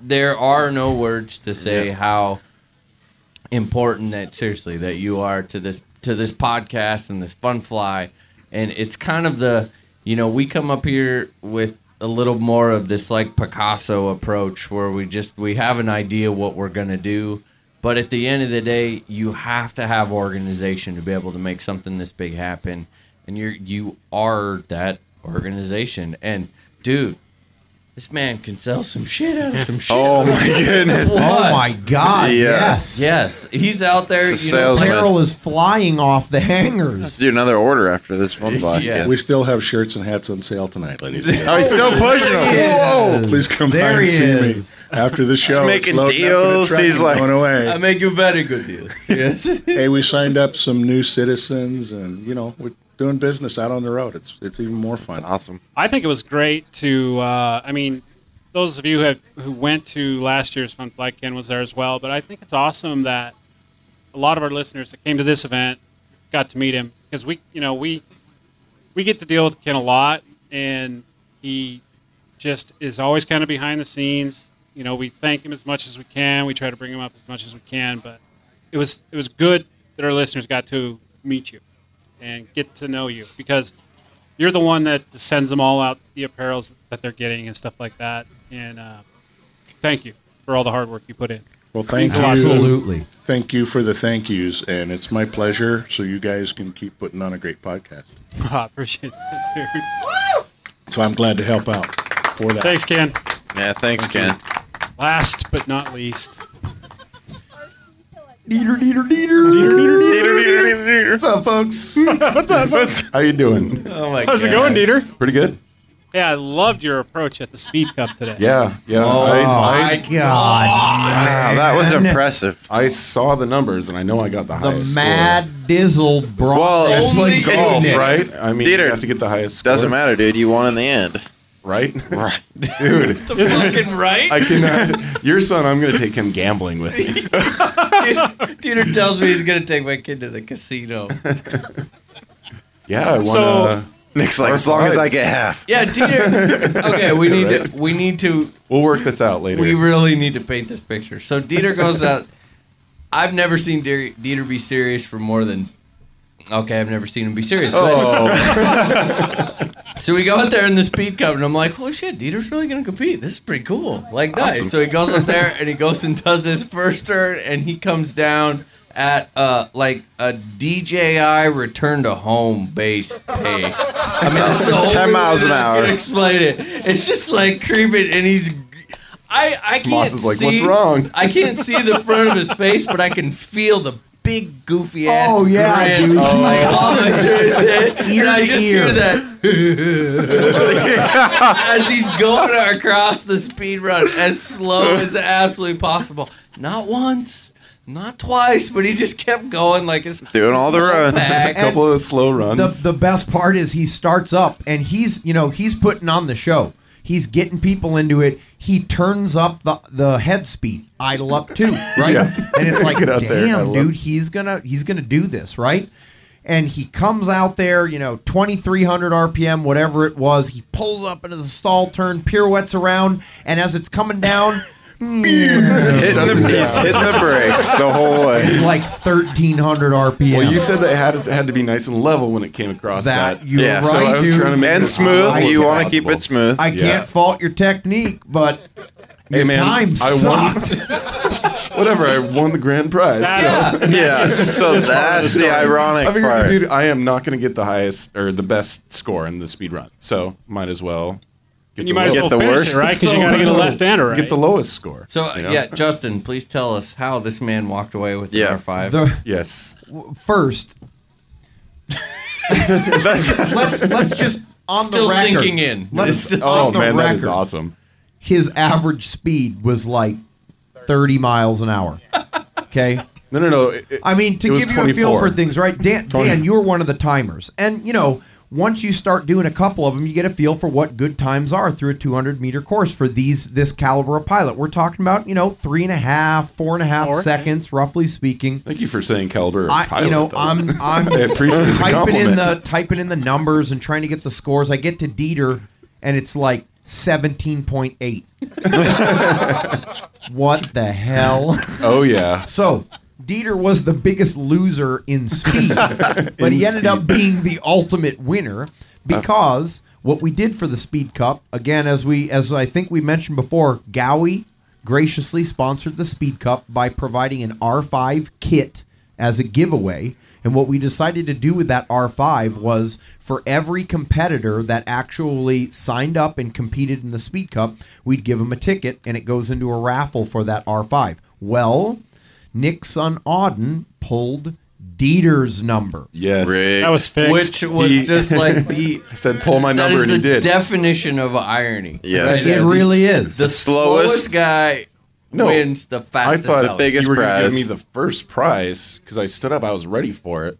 there are no words to say how important that seriously that you are to this to this podcast and this fun fly, and it's kind of the you know we come up here with a little more of this like Picasso approach where we just we have an idea what we're gonna do. But at the end of the day, you have to have organization to be able to make something this big happen, and you're you are that organization. And dude, this man can sell some shit out of some shit.
<laughs> Oh, my
<laughs>
goodness.
What?
Oh, my God, Yeah. yes.
yes, he's out there.
It's a
you know,
salesman.
like-
<laughs>
Carol is flying off the hangers.
Do another order after this one block.
Yeah.
We still have shirts and hats on sale tonight, ladies. and gentlemen.
Oh, he's still pushing them.
Whoa! Please come by
There
and
he
see
is.
me after the show. It's
making
loading up in a
deals.
truck
He's
and
like-
going away.
I make you very good deal. Yes.
<laughs>
hey, we signed up some new citizens, and you know we're doing business out on the road. It's it's even more fun.
awesome.
I think it was great to. Uh, I mean, those of you who, have, who went to last year's Fun Fly Ken was there as well. But I think it's awesome that a lot of our listeners that came to this event got to meet him because we, you know, we we get to deal with Ken a lot, and he just is always kind of behind the scenes. You know, we thank him as much as we can. We try to bring him up as much as we can. But it was it was good that our listeners got to meet you and get to know you because you're the one that sends them all out the apparels that they're getting and stuff like that. And uh, thank you for all the hard work you put in.
Well,
It
thank
means a
you.
lot to us.
Thank you for the thank yous, and it's my pleasure. So you guys can keep putting on a great podcast.
<laughs> I appreciate that,
<laughs>
dude.
So I'm glad to help out for that.
Thanks, Ken.
Yeah, thanks, Ken.
Last but not least,
Deeter, deeter, deeter.
What's
up, folks?
What's up, folks?
How you doing?
Oh my
How's it going, Dieter?
Pretty good.
Yeah, I loved your approach at the Speed Cup today.
Yeah, yeah.
Oh,
I-
my God,
Wow,
that was man.
impressive.
I saw the numbers, and I know I got the, highest.
Mad Dizzle brought
Well,
that
it's like
skin
golf,
in.
right? I mean, you
Dieter,
have to get the highest.
Doesn't
score.
matter, dude. You won in the end. <laughs>
right? Right, <laughs> dude.
The fucking right?
I cannot. Your son, I'm gonna take him gambling with me.
Peter tells me he's gonna take my kid to the casino.
Yeah, I want.
So-
Nick's
like, as long as I get half.
Yeah,
<laughs>
<laughs>
Dieter. Okay, we need to. We need to.
We'll work this out later.
We really need to paint this picture. So Dieter goes out. <laughs> I've never seen Dieter, Dieter be serious for more than. Okay, I've never seen him be serious.
Oh.
but- <laughs> so we go out there in the speed cup, and I'm like, "Holy shit, Dieter's really gonna compete. This is pretty cool." Like, nice.
Awesome.
So he goes up there and he goes and does his first turn, and he comes down at uh like a DJI return to home base pace. I mean,
<laughs>
that's the
10
only
miles
way
an
that I
hour.
can Explain it. It's just like creeping, and he's. I I can't
Moss is like,
see.
"What's wrong?"
I can't see the front of his face, but I can feel the big goofy ass.
Oh, yeah,
grin.
dude.
Like, <laughs>
Oh.
all
<laughs>
I hear is it,
Ear
and I
to
just
ear.
hear
<laughs>
that as he's going across the speed run as slow as absolutely possible. Not once. Not twice, but he just kept going like it's it's all
<laughs> A
back.
couple of slow
The,
runs.
the best part is he starts up and he's you know he's putting on the show. He's getting people into it. He turns up the, the head speed, idle up
<laughs>
too, right?
Yeah.
And it's like,
Get out
damn,
there, idle up."
dude, he's gonna he's gonna do this, right? And he comes out there, you know, twenty three hundred RPM, whatever it was. He pulls up into the stall turn, pirouettes around, and as it's coming
<laughs>
down,
Shuts it down.
It's like thirteen hundred RPM.
Well, you said that it had, it had to be nice and level when it came across that.
That, you're
yeah, so
right,
I was
dude.
trying to make
And
it as
smooth,
level
you
as
wanna keep
possible.
it smooth.
I
Yeah.
can't fault your technique, but
Hey,
your
man,
time
I won-
sucked.
<laughs> Whatever, I won the grand prize.
<laughs>
That's- Yeah, so
That's part of
that's the
story.
ironic
I figured,
part.
dude, I am not going to get the highest or the best score in the speed run, so might as well. Get
And you might as
lowest.
well Get the finish it, worst. right? 'Cause you gotta get a left and a right.
Get the lowest score.
So
you know? <laughs>
yeah, Justin, please tell us how this man walked away with the R5.
The-
yes.
First, let's let's just on
Still
the record,
sinking in.
Let's
It's just-
on
Oh,
the
man, that is
record,
awesome.
His average speed was like thirty miles an hour. Okay.
No, no, no.
I mean, to
it was
give you a feel
24.
for things, right, Dan?
Twenty-
Dan, you were one of the timers, and you know. Once you start doing a couple of them, you get a feel for what good times are through a 200 meter course for these this caliber of pilot. We're talking about you know three and a half, four and a half
Four.
seconds, roughly speaking.
Thank you for saying caliber of
I,
pilot.
you know,
though.
I'm
<laughs>
I'm
I appreciate the
typing
compliment.
in the typing in the numbers and trying to get the scores. I get to Dieter, and it's like seventeen point eight. <laughs> what the hell?
Oh, yeah.
So Dieter was the biggest loser in
<laughs>
speed, but
In
he ended up
speed.
being the ultimate winner because what we did for the Speed Cup again, as we as I think we mentioned before, Gowie graciously sponsored the Speed Cup by providing an R5 kit as a giveaway. And what we decided to do with that R5 was for every competitor that actually signed up and competed in the Speed Cup, we'd give them a ticket and it goes into a raffle for that R5. Well, Nick's son Auden pulled Dieter's number.
Yes.
That was fixed.
Which was
He-
just
<laughs>
like the
I said, pull my
that
number,
is
and
the
he did.
Definition of irony.
Yes.
Right
It
there.
really
The-
is.
The slowest, guy wins the fastest.
I thought
out.
you were gonna give me the first prize because I stood up. I was ready for it.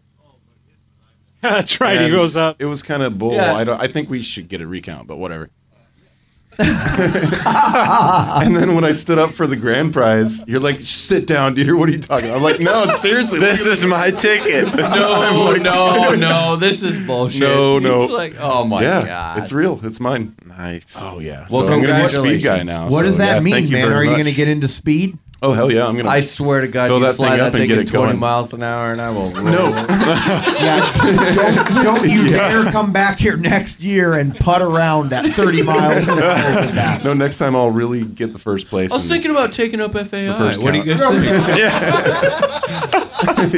<laughs> That's right.
And
he goes up.
It was kind of bull.
Yeah.
I don't. I think we should get a recount, but whatever. <laughs> and then when I stood up for the grand prize, you're like, "Sit down, dear. What are you talking?" about? I'm like, "No, seriously.
This is my
<laughs>
ticket.
No,
no, no, this is bullshit.
No, no.
It's like, oh my
yeah,
God.
It's real. It's mine.
Nice.
Oh yeah.
Well,
so I'm gonna be a
congratulations.
speed guy now.
What
so,
does that
yeah,
mean,
thank you
man?
very
Are you
much.
going to get into
<laughs>
speed?
Oh hell yeah! I'm gonna.
I swear to God,
fill
you
that
fly
thing
that
up and
thing
get
at
it
20
going.
miles an hour, and I will. Roll.
<laughs>
Yes. <laughs> don't, don't you dare come back here next year and putt around at 30 miles an hour.
<laughs> no, next time I'll really get the first place.
I was
and-
thinking about taking up FAI.
The first
What do you guys
count.
think?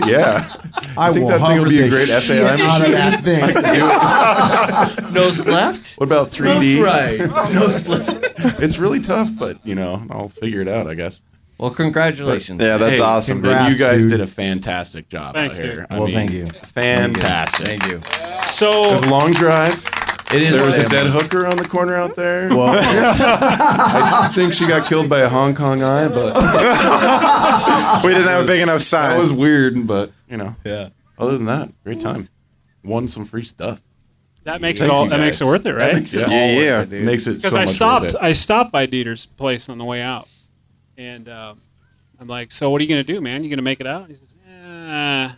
<laughs> yeah.
I
think
will
that thing
hover
would be a
the
great FAI
shit
machine.
out of that thing.
I
<laughs>
could <laughs>
Nose left.
What about 3D?
Nose
<laughs>
right. Nose
do it. It's really tough, but you know, I'll figure it out, I guess.
Well, congratulations.
Yeah, that's awesome, dude.
you guys
Dude.
did a fantastic job
Thanks,
out
dude.
here. I
Well,
mean,
thank you.
Fantastic.
Thank you.
So
It was a long drive.
It is
There was a
what it
dead
is.
hooker on the corner out there.
Whoa.
<laughs>
<laughs>
I think she got killed by a Hong Kong eye, but
We didn't have a big enough
That
sign.
was weird, but you know.
Yeah.
Other than that, great time. Won some free stuff.
That makes
Thank
it all.
you
That makes it
guys.
worth it,
That
right?
makes it Yeah, all worth yeah. it, dude. Makes it
because
so
I
much
stopped.
worth it.
I stopped by Dieter's place on the way out, and um, I'm like, "So what are you gonna do, man? You gonna make it out?" He says, eh,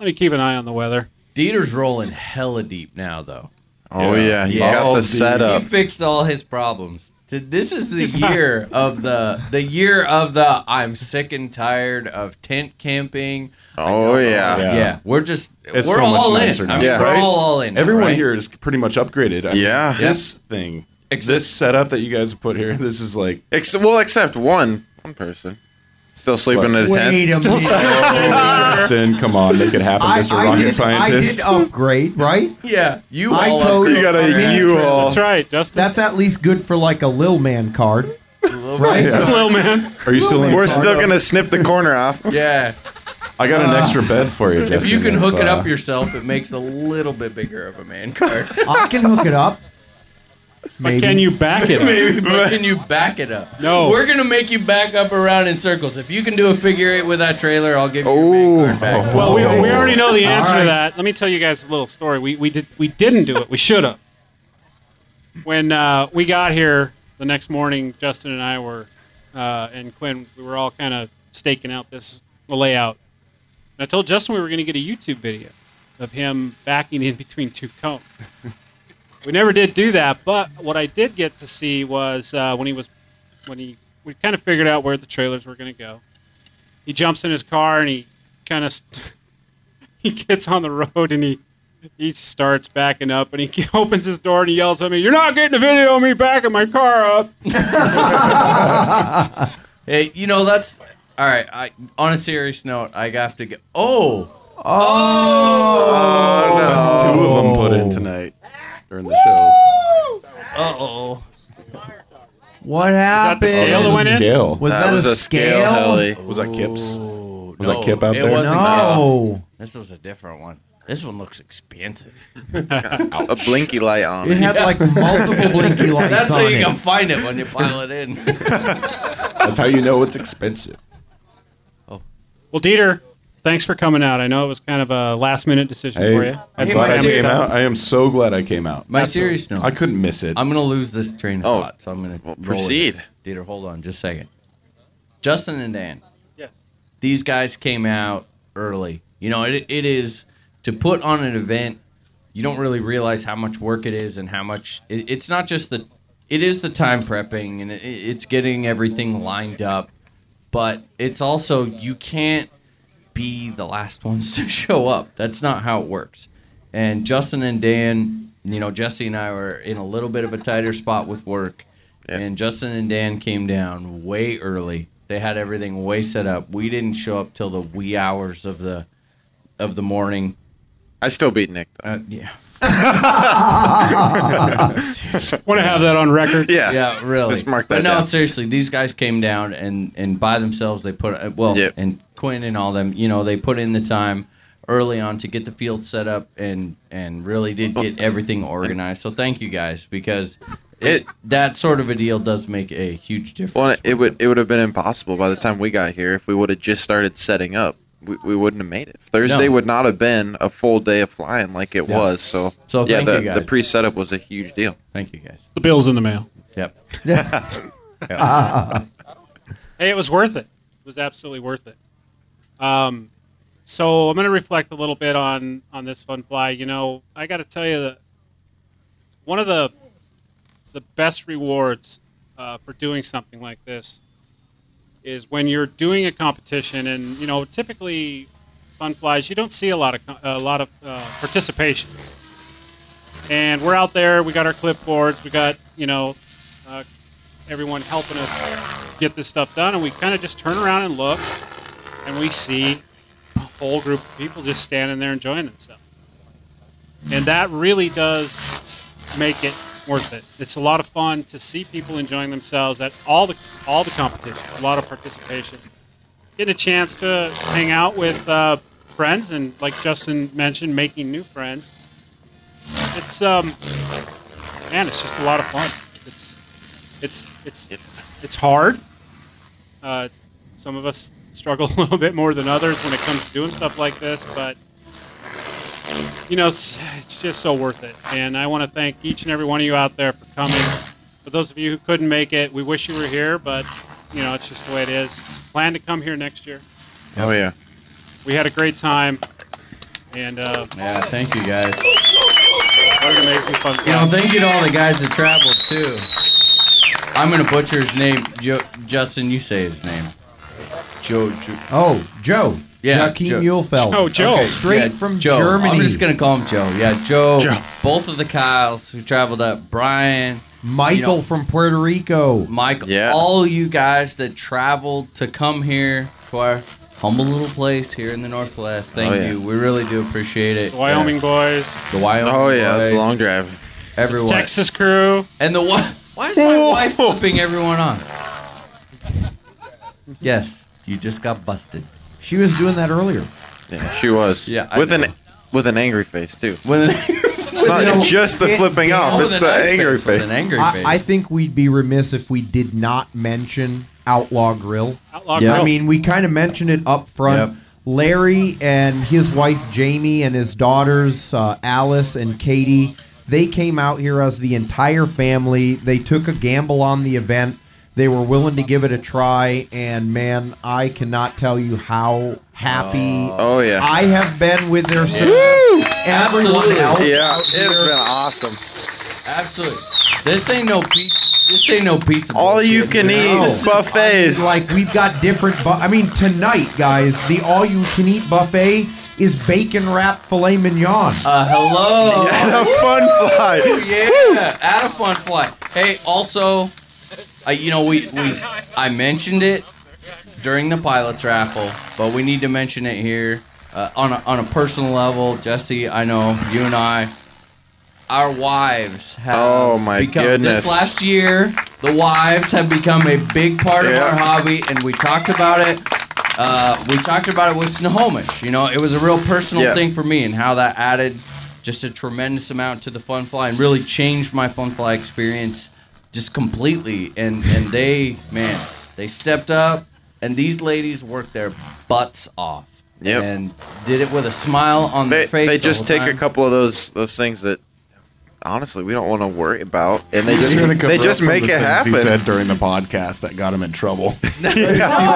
"Let me keep an eye on the weather."
Dieter's rolling hella deep now, though.
Oh, yeah, he's got the
dude.
setup.
He fixed all his problems. T- This is the year of the the year of the I'm sick and tired of tent camping. I don't
Oh
know.
yeah.
yeah. We're just
It's
we're
so much
all
nicer
in.
now.
I mean, we're
right?
all all in. now,
Everyone
right?
here is pretty much upgraded. I mean,
Yeah.
this thing, this setup that you guys put here, <laughs> this is like
Ex- well, except one one person still sleeping in a
Wait
tent.
a
Still
minute.
sleeping-
Justin. Come on, make it happen,
I-
Mr.
I
Rocket
did- I
Scientist.
I did upgrade, right?
yeah, you
I
all
towed
upgraded.
a man trailer.
right, Justin.
That's at least good for like a Lil Man card.
Right? Yeah.
Lil man.
Are you still in?
We're
Florida?
still gonna snip the corner off.
<laughs> Yeah.
I got an
Uh,
extra bed for you.
If
Justin,
you can hook it
uh,
up yourself, it makes it a little bit bigger of a man card.
<laughs> I can hook it up. Maybe.
can you back it
<laughs>
up?
Maybe, but can you back it up?
No.
We're gonna make you back up around in circles. If you can do a figure eight with that trailer, I'll give you
Oh,
your man card back.
Well, we, we already know the answer
All
to
right.
that. Let me tell you guys a little story. We we did we didn't do it. We should have. When uh, we got here the next morning, Justin and I were uh, and Quinn, we were all kind of staking out this layout. And I told Justin we were going to get a YouTube video of him backing in between two cones. we never did do that, but what I did get to see was uh, when he was when he we kind of figured out where the trailers were going to go. He jumps in his car and he kind of st- <laughs> he gets on the road and he he starts backing up and he <laughs> opens his door and he yells at me, "You're not getting a video of me backing my car up."
Hey, you know that's all right. I on a serious note, I have to go. Oh, oh,
Oh,
That's two of them put in tonight during the show.
Uh oh.
What happened?
the scale that went in? Scale.
Was
That
that,
was
a
a scale Oh,
scale?
heli. Was that Kips?
Was
that Kip out
it
there?
Wasn't
No.
Kip. This was a different one. This one looks expensive.
<laughs>
a blinky light on
It
it.
had, like, multiple blinky lights <laughs> That's so on you it. can
find
it when you pile it in.
That's how you know it's expensive.
<laughs> Well, Dieter, thanks for coming out. I know it was kind of a last minute decision
Hey,
for you.
I'm
Had some
glad I
family
came out.
stuff.
I am so glad I came out.
My serious note.
I couldn't miss it.
I'm gonna lose this train of
Oh,
thought, so I'm gonna roll with
proceed.
it. Dieter, hold on, just a second. Justin and Dan.
Yes.
These guys came out early. You know, it, it is to put on an event. You don't really realize how much work it is and how much it, it's not just the. It is the time prepping and it, it's getting everything lined up, but it's also you can't be the last ones to <laughs> show up. That's not how it works. And Justin and Dan, you know, Jesse and I were in a little bit of a tighter spot with work. And Justin and Dan came down way early. They had everything way set up. We didn't show up till the wee hours of the of the morning.
I still beat Nick.
Uh, yeah.
<laughs> Want to have that on record?
Yeah.
Yeah, really.
Just mark that
but no,
down.
seriously, these guys came down and and by themselves they put uh, well
Yep.
and Quinn and all them, you know, they put in the time early on to get the field set up and and really did
<laughs>
get everything organized. So thank you guys because it, that sort of a deal does make a huge difference.
Well, it would it would have been impossible by the time we got here if we would have just started setting up. We, we wouldn't have made it. Thursday
No.
would not have been a full day of flying like it
Yeah.
was. So,
So
yeah,
thank
the,
you guys.
the pre setup was a huge deal.
Thank you guys.
The bill's in
<laughs>
the mail.
Yep.
Yeah.
<laughs> hey, it was worth it. It was absolutely worth it. Um, so I'm going to reflect a little bit on on this fun fly. You know, I got to tell you that one of the the best rewards uh, for doing something like this is when you're doing a competition, and you know, typically fun flies you don't see a lot of co- a lot of uh, participation. And we're out there. We got our clipboards. We got you know uh, everyone helping us get this stuff done, and we kind of just turn around and look, and we see a whole group of people just standing there enjoying themselves. And that really does make it worth it. It's a lot of fun to see people enjoying themselves at all the all the competitions. A lot of participation, getting a chance to hang out with uh, friends, and like Justin mentioned, making new friends. It's um, man, it's just a lot of fun. It's it's it's it's hard. Uh, some <laughs> of us struggle a little bit more than others when it comes to doing stuff like this, but you know, it's, it's just so worth it. And I want to thank each and every one of you out there for coming. For those of you who couldn't make it, we wish you were here, but you know, it's just the way it is. Plan to come here next year.
Oh yeah.
We had a great time, and uh,
yeah, thank you guys.
What an amazing fun.
You know, thank you to all the guys that traveled too. I'm gonna butcher his name. Jo- Justin, you say his name. Joe. Jo-
Oh, Joe.
Yeah,
Joaquin Muehlfeld.
Oh,
Okay, Straight
Yeah,
from
Joe.
Germany.
I'm just gonna call him Joe. Yeah, Joe. Both of the Kyles who traveled up. Brian.
Michael
you know,
from Puerto Rico.
Michael. All you guys that traveled to come here to our humble little place here in the Northwest. Thank
Oh, yeah.
you. We really do appreciate it. Uh,
The Wyoming boys.
The Wyoming.
Oh yeah,
boys.
that's a long drive.
Everyone.
Texas crew.
And the one. Why is my wife flipping everyone on? Yes, you just got busted.
She was doing that earlier.
Yeah, she was.
Yeah, I
with
know.
an with an angry face too.
With an <laughs>
it's not
With an-
just the
Yeah,
flipping
yeah.
off; it's the angry face.
I, I think we'd be remiss if we did not mention Outlaw Grill.
Outlaw
Yeah. Grill.
I mean, we kind of mentioned it up front. Larry and his wife Jamie and his daughters uh, Alice and Katie, they came out here as the entire family. They took a gamble on the event. They were willing to give it a try, and man, I cannot tell you how happy
Oh, yeah.
I have been with their success. Everyone
Absolutely.
else
yeah,
out
it's
here-
been awesome.
Absolutely. This ain't no pizza. This ain't no pizza.
All you can
No.
eat is
I
buffets.
mean, like we've got different. Bu- I mean, tonight, guys, the all-you-can-eat buffet is bacon wrapped filet
<laughs>
mignon.
Uh, hello.
At a fun fly.
Yeah, at a fun fly. Hey, also, uh, you know we, we I mentioned it during the pilots raffle, but we need to mention it here uh, on a, on a personal level. Jesse, I know you and I, our wives have
Oh, my
become,
goodness.
This last year, the wives have become a big part of
Yeah.
our hobby, and we talked about it. Uh, we talked about it with Snohomish. You know, it was a real personal
Yeah.
thing for me, and how that added just a tremendous amount to the fun fly and really changed my fun fly experience just completely. And and they, man, they stepped up, and these ladies worked their butts off.
Yep.
And did it with a smile on
they,
their face.
they
the
just
whole
take a
time.
couple of those those things that honestly we don't want to worry about, and they just
He's gonna cover
they just
up some of
make
the
it
things
happen.
He said during the podcast that got him
<laughs>
in trouble. <laughs>
<laughs>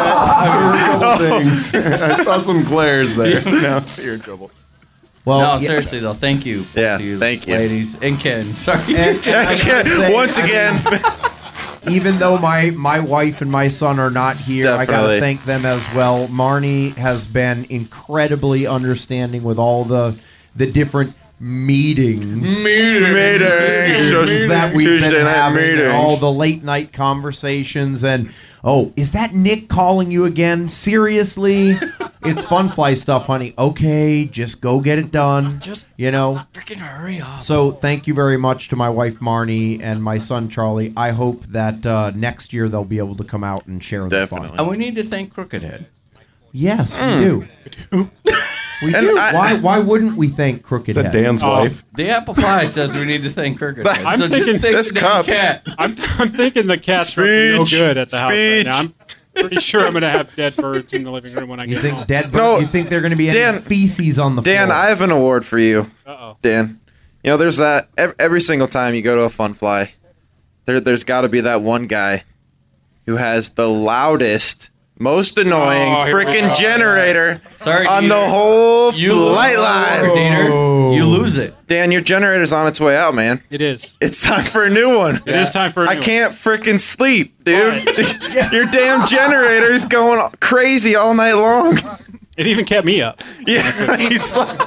Oh.
things. I saw some glares there. <laughs> No, you're in trouble.
no,
Well, yeah.
seriously though, thank you. Yeah, thank
you,
ladies and Ken. <laughs> Sorry,
<laughs>
And- and I gotta say, I mean,
again.
even though my my wife and my son are not here, I gotta
Definitely.
thank them as well. Marnie has been incredibly understanding with all the the different meetings,
Meetings. Meetings.
that we've
Tuesday
been
night
having, and
meetings.
all the late night conversations, and oh, is that Nick calling you
<laughs>
again? Seriously, it's fun fly stuff, honey. Okay, just go get it done. Just you know,
Freaking hurry up.
so thank you very much to my wife Marnie and my son Charlie. I hope that uh, next year they'll be able to come out and share the fun.
And we need to thank Crooked Head.
Yes,
Mm.
we do. We do. why? Why wouldn't we thank Crooked Head?
Oh, The apple pie says we need to thank Crooked Head.
I'm
so
thinking
just thank the damn cat.
I'm, I'm thinking the cat's up to no
Speech.
good at the house right
Speech.
now. I'm pretty sure I'm going to have dead birds in the living room when I get
You think
home.
dead? bird- you think they're going to be any
Dan-
feces on the
Dan,
floor?
I have an award for you.
Uh-oh.
Dan, you know, there's that ev- every single time you go to a fun fly, there, there's got to be that one guy who has the loudest, most annoying
Oh, here we
freaking
go.
generator
Sorry,
on
Dieter.
the whole
You lose
flight
the
line.
award, Dieter. You lose it.
Dan, your generator's on its way out, man.
It is.
It's time for a new one.
It is time for a
I
new one.
can't freaking sleep, <laughs> dude.
<laughs>
<laughs> Your damn generator's going crazy all
<laughs>
night long.
It even kept me up.
Yeah, he's like,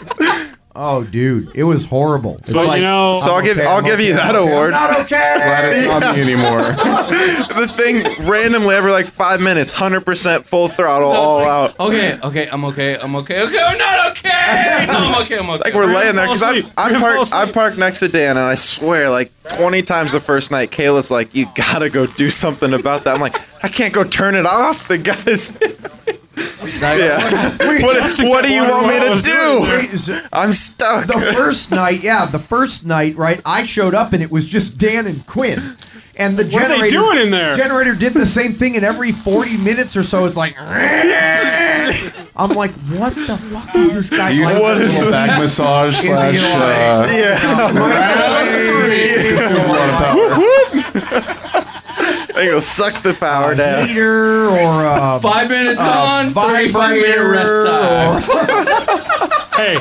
Oh, dude, it was horrible. It's
So, you
like,
know- So I'll
I'm
give-
okay,
I'll
I'm
give you
okay,
that
I'm okay, I'm
award.
Not okay.
Glad it's not me
anymore.
the thing randomly every like five minutes, hundred percent full throttle, all out.
Okay, okay, I'm okay, I'm okay, okay, I'm not okay. No, I'm okay, I'm okay.
It's like we're laying there because I'm, I'm parked. I'm parked next to Dan, and I swear, like twenty times the first night, Kayla's like, "You gotta go do something about that." I'm like, "I can't go turn it off." The guys, <laughs> yeah. what, what do you want me to do? <laughs> I'm stuck.
The first night, yeah, the first night, right? I showed up and it was just Dan and Quinn. and the
What are they
generator
doing in there?
generator did the same thing and every 40 minutes or so it's like I'm like what the fuck is this guy
You
like?
what is this?
<laughs>
back massage
Is he
slash
like-
uh,
<laughs> I go suck the power down.
Heater or uh,
Five minutes on, 35 minute rest
<laughs>
time. hey,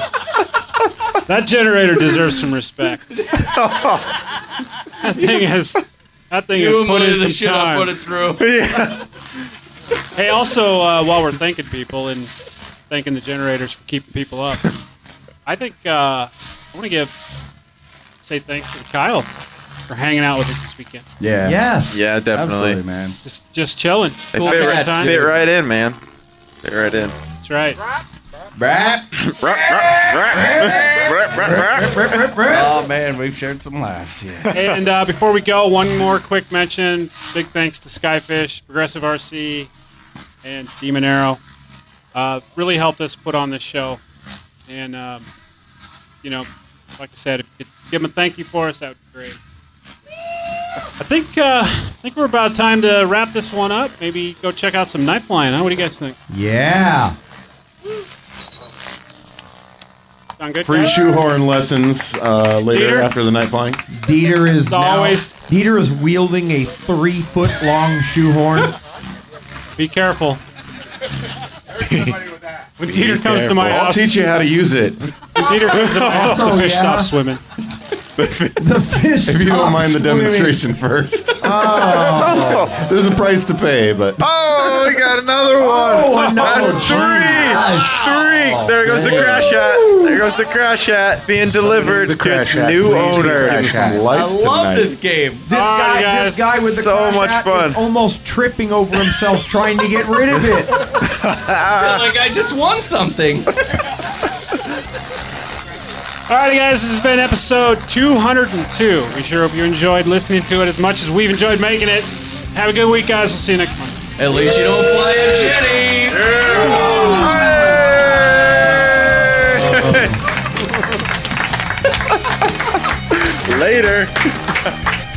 that generator deserves some respect. that thing has that thing
You
has put
blew
in
the
some
shit I
time.
put it through.
Hey, also uh, while we're thanking people and thanking the generators for keeping people up, I think uh, I want to give say thanks to the Kyles for hanging out with us this weekend.
Yeah.
Yes.
Yeah, definitely.
Absolutely, man.
Just just chilling.
They fit, right,
Time.
fit right in, man. Fit right in.
That's right.
oh man, we've shared some laughs here.
and uh, before we go, one more quick mention. Big thanks to Skyfish, Progressive RC, and Demon Arrow. Uh, really helped us put on this show. And, um, you know, like I said, if you could give them a thank you for us, that would be great. I think uh, I think we're about time to wrap this one up. Maybe go check out some Night Flying. Huh? What do you guys think?
yeah
Sound good?
Free
guys?
shoehorn lessons uh, later
Dieter?
after the night flying.
Dieter is
As
now,
always-
Dieter is wielding a three foot long shoehorn
Be careful. When Dieter comes to my
I'll
house,
teach you how to use it.
When Dieter comes to my house, the
Oh,
fish
yeah?
stops swimming.
the fish.
If you don't
stops
mind the
swimming.
demonstration first. <laughs> There's a price to pay, but
Oh, we got another one.
Oh, another
That's three. Three. there goes the crash shot. There goes the crash shot being delivered.
The crash
It's
shot.
new
Please,
owner.
let's give us some lice I love tonight. this
game.
This guy, this guy with the
Ah, so
crash
much
hat
fun.
is almost tripping over himself trying to get rid of
<laughs>
it.
like I just won something.
Alrighty, guys, this has been episode 202. We sure hope you enjoyed listening to it as much as we've enjoyed making it. Have a good week, guys. We'll see you next month.
At least you don't fly a Jenny.
Later.